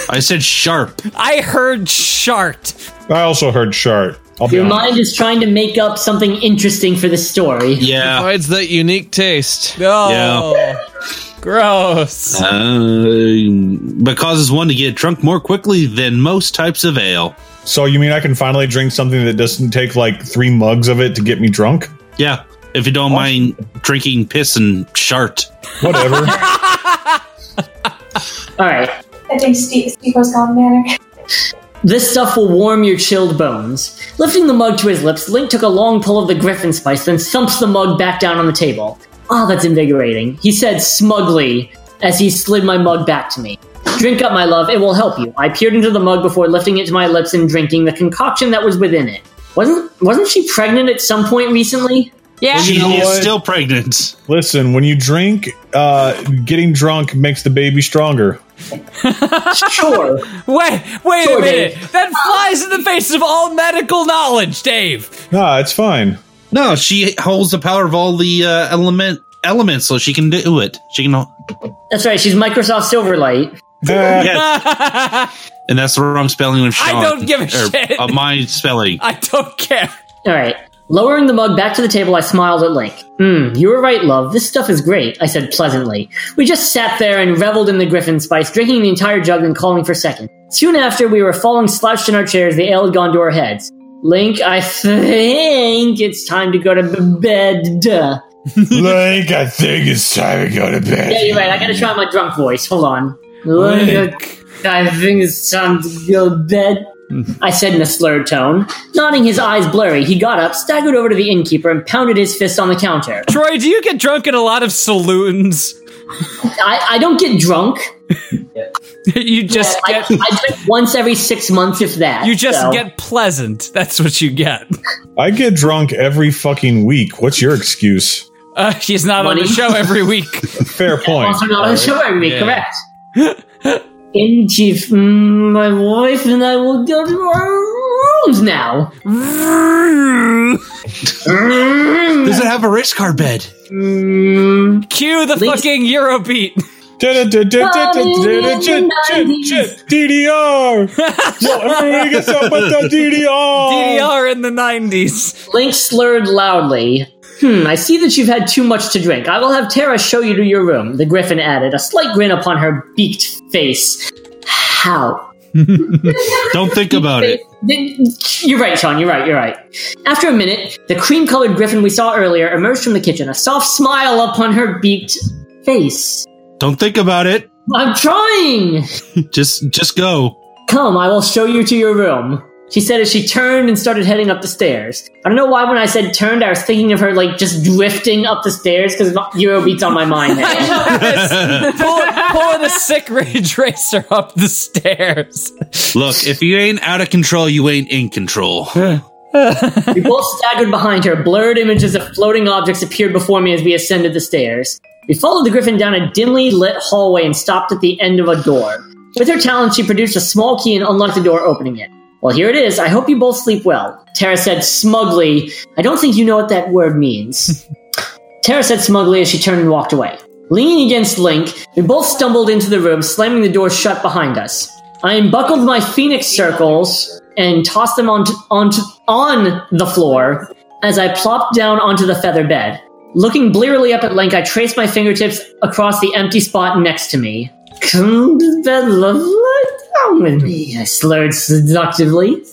S8: I said sharp.
S3: I heard shart.
S6: I also heard shart. I'll be
S11: Your
S6: honest.
S11: mind is trying to make up something interesting for the story.
S8: Yeah.
S9: Provides that unique taste. Oh.
S3: No. Gross.
S8: Uh, but causes one to get drunk more quickly than most types of ale.
S6: So you mean I can finally drink something that doesn't take like three mugs of it to get me drunk?
S8: Yeah, if you don't mind drinking piss and shart.
S6: Whatever.
S8: [LAUGHS]
S11: All right.
S21: I think Steve, Steve was gone manic.
S11: This stuff will warm your chilled bones. Lifting the mug to his lips, Link took a long pull of the griffin spice, then thumps the mug back down on the table. Ah, that's invigorating, he said smugly as he slid my mug back to me. Drink up, my love, it will help you. I peered into the mug before lifting it to my lips and drinking the concoction that was within it. Wasn't wasn't she pregnant at some point recently? Yeah.
S8: She is still pregnant.
S6: Listen, when you drink, uh, getting drunk makes the baby stronger.
S11: sure.
S3: Wait, wait
S6: Sure,
S3: a minute.
S6: Dave.
S3: That flies in the face of all medical knowledge, Dave.
S6: Nah, it's fine.
S8: No, she holds the power of all the uh, element elements, so she can do it. She can,
S11: That's right, she's Microsoft Silverlight.
S8: [LAUGHS] and that's the wrong spelling of Sean.
S11: don't give a
S8: or,
S11: shit.
S8: Of my spelling.
S3: I don't
S7: [LAUGHS]
S3: care.
S11: All right. Lowering the mug back to the table, I smiled at Link. Hmm, you were right, love. This stuff is great, I said pleasantly. We just sat there and reveled in the griffin spice, drinking the entire jug and calling for second. Soon after, we were falling slouched in our chairs, the ale had gone to our heads. Link, I think it's time to go to b- bed. Duh.
S15: Link, I think it's time to go to bed.
S11: Yeah, you're right. I gotta try my drunk voice. Hold on. Link, I think it's time to go to bed. I said in a slurred tone. Nodding his eyes blurry, he got up, staggered over to the innkeeper, and pounded his fist on the counter.
S3: Troy, do you get drunk in a lot of saloons?
S11: I, I don't get drunk.
S3: [LAUGHS] you just
S11: I,
S3: get
S11: I drink once every six months, if that.
S3: you just
S11: so.
S3: get pleasant. That's what you get.
S6: I get drunk every fucking week. What's your excuse?
S3: Uh, she's not on
S11: Money.
S3: the show every week.
S6: Fair point.
S11: Also not on the show every week,
S3: Oh, Yeah.
S11: correct?
S3: [LAUGHS]
S11: In chief, mm, my wife and I will go to our rooms now. Does
S8: it have a race car bed?
S3: Cue the fucking Eurobeat.
S6: DDR. everybody gets up with the DDR.
S3: DDR in the 90s.
S11: Link slurred loudly. Hmm, I see that you've had too much to drink. I will have Tara show you to your room, the griffin added, a slight grin upon her beaked face. How?
S8: Don't think about it.
S11: Then- You're right, Sean. You're right. You're right. After a minute, the cream colored griffin we saw earlier emerged from the kitchen, a soft smile upon her beaked face.
S8: Don't think about it.
S11: I'm trying!
S8: [LAUGHS] Just just go.
S11: Come, I will show you to your room. She said as she turned and started heading up the stairs. I don't know why when I said turned, I was thinking of her like just drifting up the stairs because Eurobeat's on my mind. now.
S3: [LAUGHS] pulling, pulling a sick rage racer up the stairs.
S8: Look, if you ain't out of control, you ain't
S3: [LAUGHS]
S8: in control.
S11: we both staggered behind her. Blurred images of floating objects appeared before me as we ascended the stairs. We followed the griffin down a dimly lit hallway and stopped at the end of a door. With her talent, she produced a small key and unlocked the door, opening it. Well, here it is. I hope you both sleep well. Tara said smugly. I don't think you know what that word means. Tara said smugly as she turned and walked away. Leaning against Link, we both stumbled into the room, slamming the door shut behind us. I unbuckled my phoenix circles and tossed them onto, onto, on the floor as I plopped down onto the feather bed. Looking blearily up at Link, I traced my fingertips across the empty spot next to me. Come to bed, love, lie down with me, I slurred seductively.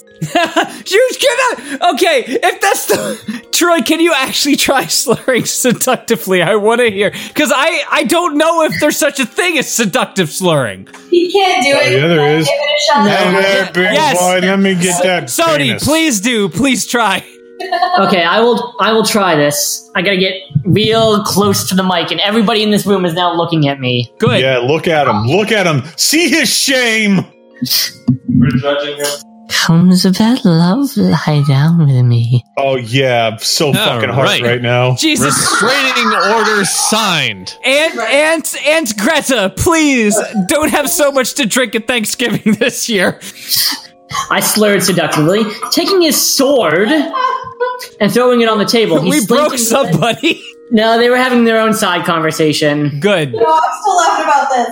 S3: You get out. Okay, if that's the Troy, can you actually try [LAUGHS] slurring seductively? I want to hear because I I don't know if there's such a thing as seductive slurring.
S16: Uh,
S21: He can't do
S3: Oh,
S21: it.
S3: yeah, there
S21: Give
S3: is.
S21: it a shot.
S3: Yes.
S11: get that
S3: Sony,
S11: penis.
S3: please do, please try.
S11: Okay, I will. I will try this. I gotta get real close to the mic, and everybody in this room is now looking at me.
S3: Good.
S6: Yeah, look at him. Look at him. See his shame. We're judging him.
S11: Comes to bed, love, lie down with me.
S6: Oh yeah, so fucking hard right.
S9: right.
S6: now.
S3: Jesus.
S9: Restraining order signed.
S3: Aunt, Aunt, Aunt Greta, please don't have so much to drink at Thanksgiving [LAUGHS] this year.
S11: I slurred seductively, taking his sword and throwing it on the table.
S3: We broke
S11: somebody.
S3: [LAUGHS]
S11: No, they were having their own side conversation.
S3: Good.
S21: No, I'm still laughing about [LAUGHS] this.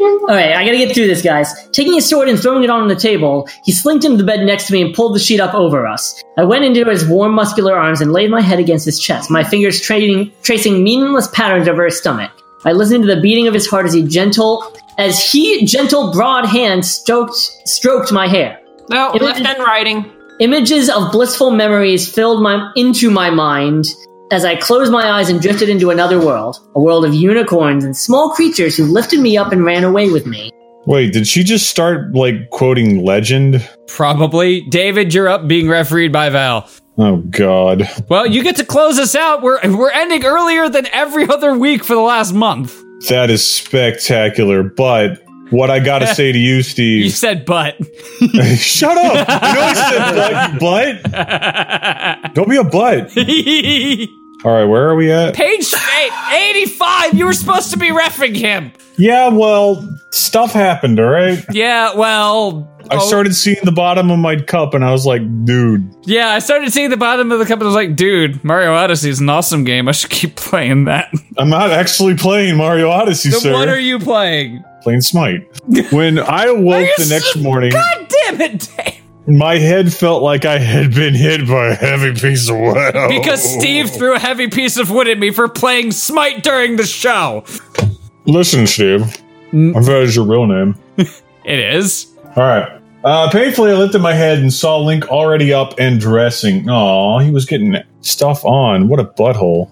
S11: All right, I gotta get through this, guys. Taking his sword and throwing it on the table, he slinked into the bed next to me and pulled the sheet up over us. I went into his warm, muscular arms and laid my head against his chest, my fingers trading, tracing meaningless patterns over his stomach. I listened to the beating of his heart as he gentle, as he gentle, broad hand stroked stroked my hair.
S7: No, left and writing.
S11: Images of blissful memories filled my into my mind as I closed my eyes and drifted into another world, a world of unicorns and small creatures who lifted me up and ran away with me.
S6: Wait, did she just start like quoting legend?
S3: Probably. David, you're up being refereed by Val.
S6: Oh God.
S3: Well, you get to close us out. We're we're ending earlier than every [LAUGHS] other week for the last month.
S6: That is spectacular. But what I gotta say to you, Steve. You
S3: said
S6: [LAUGHS]
S3: but.
S6: Shut up. Oh, You know I said but. but. Don't be a butt. All right, where are we at?
S3: Page eight- 85, you were supposed to be refing him.
S6: Yeah, well, stuff happened, all right?
S3: Yeah, well.
S6: I
S3: oh,
S6: started seeing the bottom of my cup and I was like, dude,
S3: Yeah, I started seeing the bottom of the cup and I was like, dude, Mario Odyssey is an awesome game. I should keep [LAUGHS] playing that.
S6: I'm not actually playing Mario Odyssey,
S3: Then
S6: sir.
S3: what are you playing? [LAUGHS]
S6: playing Smite. When I awoke the next morning,
S3: God damn it,
S6: my head felt like I had been hit by a heavy piece of wood. [LAUGHS]
S3: Because Steve threw a heavy piece of wood at me for playing Smite during the show.
S6: Listen, Steve. I thought it was your real name.
S3: it is.
S6: All right. Uh, painfully, I lifted my head and saw Link already up and dressing. Aw, he was getting stuff on. What a butthole.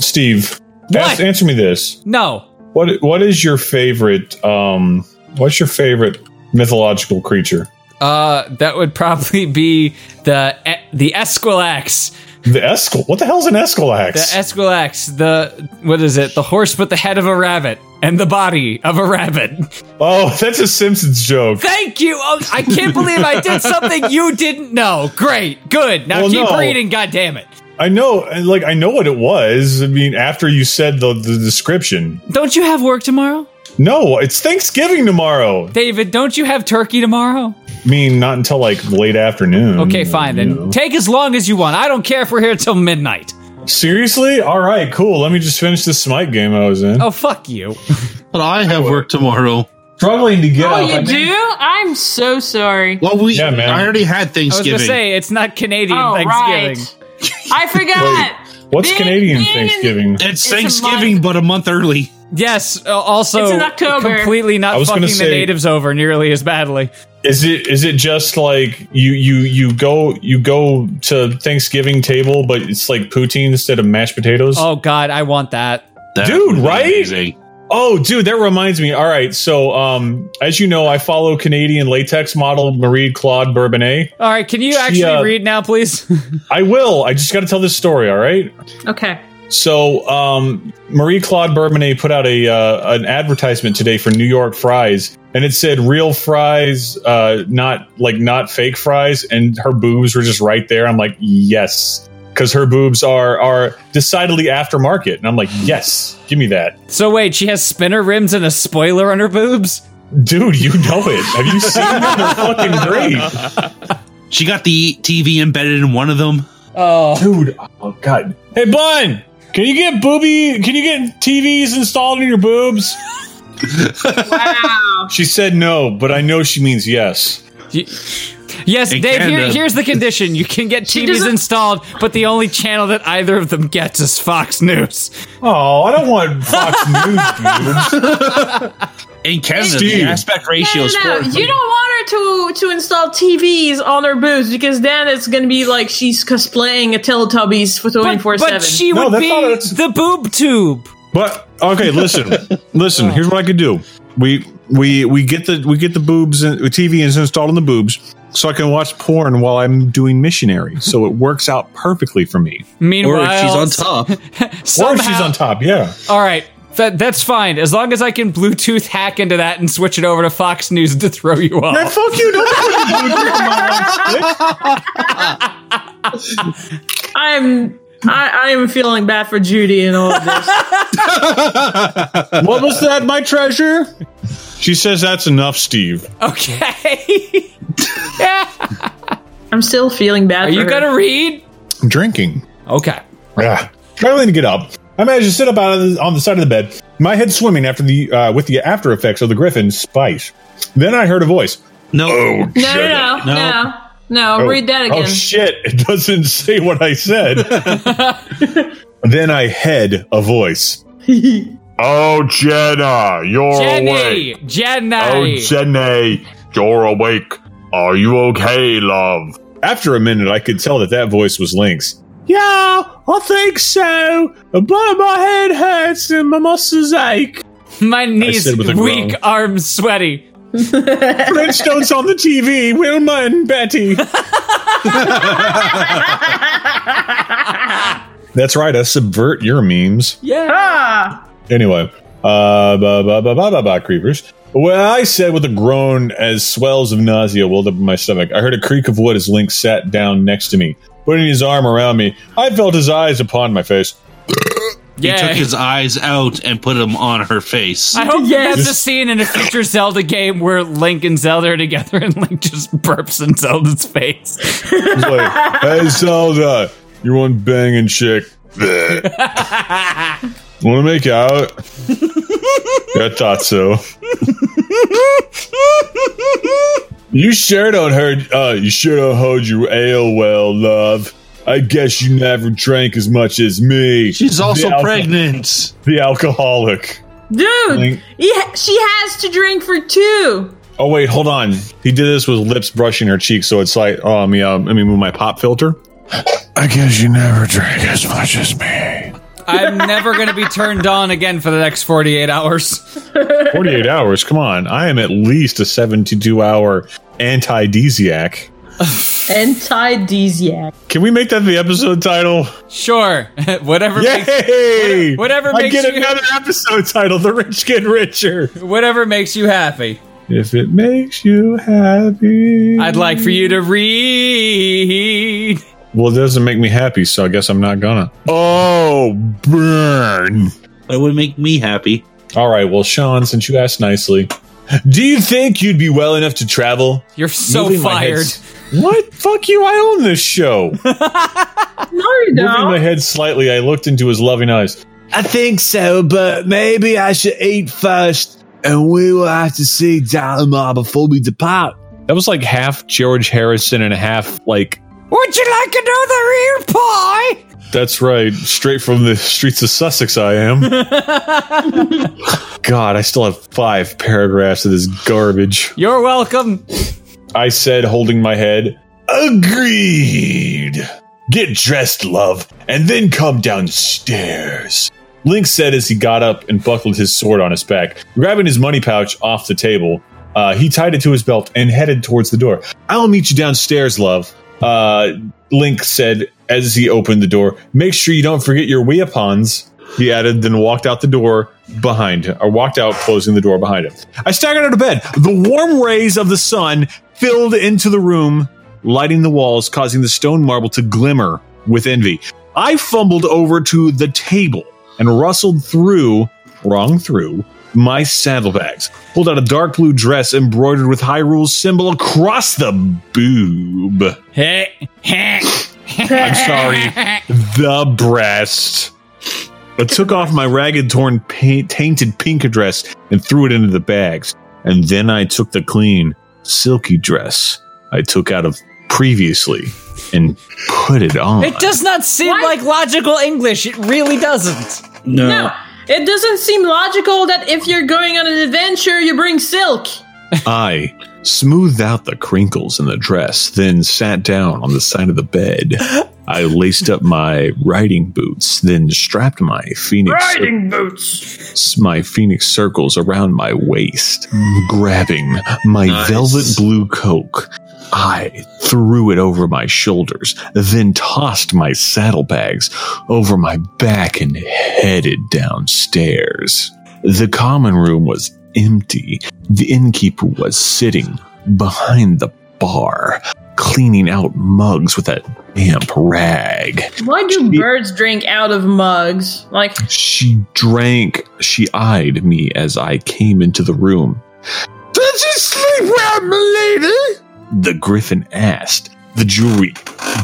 S6: [SIGHS] Steve, ask- answer me this.
S3: No.
S6: What What is your favorite? Um, what's your favorite mythological creature?
S3: Uh, that would probably be the e, the Esquilax.
S6: The Esquil. What the hell's an Esquilax?
S3: The Esquilax. The what is it? The horse with the head of a rabbit and the body of a rabbit.
S6: Oh, [LAUGHS] that's a Simpsons joke.
S3: Thank you. Oh, I can't believe I did something you didn't know. Great. Good. Now
S6: Well,
S3: keep
S6: no.
S3: reading. God damn it.
S6: I know, and, like I know what it was. I mean, after you said the, the description.
S3: Don't you have work tomorrow?
S6: No, it's Thanksgiving tomorrow.
S3: David, don't you have turkey tomorrow?
S6: I mean, not until like late afternoon.
S3: Okay, fine then. Take as long as you want. I don't care if we're here till midnight.
S6: Seriously? All right, cool. Let me just finish this Smite game I was in.
S3: Oh, fuck you.
S8: [LAUGHS] But I have work tomorrow.
S6: Struggling to get
S7: Oh,
S6: up. I
S7: you
S6: mean-
S7: do? I'm so sorry.
S8: Well, we.
S6: Yeah, man.
S8: I already had
S3: I was
S8: Thanksgiving.
S3: gonna say it's not Canadian
S7: Oh,
S3: Thanksgiving.
S7: right. I forgot.
S6: What's
S7: Big
S6: Canadian
S7: thing in-
S6: Thanksgiving?
S8: It's
S7: It's a
S8: Thanksgiving, but a month early.
S3: Yes. uh, Also,
S7: It's in October.
S3: completely
S6: I
S3: not
S6: was gonna
S3: fucking
S6: say-
S3: the natives over nearly as badly.
S6: Is it is it just like you you you go you go to Thanksgiving table, but it's like poutine instead of mashed potatoes?
S3: Oh God, I want that.
S6: dude, right? Oh, dude, that reminds me. All right, so um, as you know, I follow Canadian latex model Marie Claude Bourbonnais.
S3: All right, can you actually
S6: uh,
S3: read now, please? [LAUGHS]
S6: I will. I just got to tell this story. All right.
S7: Okay.
S6: So um, Marie Claude Bourbonnais put out a uh, an advertisement today for New York fries, and it said real fries, uh, not like not fake fries. And her boobs were just right there. I'm like, yes, because her boobs are are decidedly aftermarket, and I'm like, yes, give me that.
S3: So wait, she has spinner rims and a spoiler on her boobs?
S6: Dude, you know it. Have you seen [LAUGHS] them? They're fucking great.
S8: She got the TV embedded in one of them.
S3: Oh,
S6: dude! Oh god! Hey, Bun, can you get booby? Can you get TVs installed in your boobs? wow. She said no, but I know she means yes.
S3: Yes, Dave,
S6: uh,
S3: here, here's the condition. You can get TVs installed, but the only channel that either of them gets is Fox News.
S6: Oh, I don't want Fox [LAUGHS] News,
S8: In Canada,
S6: Steve.
S8: the aspect ratio is
S7: No,
S8: four.
S7: you don't want her to to install TVs on her boobs because then it's gonna be like she's cosplaying a Teletubbies for twenty four seven.
S3: But she would be the boob tube.
S6: But
S3: [LAUGHS]
S6: okay, listen, listen. Here's what I could do. We we we get the we get the boobs and the TV is installed in the boobs, so I can watch porn while I'm doing missionary. So it works out perfectly for me.
S3: Meanwhile, [LAUGHS]
S8: top.
S6: or if she's on top, yeah.
S3: All right. That, that's fine. As long as I can Bluetooth hack into that and switch it over to Fox News to throw you off.
S6: Man, fuck you! Don't put
S7: I'm I, I am feeling bad for Judy and all of this.
S6: what was that, my treasure? She says that's enough, Steve.
S3: [LAUGHS] Okay. [LAUGHS]
S7: I'm still feeling bad.
S3: Are you gonna read?
S6: I'm drinking.
S3: Okay.
S6: Yeah. Struggling to get up. I managed to sit up out of the, on the side of the bed, my head swimming after the uh, with the after effects of the griffin spite. Then I heard a voice.
S8: No.
S6: Oh,
S7: No, no, no,
S6: No.
S7: no, no.
S6: Oh.
S7: read that
S6: Oh
S7: again.
S6: shit! It doesn't [LAUGHS] say what
S7: [LAUGHS]
S6: I said. then I head a
S7: [LAUGHS]
S6: voice.
S15: Oh, Jenna, you're
S3: Jenny!
S15: awake.
S3: Jenny!
S15: Oh, Jenny, you're awake. Are you okay, love?
S6: After a minute, I could tell that that voice was Link's.
S20: Yeah, I think so. But my head hurts and my muscles ache.
S3: My knees
S6: said with a
S3: weak,
S6: groan.
S3: arms sweaty. [LAUGHS]
S20: Flintstones on the TV. Wilma and Betty.
S6: That's right. I subvert your memes.
S3: Yeah.
S6: Anyway, uh, ba ba ba ba ba ba creepers. Well, I said with a groan as swells of nausea welled up in my stomach. I heard a creak of wood as Link sat down next to me, putting his arm around me. I felt his eyes upon my face.
S8: He took his eyes out and put them on her face.
S3: I hope that's a scene in a future Zelda game where Link and Zelda are together and Link just burps in Zelda's face.
S6: He's like, hey, Zelda, you want
S15: [LAUGHS]
S6: banging chick? Want to make out? I thought so. You sure don't hurt. Uh, you sure don't hold your ale well, love. I guess you never drank as much as me.
S8: She's also
S6: alco-
S8: pregnant.
S6: The alcoholic.
S7: Dude,
S6: Link.
S7: he ha- she has to drink for two.
S6: Oh wait, hold on. He did this with lips brushing her cheek, so it's like, oh, let me, um, let me move my pop filter.
S15: I guess you never drank as much as me.
S3: I'm never going to be turned on again for the next 48
S6: [LAUGHS]
S3: hours.
S6: 48 hours come on i am at least a 72 hour anti-desiac
S7: Antidesiac.
S6: can we make that the episode title
S3: Sure. [LAUGHS] whatever
S6: Yay!
S3: makes whatever
S6: I
S3: makes
S6: get
S3: you
S6: another episode title the rich get richer
S3: whatever makes you happy.
S6: if it makes you happy
S3: I'd like for you to read.
S6: well it doesn't make me happy so i guess i'm not gonna
S15: Oh, burn.
S8: That would make me happy.
S6: all right well sean since you asked nicely do you think you'd be well enough to travel
S3: you're so fired.
S6: what fuck you i own this [LAUGHS] show
S7: No, you
S6: Moving my head slightly, I looked into his loving eyes.
S20: I think so, but maybe I should eat first, and we will have to see Dalimar before we depart.
S6: That was like half George Harrison and half like
S3: [LAUGHS] Would you like another ear pie?
S6: that's right, straight from the streets of Sussex I
S3: [LAUGHS]
S6: am. God, I still have five paragraphs of this garbage.
S3: You're welcome.
S6: I said, holding my head.
S15: Agreed.
S6: Get dressed, love, and then come downstairs. Link said as he got up and buckled his sword on his back. Grabbing his money pouch off the table, uh, he tied it to his belt and headed towards the door. I'll meet you downstairs, love. Uh, Link said as he opened the door. Make sure you don't forget your weapons, he added, then walked out the door behind him, or walked out, closing the door behind him. I staggered out of bed. The warm rays of the sun filled into the room lighting the walls, causing the stone marble to glimmer with envy. I fumbled over to the table and rustled through, wrong through, my saddlebags, pulled out a dark blue dress embroidered with Hyrule's symbol across the boob. Hey,
S2: [LAUGHS]
S6: I'm sorry, the breast. I took off my ragged, torn, paint, tainted pink dress and threw it into the bags. And then I took the clean, silky dress I took out of previously and put it on.
S7: Oh.
S3: It does not seem like logical English. It really doesn't.
S7: No. It doesn't seem logical that if you're going on an adventure, you bring silk.
S6: I smoothed out the crinkles in the dress, then sat down on the side of the bed. I laced up my riding boots, then strapped my phoenix
S2: boots.
S6: my phoenix circles around my waist, grabbing my velvet blue coke. I threw it over my shoulders, then tossed my saddlebags over my back and headed downstairs. The common room was empty. The innkeeper was sitting behind the bar, cleaning out mugs with a damp rag.
S7: Why do birds drink out of mugs? Like,
S6: She drank. She eyed me as I came into the room. Did you sleep well, milady? The griffin asked, the jewelry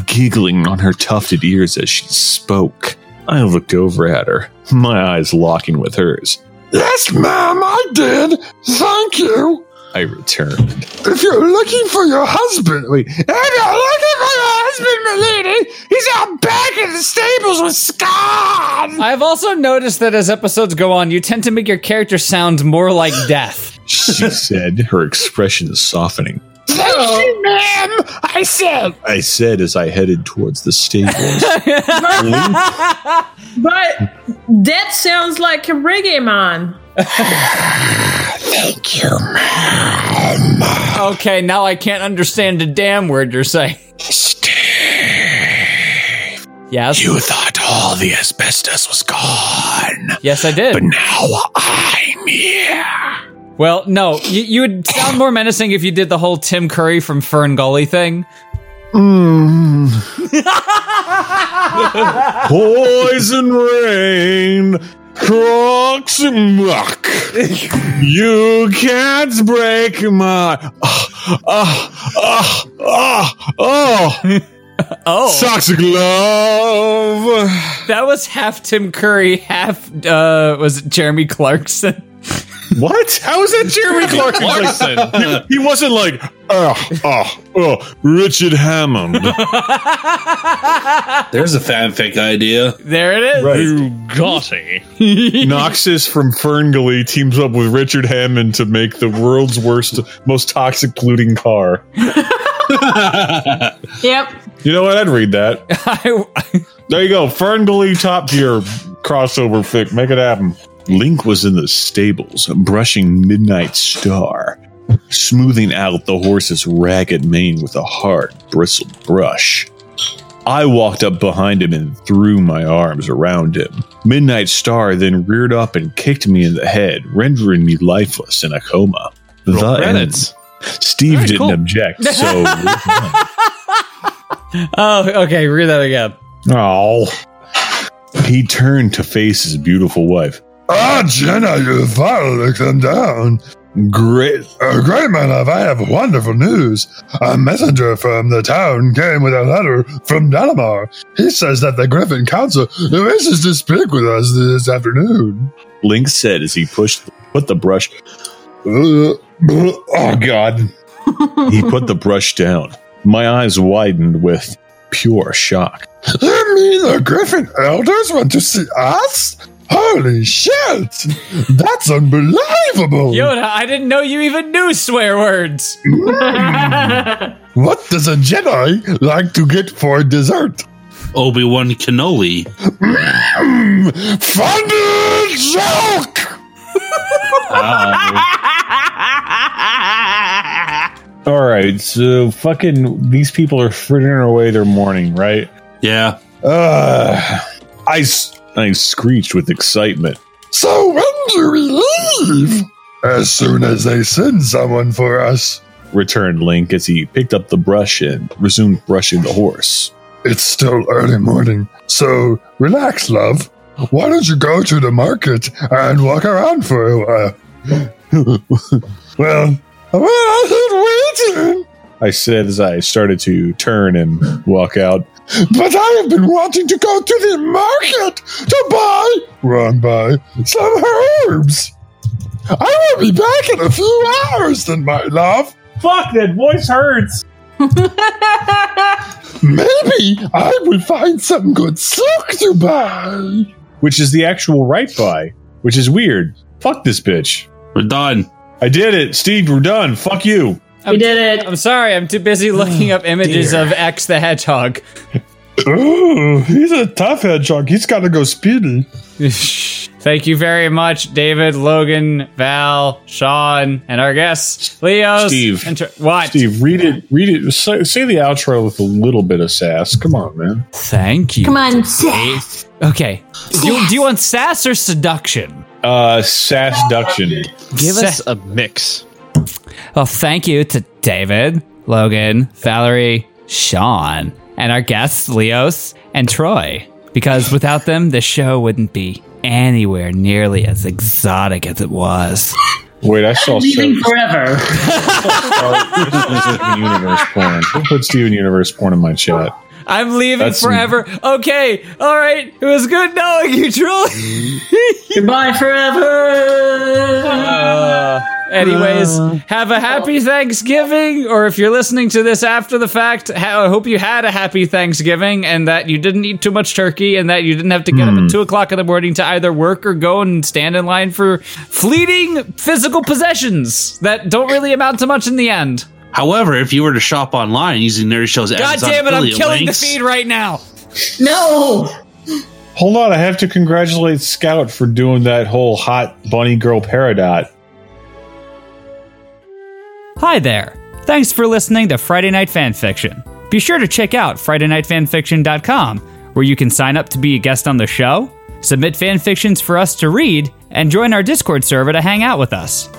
S6: giggling on her tufted ears as she spoke. I looked over at her, my eyes locking with hers.
S20: Yes, ma'am, I did. Thank you.
S6: I returned.
S20: If you're looking for your husband, wait. If you're looking for your husband, milady, he's out back in the stables with Scott.
S3: I've also noticed that as episodes go on, you tend to make your character sound more like death.
S6: [LAUGHS] She said, her expression softening.
S20: Thank you, ma'am. I said.
S6: I said as I headed towards the stables.
S7: [LAUGHS] but that sounds like a reggae man.
S3: [LAUGHS] Thank you, Okay, now I can't understand a damn word you're saying. Yes.
S20: You thought all the asbestos was gone.
S3: Yes, I did.
S20: But now I'm here.
S3: Well, no, you, you would sound more menacing if you did the whole Tim Curry from Fern Gully thing.
S6: Hmm.
S20: [LAUGHS]
S6: Poison rain, crooks muck. You can't break my. Ah, ah, ah, ah, oh.
S3: Oh.
S6: Toxic love.
S3: That was half Tim Curry, half, uh, was it Jeremy Clarkson?
S6: [LAUGHS] What? How is that Jeremy Clarkson? Like, he, he wasn't [LAUGHS] like, oh, oh, oh, Richard Hammond.
S8: There's a fanfic idea.
S3: There it is.
S8: You
S6: Gotti. Noxus from Ferngully teams up with Richard Hammond to make the world's worst, most toxic polluting car.
S7: Yep.
S6: You know what? I'd read that. there you go. Ferngully top tier crossover fic. Make it happen. Link was in the stables, brushing Midnight Star, smoothing out the horse's ragged mane with a hard, bristled brush. I walked up behind him and threw my arms around him. Midnight Star then reared up and kicked me in the head, rendering me lifeless in a coma. the
S3: credits.
S6: end. Steve didn't object,
S2: [LAUGHS]
S20: [LAUGHS]
S6: so
S3: Oh, okay, read that again.
S6: Oh. He turned to face his beautiful wife.
S16: Ah, Jenna, you finally come down.
S6: Great,
S16: uh, great man, love, I have wonderful news. A messenger from the town came with a letter from Dalamar. He says that the Griffin Council wishes to speak with us this afternoon.
S6: Link said as he pushed put the brush. oh God!
S3: [LAUGHS]
S6: he put the brush down. My eyes widened with pure
S3: [LAUGHS]
S6: shock.
S16: You mean the Griffin elders want to see us? Holy shit! That's
S6: oh.
S16: unbelievable!
S3: Yoda, I didn't know you even knew swear words.
S16: What does a Jedi like to get for dessert?
S8: Obi Wan cannoli.
S16: Funny joke!
S6: All right, so fucking these people are frittering away their morning, right?
S8: Yeah.
S6: Uh, I s- I screeched with excitement.
S16: So when do we leave? As soon as they send someone for us.
S6: returned Link as he picked up the brush and resumed brushing the horse.
S16: It's still early morning, so relax, love. Why don't you go to the market and walk around for a while? [LAUGHS] well, well, I had waiting.
S6: I said as I started to turn and walk out.
S16: But I have been wanting to go to the market to buy, run by, some herbs. I will be back in a few hours, then, my love. Fuck, that voice hurts. Maybe I will find some good silk to buy.
S6: Which is the actual right by, which is weird. Fuck this bitch.
S8: We're done.
S6: I did it. Steve, we're done. Fuck you.
S3: we did it. I'm sorry. I'm too busy looking
S6: Oh,
S3: up images of X the Hedgehog.
S16: Ooh, he's a tough hedgehog. He's got to go speedy.
S3: Thank you very much, David, Logan, Val, Sean, and our guests, Leo,
S6: Steve.
S3: And Tr- what?
S6: Steve, read it. Read it. Say, say the outro with a little bit of sass. Come on, man.
S3: Thank you.
S7: Come on,
S3: Okay. Do you, do you want sass or seduction?
S6: Uh, sassduction.
S9: Give us
S3: a mix. Well, thank you to David, Logan, Valerie, Sean, and our guests, Leos and Troy, because without them, the show wouldn't be anywhere nearly as exotic as it was.
S6: Wait, I saw
S11: Leaving forever.
S6: Steven Universe porn. Don't put Steven Universe porn in my chat.
S3: [LAUGHS] I'm leaving
S6: That's-
S3: forever. Okay, all right. It was good knowing you, Troy. Goodbye forever. Uh, anyways, have a happy Thanksgiving, or if you're listening to this after the fact, ha- I hope you had a happy Thanksgiving and that you didn't eat too much turkey and that you didn't have to get up
S19: Hmm.
S3: at two o'clock in the morning to either work or go and stand in line for fleeting physical possessions that don't really amount to much in the end.
S8: However, if you were to shop online using Nerdy Show's
S3: God
S8: Amazon
S3: damn it, I'm
S8: affiliate
S3: killing
S8: links-
S3: the feed right now.
S11: No.
S6: Hold on, I have to congratulate Scout for doing that whole hot bunny girl paradot.
S3: Hi there. Thanks for listening to Friday Night Fanfiction. Be sure to check out FridayNightFanfiction.com, where you can sign up to be a guest on the show, submit fanfictions for us to read, and join our Discord server to hang out with us.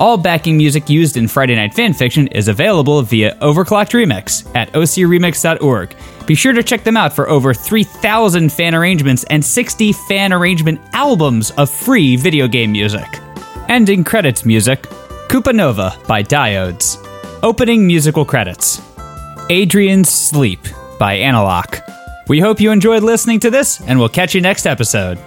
S3: All backing music used in Friday Night Fanfiction is available via Overclocked Remix at ocremix.org. Be sure to check them out for over 3,000 fan arrangements and 60 fan arrangement albums of free video game music. Ending credits music Koopa Nova by Diodes. Opening musical credits Adrian's Sleep by Analog. We hope you enjoyed listening to this, and we'll catch you next episode.